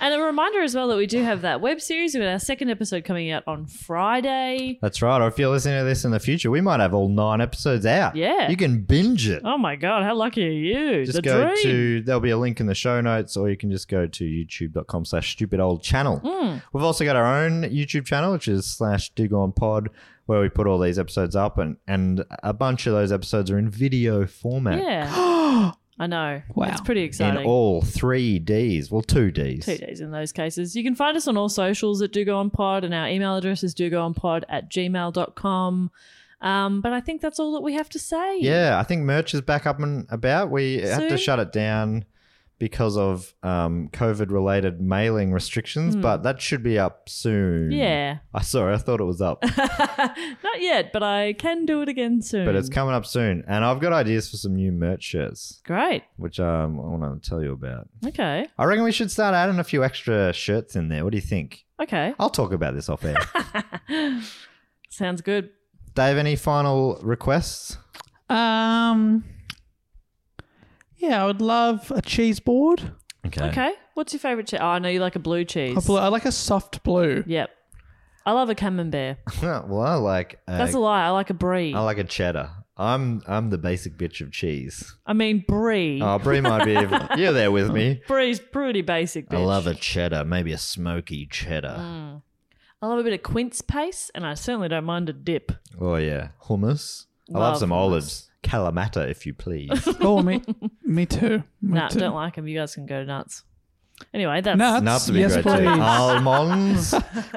S1: and a reminder as well that we do have that web series with our second episode coming out on Friday.
S2: that's right. Or if you're listening to this in the future, we might have all nine episodes out.
S1: Yeah.
S2: You can binge it.
S1: Oh my God, how lucky are you?
S2: just
S1: the
S2: go
S1: dream.
S2: to there'll be a link in the show notes or you can just go to youtube.com slash stupid old channel
S1: Hmm.
S2: we've also got our own youtube channel which is slash dig on pod where we put all these episodes up and and a bunch of those episodes are in video format
S1: Yeah. I know.
S3: Wow.
S1: It's pretty
S2: in
S1: exciting.
S2: all three Ds. Well, two Ds.
S1: two days in those cases. You can find us on all socials at Do Go On Pod, and our email address is dogoonpod at gmail.com. Um, but I think that's all that we have to say.
S2: Yeah, I think merch is back up and about. We had to
S1: Soon.
S2: shut it down because of um, COVID related mailing restrictions, but that should be up soon.
S1: Hmm. Yeah.
S2: I sorry, I thought it was up,
S1: Not yet, but I can do it again soon.
S2: but it's coming up soon. And I've got ideas for some new merch shirts,
S1: great.
S2: which um, I want to tell you about.
S1: Okay.
S2: I reckon we should start adding a few extra shirts in there. What do you think?
S1: Okay.
S2: I'll talk about this off air.
S1: Sounds good.
S2: Dave, any final requests?
S3: Um, yeah, I would love a cheese board.
S1: Okay. What's your favorite cheese? Oh, I know you like a blue cheese.
S3: A blue, I like a soft blue.
S1: Yep. I love a camembert.
S2: well, I like a-
S1: That's a lie. I like a brie.
S2: I like a cheddar. I'm I'm the basic bitch of cheese.
S1: I mean, brie.
S2: Oh, Brie might be. You're there with me.
S1: Brie's pretty basic.
S2: I
S1: bitch.
S2: love a cheddar, maybe a smoky cheddar.
S1: I love a bit of quince paste, and I certainly don't mind a dip.
S2: Oh yeah, hummus. I love
S1: Love
S2: some
S1: hummus.
S2: olives. Kalamata, if you please.
S3: Oh, me, me too. Me
S1: Nah,
S3: too.
S1: don't like them. You guys can go nuts. Anyway, that's
S3: Nuts,
S2: Nuts would be
S3: yes,
S2: great too.
S3: please.
S2: Almonds.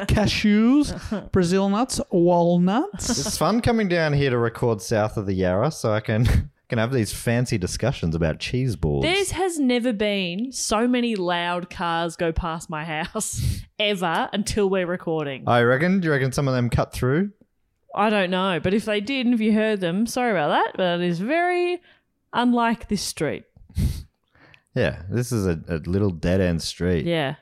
S3: Cashews, Brazil nuts, walnuts.
S2: it's fun coming down here to record south of the Yarra, so I can can have these fancy discussions about cheese balls.
S1: There's has never been so many loud cars go past my house ever until we're recording.
S2: I reckon. Do Oh, you reckon some of them cut through?
S1: I don't know, but if they did and if you heard them, sorry about that, but it is very unlike this street.
S2: Yeah, this is a, a little dead end street
S1: Yeah.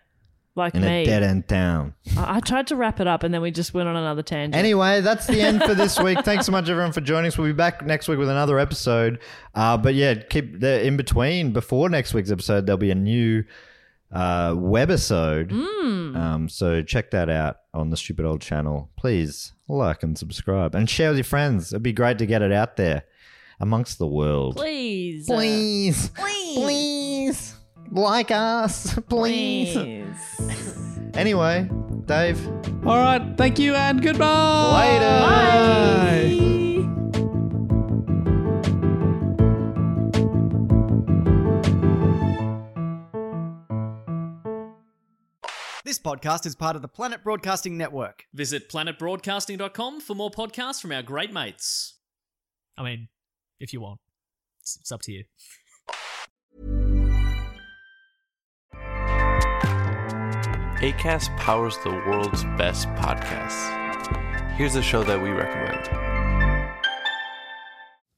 S1: Like
S2: in
S1: me.
S2: a dead end town.
S1: I-, I tried to wrap it up and then we just went on another tangent.
S2: Anyway, that's the end for this week. Thanks so much, everyone, for joining us. We'll be back next week with another episode. Uh, but yeah, keep the in between before next week's episode. There'll be a new uh, webisode. Um, Um, so check that out on the Stupid Old channel. Please like and subscribe and share with your friends. It'd be great to get it out there amongst the world.
S6: Please.
S2: Please. Uh, Please. Please. Like us. Please. Anyway, Dave,
S3: All right. Thank you and goodbye.
S2: later.
S3: Bye.
S4: This podcast is part of the Planet Broadcasting Network.
S5: Visit planetbroadcasting.com for more podcasts from our great mates.
S8: I mean, if you want, it's, it's up to you.
S9: ACAST powers the world's best podcasts. Here's a show that we recommend.